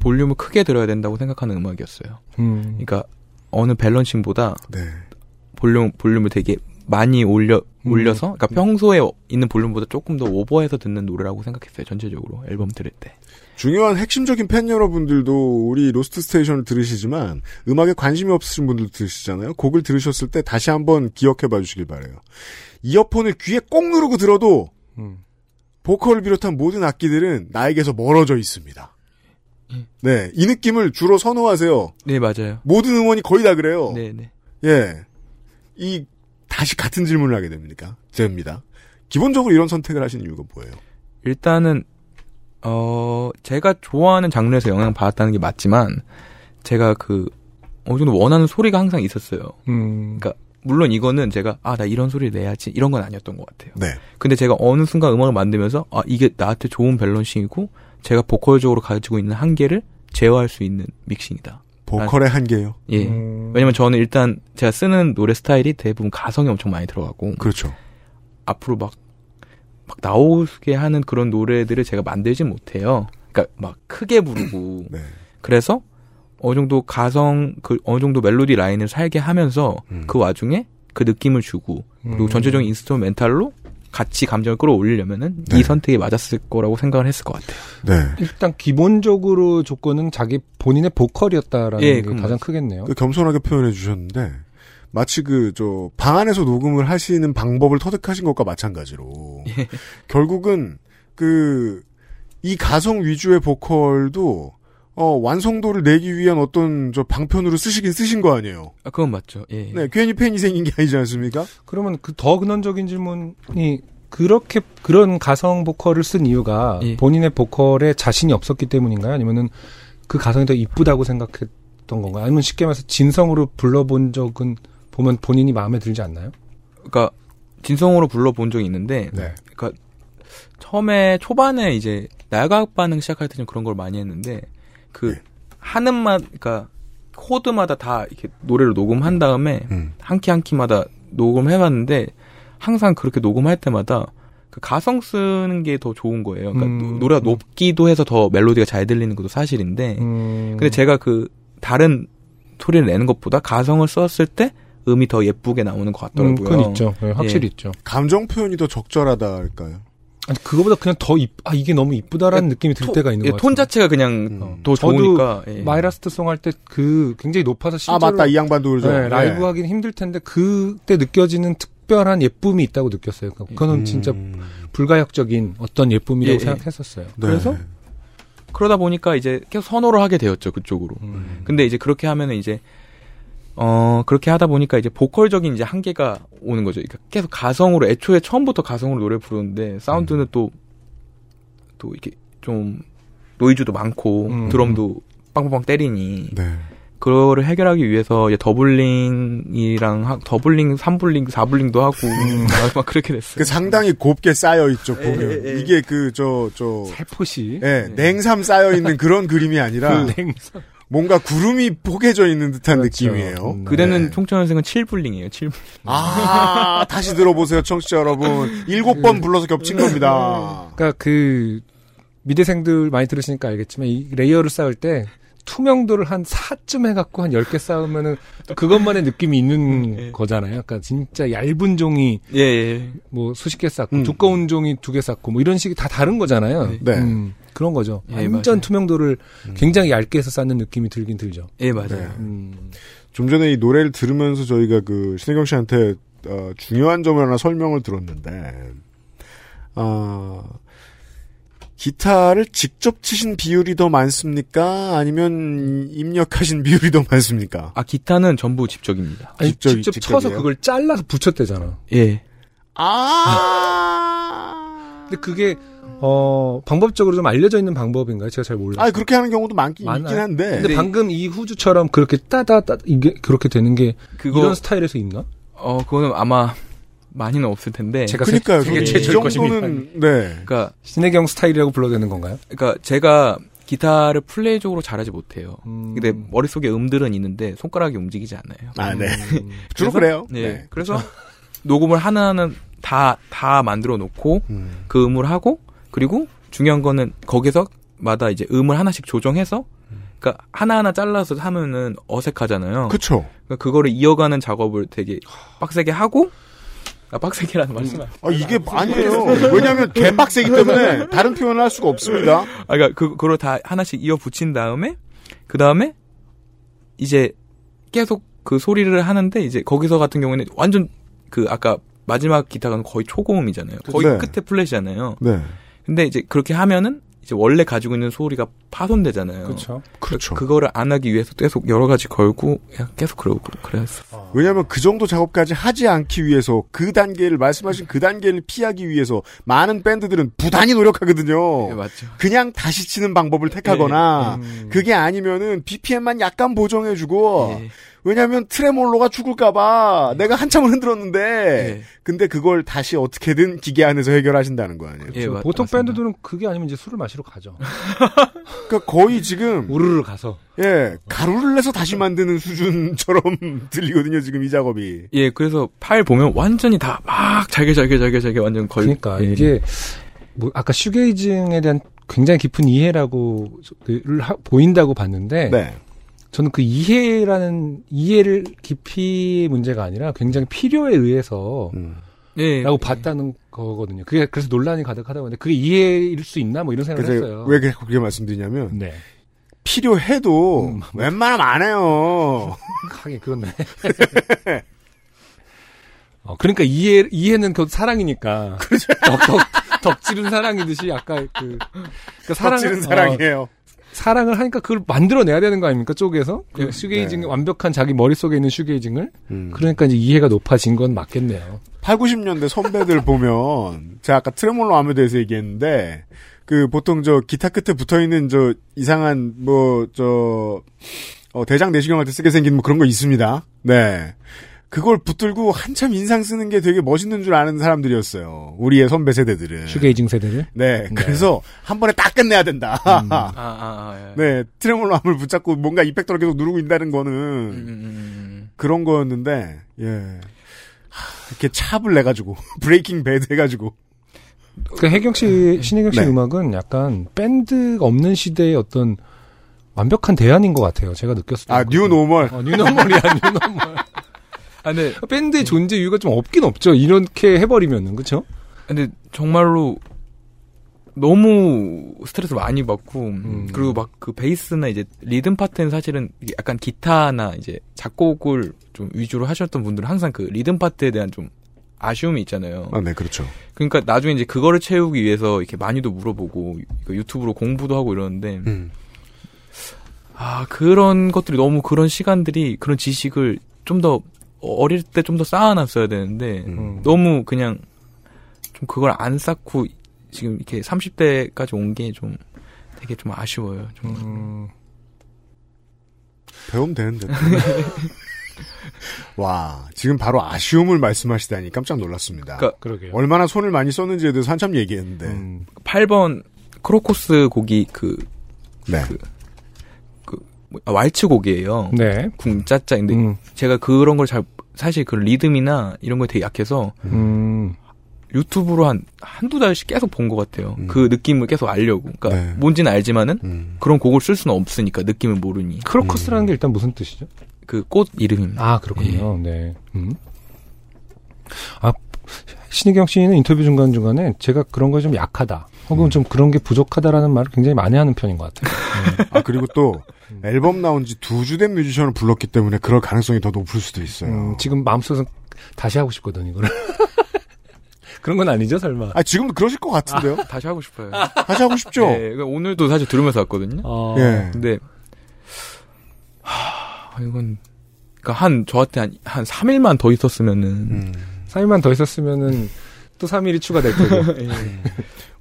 Speaker 10: 볼륨을 크게 들어야 된다고 생각하는 음악이었어요.
Speaker 2: 음.
Speaker 10: 그러니까 어느 밸런싱보다
Speaker 1: 네.
Speaker 10: 볼륨 볼륨을 되게 많이 올려 올려서 그러니까 평소에 있는 볼륨보다 조금 더 오버해서 듣는 노래라고 생각했어요. 전체적으로 앨범 들을 때.
Speaker 1: 중요한 핵심적인 팬 여러분들도 우리 로스트 스테이션을 들으시지만 음악에 관심이 없으신 분들도 들으시잖아요. 곡을 들으셨을 때 다시 한번 기억해 봐 주시길 바래요. 이어폰을 귀에 꼭 누르고 들어도 보컬을 비롯한 모든 악기들은 나에게서 멀어져 있습니다. 네, 이 느낌을 주로 선호하세요.
Speaker 10: 네, 맞아요.
Speaker 1: 모든 음원이 거의 다 그래요.
Speaker 10: 네, 네.
Speaker 1: 예. 이 다시 같은 질문을 하게 됩니까? 됩니다. 기본적으로 이런 선택을 하신 이유가 뭐예요?
Speaker 10: 일단은 어 제가 좋아하는 장르에서 영향 받았다는 게 맞지만 제가 그 어느 정도 원하는 소리가 항상 있었어요.
Speaker 2: 음.
Speaker 10: 그러니까 물론 이거는 제가 아 나 이런 소리를 내야지 이런 건 아니었던 것 같아요.
Speaker 1: 네.
Speaker 10: 근데 제가 어느 순간 음악을 만들면서 아 이게 나한테 좋은 밸런싱이고 제가 보컬적으로 가지고 있는 한계를 제어할 수 있는 믹싱이다.
Speaker 1: 보컬의 한계요?
Speaker 10: 예. 왜냐면 저는 일단 제가 쓰는 노래 스타일이 대부분 가성이 엄청 많이 들어가고
Speaker 1: 그렇죠.
Speaker 10: 앞으로 막, 막 나오게 하는 그런 노래들을 제가 만들지 못해요. 그러니까 막 크게 부르고
Speaker 1: 네.
Speaker 10: 그래서 어느 정도 가성 그 어느 정도 멜로디 라인을 살게 하면서 그 와중에 그 느낌을 주고 그리고
Speaker 12: 음.
Speaker 10: 전체적인 인스트루멘탈로 같이 감정을 끌어올리려면은 이 선택이 맞았을 거라고 생각을 했을 것 같아요.
Speaker 1: 네.
Speaker 2: 일단 기본적으로 조건은 자기 본인의 보컬이었다라는
Speaker 10: 예,
Speaker 2: 게
Speaker 10: 그건
Speaker 2: 가장 크겠네요.
Speaker 1: 그 겸손하게 표현해 주셨는데 마치 그 저 방 안에서 녹음을 하시는 방법을 터득하신 것과 마찬가지로
Speaker 2: 예.
Speaker 1: 결국은 그 이 가성 위주의 보컬도 어 완성도를 내기 위한 어떤 저 방편으로 쓰시긴 쓰신 거 아니에요.
Speaker 10: 아, 그건 맞죠. 예.
Speaker 1: 네, 괜히 팬이 생긴 게 아니지 않습니까?
Speaker 2: 그러면 그 더 근원적인 질문이 그렇게 그런 가성 보컬을 쓴 이유가
Speaker 10: 예.
Speaker 2: 본인의 보컬에 자신이 없었기 때문인가요? 아니면은 그 가성이 더 이쁘다고 생각했던 건가요? 아니면 쉽게 말해서 진성으로 불러본 적은 보면 본인이 마음에 들지 않나요?
Speaker 10: 그러니까 진성으로 불러본 적이 있는데, 그러니까 처음에 초반에 이제 날각 반응 시작할 때 좀 그런 걸 많이 했는데 그 하는 맛, 그러니까 코드마다 다 이렇게 노래를 녹음한 다음에 한 키 한 키마다 녹음해봤는데 항상 그렇게 녹음할 때마다 그 가성 쓰는 게 더 좋은 거예요. 그러니까 노- 노래가 높기도 해서 더 멜로디가 잘 들리는 것도 사실인데 예.
Speaker 2: 음.
Speaker 10: 근데 제가 그 다른 소리를 내는 것보다 가성을 썼을 때 음이 더 예쁘게 나오는 것
Speaker 2: 음,
Speaker 10: 같더라고요. 예.
Speaker 1: 감정 표현이 더 적절하다 할까요?
Speaker 2: 아니, 그거보다 그냥 더 입, 아, 이게 너무 이쁘다라는 느낌이 들
Speaker 10: 톤-
Speaker 2: 때가 있는
Speaker 10: 예,
Speaker 2: 것 같아요.
Speaker 10: 톤 자체가
Speaker 2: 음.
Speaker 10: 그냥
Speaker 1: 음.
Speaker 10: 더
Speaker 2: 저도
Speaker 10: 좋으니까. 예.
Speaker 2: 마이라스트 송 할 때 그 굉장히 높아서 실제로
Speaker 1: 아, 맞다. 이 양반도 그러죠.
Speaker 2: 네, 라이브
Speaker 1: 네.
Speaker 2: 하긴 힘들 텐데 그때 느껴지는 특별한 예쁨이 있다고 느꼈어요. 그러니까 그거는
Speaker 1: 음.
Speaker 2: 진짜 불가역적인 어떤 예쁨이라고
Speaker 10: 예, 예.
Speaker 2: 생각했었어요.
Speaker 10: 그래서 그러다 보니까 이제 계속 선호를 하게 되었죠 그쪽으로. 음.
Speaker 2: 음,
Speaker 1: 음,
Speaker 10: 근데 이제 그렇게 하면은 이제 어 그렇게 하다 보니까 이제 보컬적인 이제 한계가 오는 거죠. 그러니까 계속 가성으로 애초에 처음부터 가성으로 노래 부르는데 사운드는 또 또 이렇게 좀 노이즈도 많고 드럼도 빵빵빵 때리니
Speaker 1: 네.
Speaker 10: 그거를 해결하기 위해서 이제 더블링이랑 하- 더블링, 삼블링, 사블링도 하고 막- 막 그렇게 됐어요.
Speaker 1: 그 상당히 곱게 쌓여 있죠 보면
Speaker 10: 예, 예, 예.
Speaker 1: 이게 그 저 저
Speaker 2: 살포시
Speaker 1: 예, 냉삼 쌓여 있는 그런 그림이 아니라
Speaker 2: 그 냉삼.
Speaker 1: 뭔가 구름이 포개져 있는 듯한
Speaker 2: 그렇죠. 음,
Speaker 1: 느낌이에요. 네.
Speaker 10: 그대는 총천연생은 7불링이에요. 7불.
Speaker 1: 아, 다시 들어보세요, 청취자 여러분. 일곱 번 불러서 겹친 겁니다.
Speaker 2: 그러니까 그 미대생들 많이 들으시니까 알겠지만 이 레이어를 쌓을 때 투명도를 한 4쯤 해갖고 한 10개 쌓으면은 또 그것만의 느낌이 있는
Speaker 1: 예.
Speaker 2: 거잖아요. 그러니까 진짜 얇은 종이
Speaker 10: 예,
Speaker 2: 뭐 수십 개 쌓고 두꺼운 종이 두 개 쌓고 뭐 이런 식이 다 다른 거잖아요.
Speaker 10: 네.
Speaker 2: 음, 그런 거죠.
Speaker 10: 예,
Speaker 2: 완전 투명도를 굉장히 얇게 해서 쌓는 느낌이 들긴 들죠. 음.
Speaker 10: 예, 맞아요.
Speaker 1: 좀 전에 이 노래를 들으면서 저희가 그 신혜경 씨한테 어, 중요한 점을 하나 설명을 들었는데, 아, 기타를 직접 치신 비율이 더 많습니까? 아니면 입력하신 비율이 더 많습니까?
Speaker 10: 아, 기타는 전부 집적입니다.
Speaker 2: 아니, 직접 쳐서 그걸 잘라서 붙였대잖아.
Speaker 10: 예.
Speaker 2: 근데 그게 어 방법적으로 좀 알려져 있는 방법인가요? 제가 잘 몰라요.
Speaker 1: 아, 그렇게 하는 경우도 많긴 있긴
Speaker 2: 많아요.
Speaker 1: 한데.
Speaker 2: 근데 방금 이 후주처럼 그렇게 따다 따 이게 그렇게 되는 게
Speaker 10: 그거-
Speaker 2: 이런 스타일에서 있나?
Speaker 10: 어, 그거는 아마 많이는 없을 텐데.
Speaker 2: 제가 세- 그러니까요. 세계 이 최초일 정도는- 것입니다. 네.
Speaker 10: 그러니까
Speaker 2: 신혜경 스타일이라고 불러도 되는 건가요?
Speaker 10: 그러니까 제가 기타를 플레이적으로 잘하지 못해요. 음.
Speaker 2: 음.
Speaker 10: 근데 머릿속에 음들은 있는데 손가락이 움직이지 않아요.
Speaker 1: 아, 네.
Speaker 2: 음.
Speaker 10: 그래서-
Speaker 1: 주로 그래요.
Speaker 10: 네.
Speaker 1: 네.
Speaker 10: 그래서 녹음을 하나하나 다, 다 만들어 놓고 그 음을 하고 그리고 중요한 거는 거기서 마다 이제 음을 하나씩 조정해서 그러니까 하나하나 잘라서 하면은 어색하잖아요.
Speaker 1: 그쵸.
Speaker 10: 그러니까 그거를 이어가는 작업을 되게 빡세게 하고 아, 빡세게라는 말씀 안
Speaker 1: 아, 이게 아니에요. 왜냐면 하 개빡세기 때문에 다른 표현을 할 수가 없습니다.
Speaker 10: 아, 그러니까 그, 그걸 다 하나씩 이어 붙인 다음에 그 다음에 이제 계속 그 소리를 하는데 이제 거기서 같은 경우에는 완전 그 아까 마지막 기타가 거의 초고음이잖아요. 거의
Speaker 1: 네.
Speaker 10: 끝에 플랫이잖아요.
Speaker 1: 네.
Speaker 10: 근데 이제 그렇게 하면은 이제 원래 가지고 있는 소리가 파손되잖아요.
Speaker 2: 그렇죠.
Speaker 10: 그렇죠. 그거를 안 하기 위해서 계속 여러 가지 걸고 그냥 계속 그러고 그랬어.
Speaker 1: 왜냐하면 그 정도 작업까지 하지 않기 위해서 그 단계를 말씀하신 그 단계를 피하기 위해서 많은 밴드들은 부단히 노력하거든요.
Speaker 10: 예, 맞죠. 예. 음.
Speaker 1: 그냥 다시 치는 방법을 택하거나
Speaker 2: 예. 음.
Speaker 1: 그게 아니면은 BPM만 약간 보정해주고
Speaker 10: 예.
Speaker 1: 왜냐하면 트레몰로가 죽을까봐 내가 한참을 흔들었는데
Speaker 2: 예.
Speaker 10: 예.
Speaker 1: 근데 그걸 다시 어떻게든 기계 안에서 해결하신다는 거 아니에요?
Speaker 2: 그렇죠. 보통 밴드들은 그게 아니면 이제 술을 마시러 가죠.
Speaker 1: 그러니까 거의 지금
Speaker 2: 우르르 가서
Speaker 1: 예 가루를 내서 다시 만드는 수준처럼 들리거든요 지금 이 작업이
Speaker 10: 예, 그래서 파일 보면 완전히 다 막 잘게 잘게 잘게 잘게 완전 걸. 예.
Speaker 2: 그러니까
Speaker 1: 예.
Speaker 2: 이게 뭐 아까 슈게이징에 대한 굉장히 깊은 이해라고 를 하- 보인다고 봤는데
Speaker 1: 네.
Speaker 2: 저는 그 이해라는 이해를 깊이 문제가 아니라 굉장히 필요에
Speaker 1: 음.
Speaker 2: 의해서
Speaker 10: 예.
Speaker 2: 라고 봤다는 거거든요. 그게 그래서 논란이 가득하다 보는데 그게 이해일 수 있나 뭐 이런 생각을
Speaker 1: 그래서
Speaker 2: 했어요. 네.
Speaker 1: 왜 그렇게 그렇게 말씀드리냐면 필요해도
Speaker 2: 음.
Speaker 1: 웬만하면 안 해요.
Speaker 2: 하긴 그렇네. 어, 그러니까 이해 이해는 그 사랑이니까.
Speaker 1: 그렇죠.
Speaker 2: 덕, 덕, 덕질은 사랑이듯이 아까 그 그러니까
Speaker 1: 덕질은
Speaker 2: 어.
Speaker 1: 사랑이에요.
Speaker 2: 사랑을 하니까 그걸 만들어내야 되는 거 아닙니까 쪽에서 그
Speaker 1: 네.
Speaker 2: 슈게이징
Speaker 1: 네.
Speaker 2: 완벽한 자기 머릿속에 있는 슈게이징을
Speaker 1: 음.
Speaker 2: 그러니까 이제 이해가 높아진 건 맞겠네요.
Speaker 1: 8, 90년대 선배들 보면 제가 아까 트레몰로 암에 대해서 얘기했는데 그 보통 저 기타 끝에 붙어 있는 저 이상한 뭐 저 어, 대장 내시경 할 때 쓰게 생긴 뭐 그런 거 있습니다. 네. 그걸 붙들고 한참 인상 쓰는 게 되게 멋있는 줄 아는 사람들이었어요. 우리의 선배 세대들은.
Speaker 2: 슈게이징 세대를.
Speaker 1: 네. 음. 그래서 한 번에 딱 끝내야 된다.
Speaker 10: 아, 아, 아, 예.
Speaker 1: 네, 트레몰로 암을 붙잡고 뭔가 이펙터를 계속 누르고 있다는 거는
Speaker 10: 음,
Speaker 1: 그런 거였는데 예 하, 이렇게 찹을 내가지고 브레이킹 배드 해가지고
Speaker 2: 그 혜경 씨, 신혜경 씨
Speaker 1: 네.
Speaker 2: 음악은 약간 밴드가 없는 시대의 어떤 완벽한 대안인 것 같아요. 제가 느꼈을 때. 어,
Speaker 1: 아 뉴노멀
Speaker 2: 뉴노멀이야 뉴노멀
Speaker 10: 아, 네.
Speaker 2: 밴드의 존재 이유가 좀 없긴 없죠. 이렇게 해버리면은 그렇죠.
Speaker 10: 근데 정말로 너무 스트레스 많이 받고
Speaker 2: 음.
Speaker 10: 그리고 막 그 베이스나 이제 리듬 파트는 사실은 이게 약간 기타나 이제 작곡을 좀 위주로 하셨던 분들은 항상 그 리듬 파트에 대한 좀 아쉬움이 있잖아요.
Speaker 1: 아 네 그렇죠
Speaker 10: 그러니까 나중에 이제 그거를 채우기 위해서 이렇게 많이도 물어보고 그 유튜브로 공부도 하고 이러는데 아 그런 것들이 너무 그런 시간들이 그런 지식을 좀 더 어릴 때 좀 더 쌓아놨어야 되는데
Speaker 1: 음.
Speaker 10: 너무 그냥 좀 그걸 안 쌓고 지금 이렇게 30대까지 온 게 좀 되게 좀 아쉬워요. 좀
Speaker 1: 배우면 되는데 와 지금 바로 아쉬움을 말씀하시다니 깜짝 놀랐습니다.
Speaker 10: 그러니까-
Speaker 1: 얼마나 손을 많이 썼는지에 대해서 한참 얘기했는데
Speaker 2: 음.
Speaker 10: 8번 크로코스 고기 그,
Speaker 1: 네.
Speaker 10: 그, 그 뭐- 아, 왈츠곡이에요.
Speaker 2: 네.
Speaker 10: 궁짜짜. 근데 제가 그런 걸 잘 사실 그 리듬이나 이런 거에 되게 약해서
Speaker 2: 음.
Speaker 10: 유튜브로 한 한두 달씩 계속 본 것 같아요. 그 느낌을 계속 알려고. 그러니까 뭔지는 알지만은
Speaker 1: 음.
Speaker 10: 그런 곡을 쓸 수는 없으니까 느낌을 모르니.
Speaker 2: 크로커스라는 게 일단 무슨 뜻이죠?
Speaker 10: 그 꽃 이름입니다.
Speaker 2: 아 그렇군요. 네. 음. 아 신희경 씨는 인터뷰 중간 중간에 제가 그런 거에 좀 약하다, 혹은 좀 그런 게 부족하다라는 말을 굉장히 많이 하는 편인 것 같아요.
Speaker 1: 아 그리고 또 앨범 나온 지 두 주 된 뮤지션을 불렀기 때문에 그럴 가능성이 더 높을 수도 있어요.
Speaker 2: 지금 마음속에서 다시 하고 싶거든 이거를. 그런 건 아니죠, 설마?
Speaker 1: 아 지금도 그러실 것 같은데요?
Speaker 10: 아, 다시 하고 싶어요. 어.
Speaker 1: 다시 하고 아, 싶죠.
Speaker 10: 네, 아. 그러니까 오늘도 사실 들으면서 왔거든요.
Speaker 1: 예.
Speaker 10: 근데 하, 이건 그러니까 한 저한테 한, 한 3일만 더 있었으면은
Speaker 1: 음.
Speaker 2: 3일만 더 있었으면은 또 3일이 추가될 거고.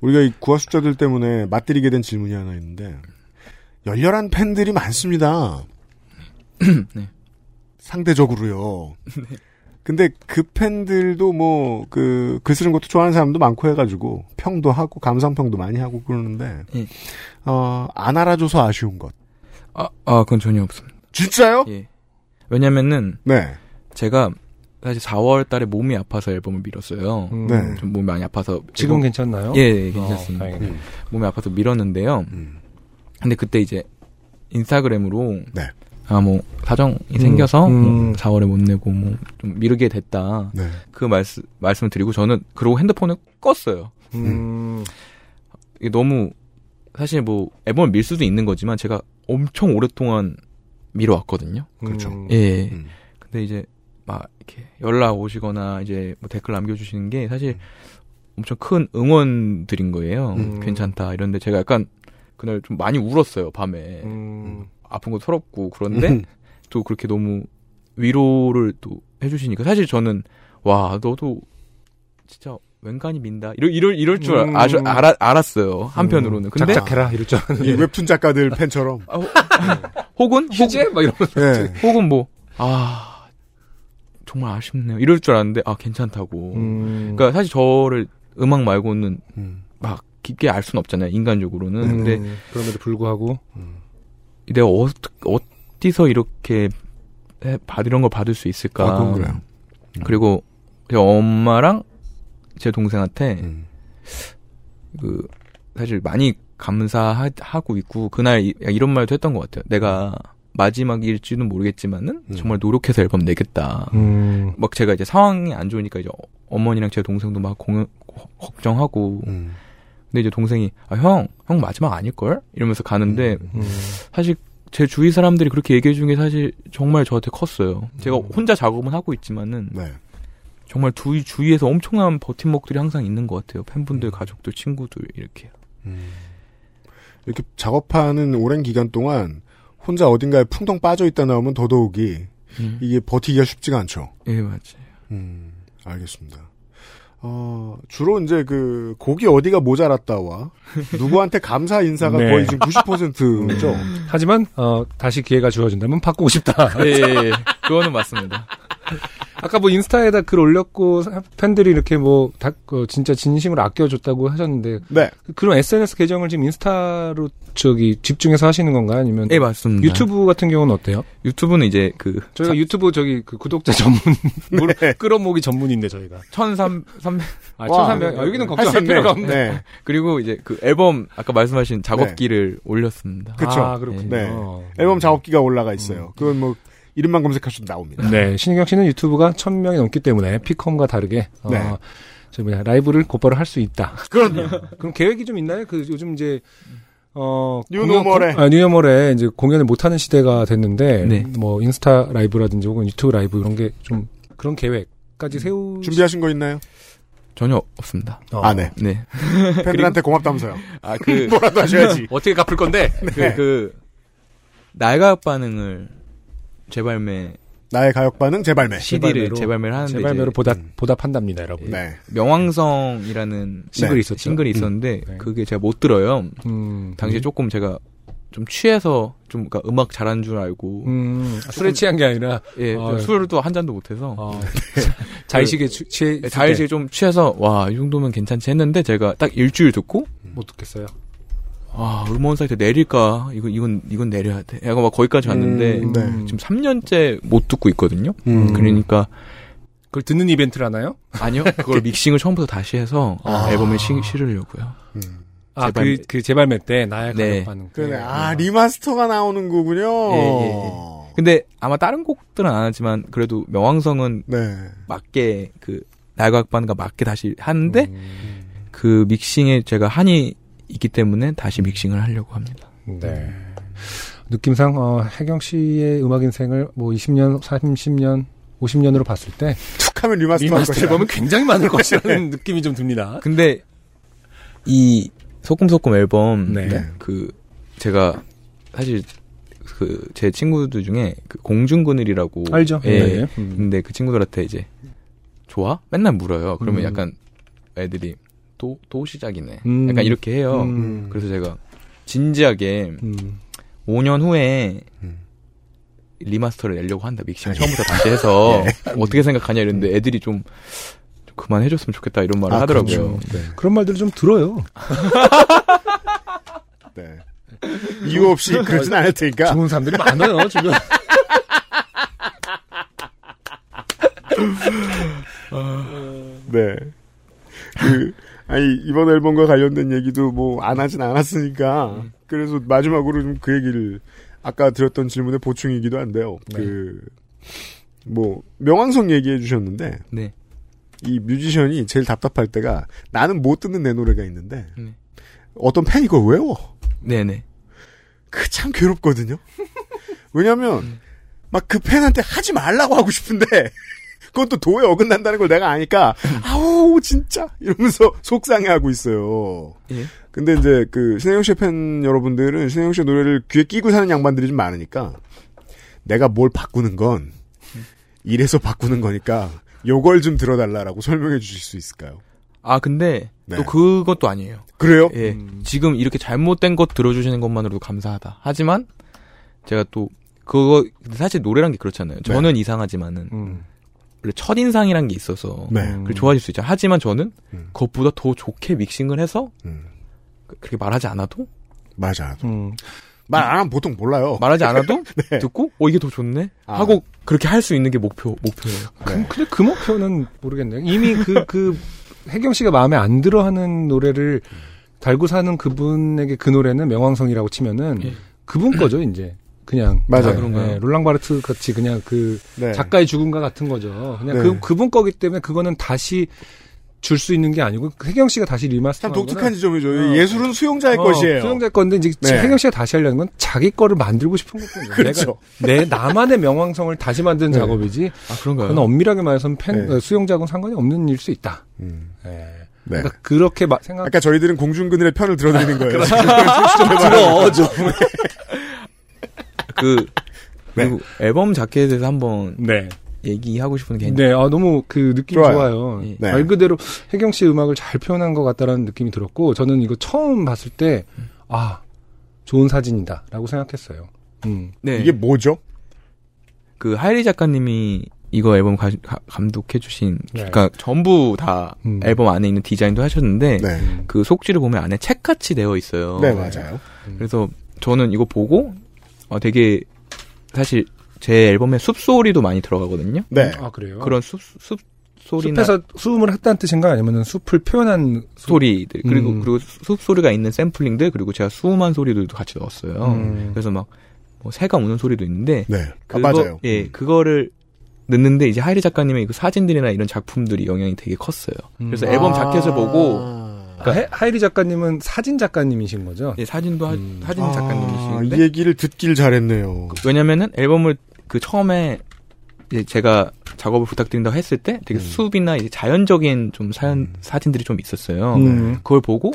Speaker 1: 우리가 이 구화 숫자들 때문에 맞들이게 된 질문이 하나 있는데 열렬한 팬들이 많습니다.
Speaker 10: 네.
Speaker 1: 상대적으로요. 근데 그 팬들도 뭐 그 글 쓰는 것도 좋아하는 사람도 많고 해가지고 평도 하고 감상평도 많이 하고 그러는데
Speaker 10: 예.
Speaker 1: 어안 알아줘서 아쉬운 것.
Speaker 10: 아, 아, 그건 전혀 없습니다.
Speaker 1: 진짜요?
Speaker 10: 예. 왜냐면은
Speaker 1: 네.
Speaker 10: 제가 사실 4월 달에 몸이 아파서 앨범을 밀었어요.
Speaker 2: 음. 네.
Speaker 10: 좀 몸이 많이 아파서
Speaker 2: 지금
Speaker 10: 앨범-
Speaker 2: 괜찮나요?
Speaker 10: 예, 예,
Speaker 2: 어,
Speaker 10: 괜찮습니다.
Speaker 2: 다행이네요.
Speaker 10: 음. 몸이 아파서 밀었는데요.
Speaker 1: 음.
Speaker 10: 근데 그때 이제 인스타그램으로
Speaker 2: 네.
Speaker 10: 아 뭐 사정이
Speaker 13: 음,
Speaker 10: 생겨서
Speaker 13: 음.
Speaker 10: 뭐 4월에 못 내고 뭐 좀 미루게 됐다.
Speaker 13: 네.
Speaker 10: 그 말씀 말씀을 드리고 저는 그러고 핸드폰을 껐어요.
Speaker 2: 음.
Speaker 10: 이게 너무 사실 뭐 앨범을 밀 수도 있는 거지만 제가 엄청 오랫동안 밀어왔거든요.
Speaker 1: 그렇죠.
Speaker 10: 예. 근데 이제 막 이렇게 연락 오시거나 이제 뭐 댓글 남겨주시는 게 사실 엄청 큰 응원들인 거예요.
Speaker 1: 음.
Speaker 10: 괜찮다 이런데 제가 약간 그날 좀 많이 울었어요 밤에 아픈 거 서럽고 그런데
Speaker 1: 음.
Speaker 10: 또 그렇게 너무 위로를 또 해주시니까 사실 저는 와 너도 진짜 웬간히 민다 이럴 이럴 이럴 줄
Speaker 1: 음.
Speaker 10: 아주 알아, 알았어요 한편으로는 근데
Speaker 2: 작작해라 이럴 줄
Speaker 1: 이 웹툰 작가들 팬처럼.
Speaker 10: 아, 혹은
Speaker 2: 휴재 막 이러면서
Speaker 1: 예.
Speaker 10: 혹은 뭐? 뭐아 정말 아쉽네요 이럴 줄 알았는데 아 괜찮다고
Speaker 1: 음.
Speaker 10: 그러니까 사실 저를 음악 말고는 막 깊게 알 수는 없잖아요 인간적으로는 근데
Speaker 2: 음, 그럼에도 불구하고
Speaker 10: 내가 어, 어디서 이렇게 해- 받, 이런 걸 받을 수 있을까.
Speaker 1: 아, 그건 그래요.
Speaker 10: 리고제 엄마랑 제 동생한테
Speaker 1: 음.
Speaker 2: 음.
Speaker 10: 그 사실 많이 감사하고 있고 그날 이- 이런 말도 했던 것 같아요. 내가 마지막일지는 모르겠지만은 정말 노력해서 앨범 내겠다.
Speaker 2: 음.
Speaker 10: 막 제가 이제 상황이 안 좋으니까 이제 어- 어머니랑 제 동생도 막 공연 거- 걱정하고
Speaker 2: 음.
Speaker 10: 근데 이제 동생이 아 형 형 마지막 아닐 걸 이러면서 가는데
Speaker 2: 음.
Speaker 10: 사실 제 주위 사람들이 그렇게 얘기해 준 게 사실 정말 저한테 컸어요. 제가 혼자 작업은 하고 있지만은
Speaker 1: 네.
Speaker 10: 정말 두 주위에서 엄청난 버팀목들이 항상 있는 것 같아요. 팬분들, 가족들, 친구들 이렇게.
Speaker 1: 이렇게 작업하는 오랜 기간 동안 혼자 어딘가에 풍덩 빠져 있다 나오면 더더욱이
Speaker 10: 음.
Speaker 1: 이게 버티기가 쉽지가 않죠.
Speaker 10: 예 맞아요.
Speaker 1: 음, 알겠습니다. 어, 주로 이제 그 곡이 어디가 모자랐다와 누구한테 감사 인사가
Speaker 2: 네.
Speaker 1: 거의 지금 90%죠.
Speaker 2: 하지만 어, 다시 기회가 주어진다면 바꾸고 싶다.
Speaker 10: 예, 예, 예. 그거는 맞습니다.
Speaker 2: 아까 뭐 인스타에다 글 올렸고 사- 팬들이 이렇게 뭐 다, 어, 진짜 진심으로 아껴줬다고 하셨는데
Speaker 1: 네.
Speaker 2: 그런 SNS 계정을 지금 인스타로 저기 집중해서 하시는 건가요? 아니면
Speaker 10: 예 맞습니다.
Speaker 2: 유튜브 같은 경우는 어때요?
Speaker 10: 유튜브는 이제 그
Speaker 2: 저희가 유튜브 저기 그 구독자 전문 물- 끌어모기 전문인데 저희가
Speaker 10: 1,300
Speaker 2: 아, 1,300 아, 여기는 걱정할 필요가 없네.
Speaker 10: 그리고 이제 그 앨범 아까 말씀하신 작업기를 올렸습니다.
Speaker 1: 그쵸.
Speaker 10: 아, 예.
Speaker 1: 네. 앨범 작업기가
Speaker 2: 음.
Speaker 1: 올라가 있어요. 그건 뭐, 이름만 검색하시면 나옵니다.
Speaker 2: 네, 신희경 씨는 유튜브가 1000명이 넘기 때문에 피컴과 다르게 어,
Speaker 1: 네.
Speaker 2: 저 뭐냐 라이브를 곧바로 할 수 있다. 네.
Speaker 1: 그럼요.
Speaker 2: 그럼 계획이 좀 있나요? 그 요즘 이제 어 공연-
Speaker 1: 뉴노멀에.
Speaker 2: 아, 뉴노멀에 이제 공연을 못 하는 시대가 됐는데
Speaker 10: 네.
Speaker 2: 뭐 인스타 라이브라든지 혹은 유튜브 라이브 이런 게 좀 그런 계획까지 세우
Speaker 1: 준비하신 거 있나요?
Speaker 10: 전혀 없습니다.
Speaker 2: 음. 어. 네.
Speaker 1: 아, 네.
Speaker 10: 네.
Speaker 1: 팬들한테 고맙다면서요.
Speaker 10: 아, 그
Speaker 1: 뭐라도 하셔야지.
Speaker 10: 어떻게 갚을 건데?
Speaker 1: 네.
Speaker 10: 그, 그 날가역 반응을 재발매
Speaker 1: 나의 가역반응 재발매.
Speaker 10: CD를 재발매를 하는데
Speaker 2: 재발매로
Speaker 10: 이제-
Speaker 2: 보답
Speaker 1: 음.
Speaker 2: 보답한답니다, 여러분.
Speaker 1: 네.
Speaker 10: 명왕성이라는 음.
Speaker 2: 싱글이 있었죠.
Speaker 10: 네. 싱글이 있었는데 그게 제가 못 들어요.
Speaker 2: 음.
Speaker 10: 당시에 조금 제가 좀 취해서 좀 그러니까 음악 잘하는 줄 알고
Speaker 2: 음, 술에 취한 게 아니라
Speaker 10: 예,
Speaker 2: 어,
Speaker 10: 술을 또 한 잔도 못해서
Speaker 2: 자의식에 취- 취해
Speaker 10: 예, 자의식에 좀 취해서 와 이 정도면 괜찮지 했는데 제가 딱 일주일 듣고
Speaker 2: 못 듣겠어요.
Speaker 10: 아, 음원 사이트 내릴까? 이건, 이건, 이건 내려야 돼. 약간 막 거기까지 갔는데,
Speaker 2: 음, 네.
Speaker 10: 지금 3년째 못 듣고 있거든요?
Speaker 2: 음.
Speaker 10: 그러니까,
Speaker 2: 그걸 듣는 이벤트를 하나요?
Speaker 10: 아니요. 그걸 믹싱을 처음부터 다시 해서
Speaker 2: 아.
Speaker 10: 앨범에 시, 실으려고요.
Speaker 2: 아,
Speaker 10: 재발-
Speaker 2: 그, 그 재발매 때 나의
Speaker 10: 네.
Speaker 2: 가격하는
Speaker 1: 그래, 아, 리마스터가 나오는 거군요.
Speaker 10: 예, 예, 예. 근데 아마 다른 곡들은 안 하지만 그래도 명왕성은
Speaker 1: 네.
Speaker 10: 맞게 그 날각반과 맞게 다시 하는데
Speaker 2: 음.
Speaker 10: 그 믹싱에 제가 한이 있기 때문에 다시 믹싱을 하려고 합니다.
Speaker 2: 네. 느낌상 어, 혜경 씨의 음악 인생을 뭐 20년, 30년, 50년으로 봤을 때
Speaker 1: 툭하면 리마스터
Speaker 2: 리마스터
Speaker 1: 할 것이다.
Speaker 2: 앨범은 굉장히 많을 것이라는 느낌이 좀 듭니다.
Speaker 10: 근데 이 소꿉소꿉 앨범
Speaker 2: 네.
Speaker 10: 네. 그 제가 사실 그 제 친구들 중에 그 공중 그늘이라고
Speaker 2: 알죠.
Speaker 10: 예.
Speaker 2: 네. 음.
Speaker 10: 근데 그 친구들한테 이제 좋아? 맨날 물어요. 그러면
Speaker 2: 음.
Speaker 10: 약간 애들이 또 또 시작이네.
Speaker 2: 음.
Speaker 10: 약간 이렇게 해요.
Speaker 2: 음.
Speaker 10: 그래서 제가 진지하게 5년 후에
Speaker 2: 음.
Speaker 10: 리마스터를 내려고 한다. 믹싱 처음부터 다시 해서
Speaker 2: 아, 예.
Speaker 10: 어떻게 생각하냐 이랬는데 애들이 좀, 좀 그만해줬으면 좋겠다 이런 말을
Speaker 2: 아,
Speaker 10: 하더라고요.
Speaker 2: 그렇죠. 그런 말들을 좀 들어요.
Speaker 1: 네. 이유 없이 그러진 않을 테니까.
Speaker 2: 좋은 사람들이 많아요, 주변.
Speaker 1: 네. 그, 아니, 이번 앨범과 관련된 얘기도 뭐 안 하진 않았으니까. 그래서 마지막으로 좀 그 얘기를 아까 드렸던 질문의 보충이기도 한데요.
Speaker 10: 네.
Speaker 1: 그, 뭐, 명왕성 얘기해 주셨는데.
Speaker 10: 네.
Speaker 1: 이 뮤지션이 제일 답답할 때가 나는 못 듣는 내 노래가 있는데.
Speaker 10: 네.
Speaker 1: 어떤 팬이 이걸 외워.
Speaker 10: 네네.
Speaker 1: 그 참 괴롭거든요.
Speaker 10: 음.
Speaker 1: 왜냐하면 막 그 팬한테 하지 말라고 하고 싶은데 그건 또 도에 어긋난다는 걸 내가 아니까
Speaker 10: 음.
Speaker 1: 아우 진짜 이러면서 속상해하고 있어요.
Speaker 10: 예.
Speaker 1: 근데 이제 그 신혜영 씨의 팬 여러분들은 신혜영 씨의 노래를 귀에 끼고 사는 양반들이 좀 많으니까 내가 뭘 바꾸는 건
Speaker 10: 음.
Speaker 1: 이래서 바꾸는 거니까 요걸 좀 들어달라라고 설명해 주실 수 있을까요?
Speaker 10: 아 근데
Speaker 1: 네. 어?
Speaker 10: 또 그것도 아니에요.
Speaker 1: 그래요?
Speaker 10: 예. 지금 이렇게 잘못된 것 들어주시는 것만으로도 감사하다. 하지만 제가 또 그거 근데 사실 노래란 게 그렇잖아요. 저는 이상하지만은
Speaker 2: 음.
Speaker 10: 원래 첫 인상이란 게 있어서
Speaker 1: 네.
Speaker 10: 그걸 좋아질 수 있죠. 하지만 저는 그것보다 더 좋게 믹싱을 해서 그- 그렇게 말하지 않아도
Speaker 1: 음. 맞아.
Speaker 2: 음. 네.
Speaker 10: 말
Speaker 1: 안 하면 보통 몰라요.
Speaker 10: 말하지 않아도
Speaker 1: 어. 네.
Speaker 10: 듣고 어 이게 더 좋네 하고 그렇게 할 수 있는 게 목표 목표예요.
Speaker 2: 그- 근데 그 목표는 모르겠네요. 이미 그, 그, 혜경 씨가 마음에 안 들어 하는 노래를 달고 사는 그분에게 그 노래는 명왕성이라고 치면은 그분 거죠, 이제. 예. 그냥.
Speaker 1: 맞아요.
Speaker 2: 아,
Speaker 1: 그런가요?
Speaker 2: 네, 롤랑바르트 같이 그냥 그
Speaker 1: 네.
Speaker 2: 작가의 죽음과 같은 거죠. 그냥
Speaker 1: 네.
Speaker 2: 그, 그분 거기 때문에 그거는 다시 줄 수 있는 게 아니고 그 혜경 씨가 다시 리마스터. 어,
Speaker 1: 참
Speaker 10: 어,
Speaker 1: 독특한 지점이죠. 예술은 수용자의 것이에요.
Speaker 2: 수용자 건데 이제
Speaker 1: 네.
Speaker 2: 혜경 씨가 다시 하려는 건 자기 거를 만들고 싶은 거군요.
Speaker 1: 그렇죠.
Speaker 2: 내가 내 나만의 명왕성을 다시 만든
Speaker 1: 네.
Speaker 2: 작업이지.
Speaker 10: 아 그런가요?
Speaker 2: 그건 엄밀하게 말해서는 팬
Speaker 1: 네.
Speaker 2: 어, 수용자하고는 상관이 없는 일일 수 있다.
Speaker 10: 예.
Speaker 1: 네.
Speaker 10: 그러니까
Speaker 2: 그렇게 생각.
Speaker 1: 아까 저희들은 공중근일의 편을 들어드리는 거예요.
Speaker 2: 그렇죠.
Speaker 1: 지금
Speaker 2: 좀
Speaker 1: 들어,
Speaker 10: 그 그리고 앨범 자켓에 대해서 한번
Speaker 1: 네.
Speaker 10: 얘기하고 싶은 게
Speaker 2: 네, 아, 너무 그 느낌이
Speaker 10: 좋아요.
Speaker 2: 좋아요.
Speaker 10: 예.
Speaker 1: 네.
Speaker 2: 말 그대로 혜경 씨 음악을 잘 표현한 것 같다라는 느낌이 들었고, 저는 이거 처음 봤을 때, 아, 좋은 사진이다라고 생각했어요. 음.
Speaker 10: 네.
Speaker 1: 이게 뭐죠?
Speaker 10: 그 하이리 작가님이 이거 앨범 가- 가- 감독해주신
Speaker 1: 네.
Speaker 10: 그러니까 전부 다
Speaker 1: 음.
Speaker 10: 앨범 안에 있는 디자인도 하셨는데 그 속지를 보면 안에 책같이 되어 있어요. 음,
Speaker 1: 네, 맞아요.
Speaker 10: 그래서 저는 이거 보고 어, 되게 사실 제 앨범에 숲 소리도 많이 들어가거든요.
Speaker 1: 네.
Speaker 2: 아, 그래요?
Speaker 10: 그런 숲, 숲 소리나
Speaker 2: 숲에서 수음을 했다는 뜻인가 아니면은 숲을 표현한 소-
Speaker 10: 소리들 그리고
Speaker 2: 음.
Speaker 10: 그리고 숲 소리가 있는 샘플링들 그리고 제가 수음한 소리들도 같이 넣었어요.
Speaker 2: 음.
Speaker 10: 그래서 막 뭐 새가 우는 소리도 있는데
Speaker 1: 네. 아, 맞아요.
Speaker 10: 예 그거를 넣는데 이제 하이리 작가님의 그 사진들이나 이런 작품들이 영향이 되게 컸어요. 그래서
Speaker 2: 음.
Speaker 10: 앨범
Speaker 2: 아.
Speaker 10: 자켓을 보고
Speaker 2: 그러니까 하- 하이리 작가님은 사진 작가님이신 거죠?
Speaker 10: 예, 사진도 하, 사진
Speaker 2: 아,
Speaker 10: 작가님이신데
Speaker 1: 아, 음. 이 얘기를 듣길 잘했네요.
Speaker 10: 왜냐면은 앨범을 그 처음에 이제 제가 작업을 부탁드린다고 했을 때
Speaker 1: 음.
Speaker 10: 되게 숲이나 이제 자연적인 좀 사연, 사진들이 좀 있었어요.
Speaker 1: 네.
Speaker 2: 음.
Speaker 10: 그걸 보고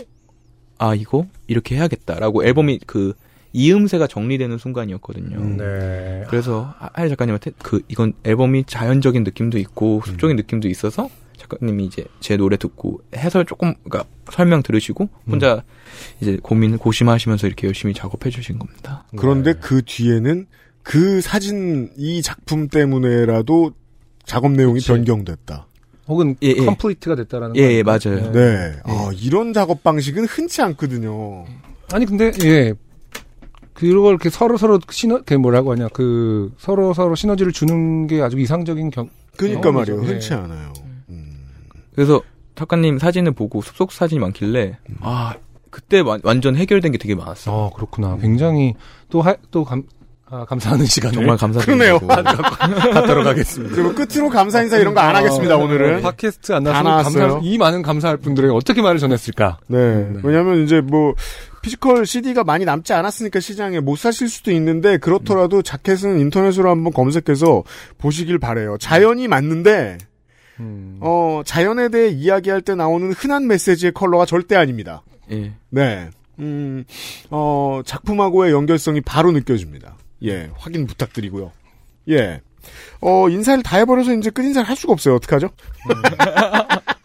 Speaker 10: 아 이거 이렇게 해야겠다라고 앨범이 그 이음새가 정리되는 순간이었거든요.
Speaker 1: 음,
Speaker 2: 네.
Speaker 10: 그래서 하- 하이 작가님한테 그 이건 앨범이 자연적인 느낌도 있고 숲적인 느낌도 있어서 작가님이 이제 제 노래 듣고 해설 조금 그러니까 설명 들으시고 혼자 이제 고민 고심하시면서 이렇게 열심히 작업해 주신 겁니다.
Speaker 2: 네.
Speaker 1: 그런데 그 뒤에는 그 사진, 이 작품 때문에라도 작업 내용이 변경됐다.
Speaker 2: 혹은
Speaker 10: 예, 예.
Speaker 2: 컴플리트가 됐다라는 네.
Speaker 10: 예, 예,
Speaker 2: 거 아닐까요?
Speaker 10: 맞아요.
Speaker 1: 네. 아, 이런 작업 방식은 흔치 않거든요.
Speaker 2: 아니 근데 예 그걸 이렇게 서로 서로 시너 그 뭐라고 하냐 그 서로 서로 시너지를 주는 게 아주 이상적인 경.
Speaker 1: 그러니까
Speaker 2: 경험이죠.
Speaker 1: 말이에요.
Speaker 2: 예.
Speaker 1: 흔치 않아요.
Speaker 10: 그래서 탁가님 사진을 보고 숲속 사진이 많길래 아 그때 완- 완전 해결된 게 되게 많았어.
Speaker 2: 아
Speaker 1: 음.
Speaker 2: 그렇구나. 굉장히 또또감 아, 감사하는 시간
Speaker 10: 정말 감사드립니다.
Speaker 1: 그러네요.
Speaker 2: 갖도록 하겠습니다. 아,
Speaker 1: 그리고 끝으로 감사 인사 이런 거 안 하겠습니다, 오늘은.
Speaker 2: 네, 팟캐스트 안
Speaker 1: 다
Speaker 2: 나서
Speaker 1: 나왔어요.
Speaker 2: 감사 이 많은 감사할 분들에게 어떻게 말을 전했을까?
Speaker 1: 네. 왜냐면 이제 뭐 피지컬 CD가 많이 남지 않았으니까 시장에 못 사실 수도 있는데 그렇더라도
Speaker 2: 음.
Speaker 1: 자켓은 인터넷으로 한번 검색해서 보시길 바래요. 자연이 맞는데
Speaker 2: 음.
Speaker 1: 어 자연에 대해 이야기할 때 나오는 흔한 메시지의 컬러가 절대 아닙니다.
Speaker 10: 예.
Speaker 1: 네. 음, 어, 작품하고의 연결성이 바로 느껴집니다. 예, 확인 부탁드리고요. 예. 어, 인사를 다 해버려서 이제 끝인사를 할 수가 없어요. 어떡하죠?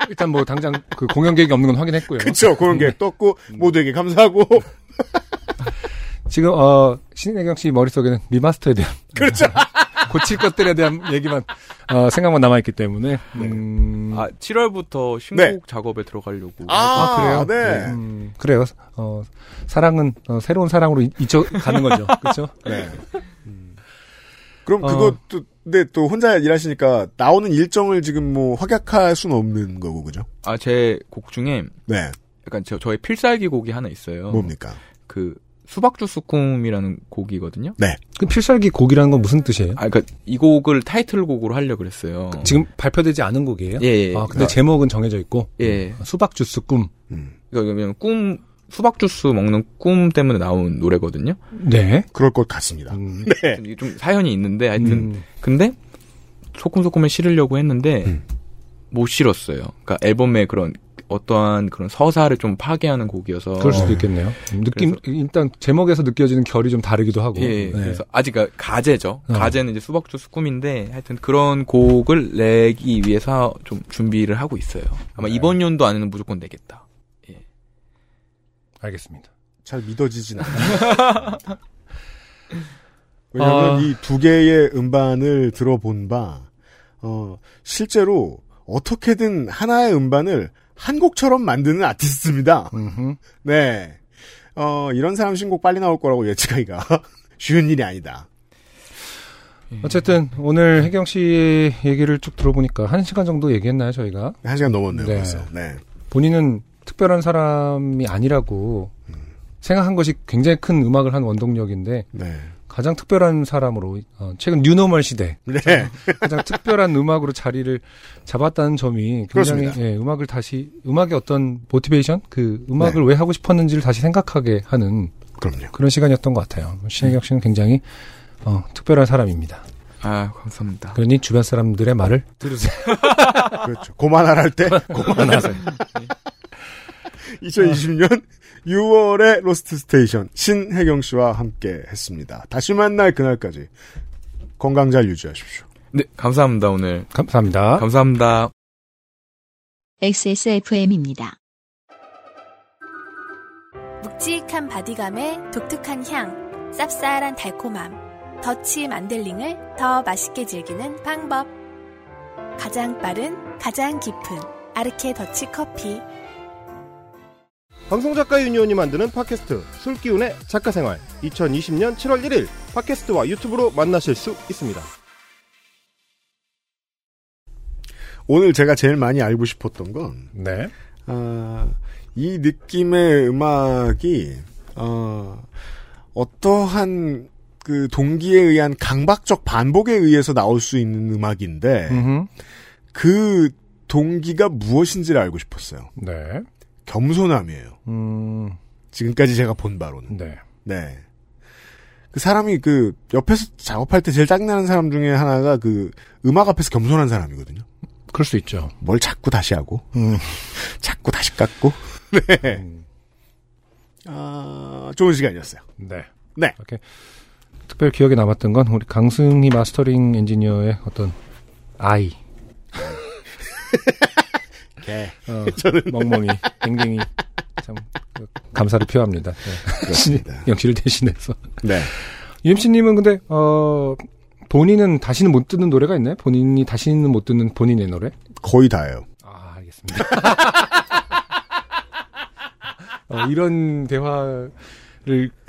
Speaker 2: 일단 뭐 당장 그 공연 계획이 없는 건 확인했고요.
Speaker 1: 그쵸. 공연
Speaker 2: 음.
Speaker 1: 계획 떴고, 모두에게 감사하고.
Speaker 2: 지금 어 신혜경 씨 머릿속에는 리마스터에 대한
Speaker 1: 그렇죠.
Speaker 2: 고칠 것들에 대한 얘기만 어, 생각만 남아 있기 때문에
Speaker 1: 네.
Speaker 2: 음,
Speaker 10: 아 7월부터 신곡 작업에 들어가려고.
Speaker 2: 아, 그래요? 네.
Speaker 1: 음.
Speaker 2: 그래요. 어, 사랑은 어, 새로운 사랑으로 이- 잊혀 가는 거죠. 그렇죠?
Speaker 1: 네. 그럼
Speaker 2: 어.
Speaker 1: 그것도, 근데 또 혼자 일하시니까 나오는 일정을 지금 뭐 확약할 수는 없는 거고, 그죠?
Speaker 10: 아 제 곡 중에
Speaker 1: 네.
Speaker 10: 약간 저, 저의 필살기 곡이 하나 있어요.
Speaker 1: 뭡니까?
Speaker 10: 그 수박주스쿰이라는 곡이거든요.
Speaker 1: 네.
Speaker 2: 그 필살기 곡이라는 건 무슨 뜻이에요?
Speaker 10: 아 그러니까 이 곡을 타이틀곡으로 하려고 그랬어요.
Speaker 2: 지금 발표되지 않은 곡이에요?
Speaker 10: 음. 예, 예.
Speaker 2: 아, 근데 제목은 정해져 있고
Speaker 10: 예.
Speaker 2: 수박 주스 꿈.
Speaker 1: 음.
Speaker 10: 그러니까 그냥 꿈 수박 주스 먹는 꿈 때문에 나온 노래거든요.
Speaker 2: 네.
Speaker 1: 그럴 것 같습니다.
Speaker 2: 음.
Speaker 1: 네.
Speaker 10: 좀, 좀 사연이 있는데 하여튼 근데 소kum소kum에 실으려고 했는데
Speaker 2: 음.
Speaker 10: 못 실었어요. 그러니까 앨범의 그런 어떠한 그런 서사를 좀 파괴하는 곡이어서
Speaker 2: 그럴 수도 있겠네요. 음, 느낌 일단 제목에서 느껴지는 결이 좀 다르기도 하고.
Speaker 10: 예,
Speaker 2: 네.
Speaker 10: 그래서 아직 가- 가제죠.
Speaker 2: 어.
Speaker 10: 가제는 이제 수박 주스 꿈인데 하여튼 그런 곡을 내기 위해서 좀 준비를 하고 있어요.
Speaker 2: 네.
Speaker 10: 아마 이번 연도 안에는 무조건 내겠다.
Speaker 2: 알겠습니다.
Speaker 1: 잘 믿어지진 않아요. 왜냐하면
Speaker 10: 아.
Speaker 1: 이 두 개의 음반을 들어본 바, 어, 실제로 어떻게든 하나의 음반을 한 곡처럼 만드는 아티스트입니다. 네. 어, 이런 사람 신곡 빨리 나올 거라고 예측하기가 쉬운 일이 아니다.
Speaker 2: 음. 어쨌든 오늘 혜경 씨 얘기를 쭉 들어보니까 한 시간 정도 얘기했나요 저희가?
Speaker 1: 한 시간 넘었네요. 벌써. 네.
Speaker 2: 본인은 특별한 사람이 아니라고
Speaker 10: 음.
Speaker 2: 생각한 것이 굉장히 큰 음악을 한 원동력인데 가장 특별한 사람으로 어, 최근 뉴노멀 시대
Speaker 1: 네.
Speaker 2: 가장 특별한 음악으로 자리를 잡았다는 점이 굉장히
Speaker 1: 그렇습니다.
Speaker 2: 예, 음악을 다시 음악의 어떤 모티베이션 그 음악을 왜 하고 싶었는지를 다시 생각하게 하는 그런 시간이었던 것 같아요. 신혜경 씨는 굉장히 어, 특별한 사람입니다.
Speaker 10: 아 감사합니다.
Speaker 2: 그러니 주변 사람들의 말을 들으세요.
Speaker 1: 그렇죠. 고만할 때
Speaker 2: 고만하세요.
Speaker 1: 2020년 6월의 로스트 스테이션 신혜경 씨와 함께 했습니다. 다시 만날 그날까지 건강 잘 유지하십시오.
Speaker 10: 네, 감사합니다 오늘.
Speaker 2: 감사합니다.
Speaker 10: 감사합니다.
Speaker 3: XSFM입니다.
Speaker 4: 묵직한 바디감에 독특한 향, 쌉쌀한 달콤함, 더치 만델링을 더 맛있게 즐기는 방법. 가장 빠른, 가장 깊은 아르케 더치 커피.
Speaker 14: 방송작가 유니온이 만드는 팟캐스트 술기운의 작가생활 2020년 7월 1일 팟캐스트와 유튜브로 만나실 수 있습니다.
Speaker 1: 오늘 제가 제일 많이 알고 싶었던 건,
Speaker 2: 네.
Speaker 1: 아, 이 느낌의 음악이, 어, 어떠한 그 동기에 의한 강박적 반복에 의해서 나올 수 있는 음악인데, 그 동기가 무엇인지를 알고 싶었어요.
Speaker 2: 네.
Speaker 1: 겸손함이에요.
Speaker 2: 음.
Speaker 1: 지금까지 제가 본 바로는.
Speaker 2: 네.
Speaker 1: 그 사람이 그 옆에서 작업할 때 제일 짜증나는 사람 중에 하나가 그 음악 앞에서 겸손한 사람이거든요.
Speaker 2: 그럴 수 있죠.
Speaker 1: 뭘 자꾸 다시 하고, 자꾸 다시 깎고. 네. 아, 좋은 시간이었어요.
Speaker 2: 네.
Speaker 1: 네.
Speaker 2: 이렇게 특별 기억에 남았던 건 우리 강승희 마스터링 엔지니어의 어떤 아이.
Speaker 1: 개.
Speaker 2: 어,
Speaker 1: 저는
Speaker 2: 멍멍이, 댕댕이. 참 그, 감사를 표합니다. 네.
Speaker 1: 그렇습니다.
Speaker 2: 영씨를 대신해서.
Speaker 1: 네.
Speaker 2: UMC님은 근데 어 본인은 다시는 못 듣는 노래가 있나요? 본인이 다시는 못 듣는 본인의 노래?
Speaker 1: 아, 거의 다예요.
Speaker 2: 아 알겠습니다. 어, 이런 대화를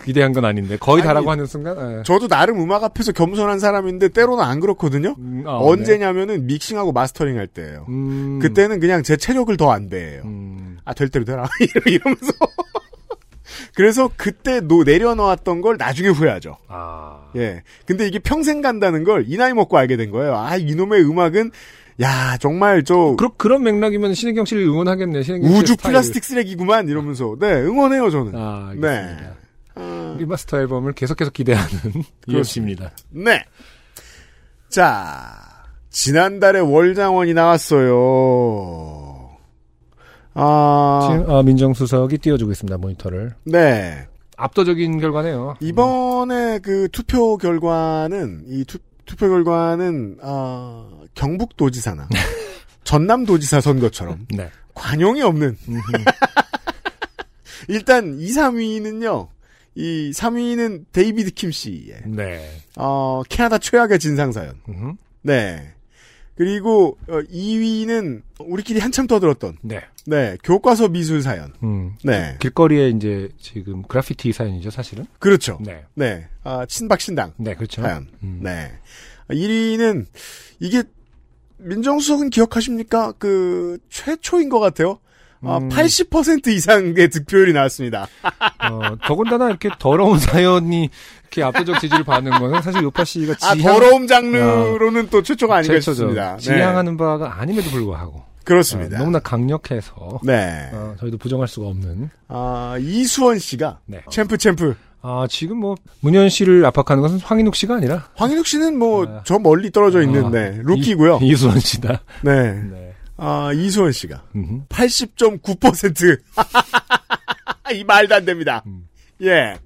Speaker 2: 기대한 건 아닌데 거의 다라고 하는 순간 예.
Speaker 1: 저도 나름 음악 앞에서 겸손한 사람인데 때로는 안 그렇거든요.
Speaker 2: 아, 음,
Speaker 1: 언제냐면은 믹싱하고 마스터링 할 때예요. 그때는 그냥 제 체력을 더 안 배해요. 아 될 대로 되라 이러면서. 그래서 그때 노 내려놓았던 걸 나중에 후회하죠. 예. 근데 이게 평생 간다는 걸 이 나이 먹고 알게 된 거예요. 아 이놈의 음악은 야 정말 저
Speaker 2: 그런 그런 맥락이면 신혜경 씨를 응원하겠네. 신혜경
Speaker 1: 우주
Speaker 2: 씨의 스타일을.
Speaker 1: 플라스틱 쓰레기구만 이러면서 네 응원해요 저는.
Speaker 2: 아,
Speaker 1: 네.
Speaker 2: 리마스터 앨범을 계속해서 기대하는 이웃입니다.
Speaker 1: 네. 자, 지난달에 월장원이 나왔어요. 아,
Speaker 2: 지금, 아, 민정수석이 띄워주고 있습니다 모니터를.
Speaker 1: 네.
Speaker 2: 압도적인 결과네요.
Speaker 1: 이번에 그 투표 결과는, 이 투, 투표 결과는, 아, 경북도지사나 전남도지사 선거처럼
Speaker 2: 네.
Speaker 1: 관용이 없는. 일단 2, 3위는요. 이 3위는 데이비드 킴 씨의
Speaker 2: 네. 음.
Speaker 1: 어, 캐나다 최악의 진상사연. 네. 그리고 2위는 우리끼리 한참 떠들었던
Speaker 2: 네.
Speaker 1: 네, 교과서 미술 사연.
Speaker 2: 음.
Speaker 1: 네.
Speaker 2: 길거리에 이제 지금 그래피티 사연이죠, 사실은.
Speaker 1: 그렇죠.
Speaker 2: 네.
Speaker 1: 네. 아, 친박 신당.
Speaker 2: 네, 그렇죠.
Speaker 1: 사연. 네. 1위는 이게 민정수석은 기억하십니까? 그 최초인 것 같아요. 아,
Speaker 2: 음.
Speaker 1: 80% 이상의 득표율이 나왔습니다.
Speaker 2: 어, 더군다나 이렇게 더러운 사연이 이렇게 압도적 지지를 받는 거는 사실 요파 씨가
Speaker 1: 아,
Speaker 2: 지향
Speaker 1: 더러운 장르로는 또 최초가 아닌가
Speaker 2: 최초죠.
Speaker 1: 싶습니다. 네.
Speaker 2: 지향하는 바가 아님에도 불구하고
Speaker 1: 그렇습니다.
Speaker 2: 어, 너무나 강력해서
Speaker 1: 네.
Speaker 2: 어, 저희도 부정할 수가 없는
Speaker 1: 아, 이수원 씨가
Speaker 2: 네.
Speaker 1: 챔프 챔프.
Speaker 2: 아 지금 뭐 문현 씨를 압박하는 것은 황인욱 씨가 아니라
Speaker 1: 황인욱 씨는 뭐 저 멀리 떨어져 있는
Speaker 2: 아,
Speaker 1: 네, 루키고요.
Speaker 2: 이, 이수원 씨다.
Speaker 1: 네. 아, 이수원 씨가 80.9%. 이 말도 안 됩니다. 예.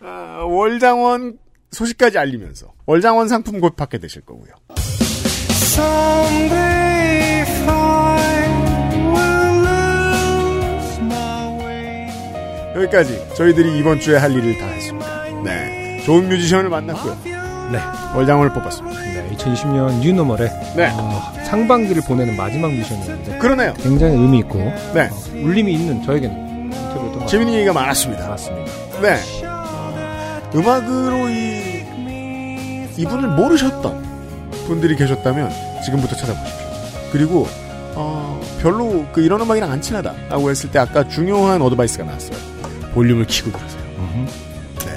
Speaker 1: 아, 월장원 소식까지 알리면서 월장원 상품 곧 받게 되실 거고요.
Speaker 9: Someday if I will lose my way
Speaker 1: 여기까지 저희들이 이번 주에 할 일을 다 했습니다. 네. 좋은 뮤지션을 만났고요.
Speaker 2: 네.
Speaker 1: 월장원을 뽑았습니다.
Speaker 2: 네, 2020년 뉴노멀의
Speaker 1: 네.
Speaker 2: 어, 상반기를 보내는 마지막 미션이었는데
Speaker 1: 그러네요.
Speaker 2: 굉장히 의미 있고
Speaker 1: 네.
Speaker 2: 어, 울림이 있는 저에게는 인터뷰였던 것
Speaker 1: 재밌는 얘기가 많았습니다.
Speaker 2: 맞습니다.
Speaker 1: 네. 음악으로 이 이분을 모르셨던 분들이 계셨다면 지금부터 찾아보십시오. 그리고 어, 별로 그 이런 음악이랑 안 친하다라고 했을 때 아까 중요한 어드바이스가 나왔어요. 볼륨을 키고 그러세요. 네.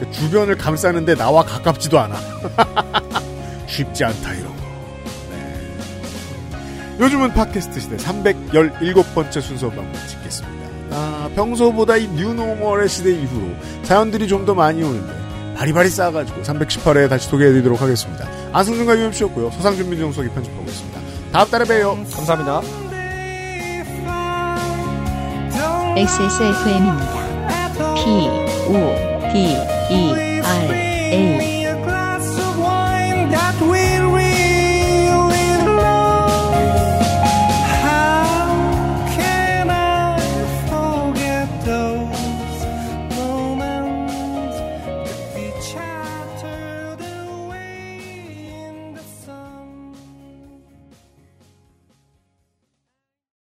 Speaker 1: 그 주변을 감싸는데 나와 가깝지도 않아. 쉽지 않다 이런 거. 네. 요즘은 팟캐스트 시대 317번째 순서 마무리 짓겠습니다. 아, 평소보다 이 뉴노멀의 시대 이후로 사연들이 좀 더 많이 오는데 바리바리 쌓아가지고 318회에 다시 소개해드리도록 하겠습니다. 안승준과 유엠씨였고요. 서상준 민정수석이 편집하고 있습니다. 다음 달에 봬요.
Speaker 2: 감사합니다.
Speaker 3: XSFM입니다. P, O, D, E, R, A.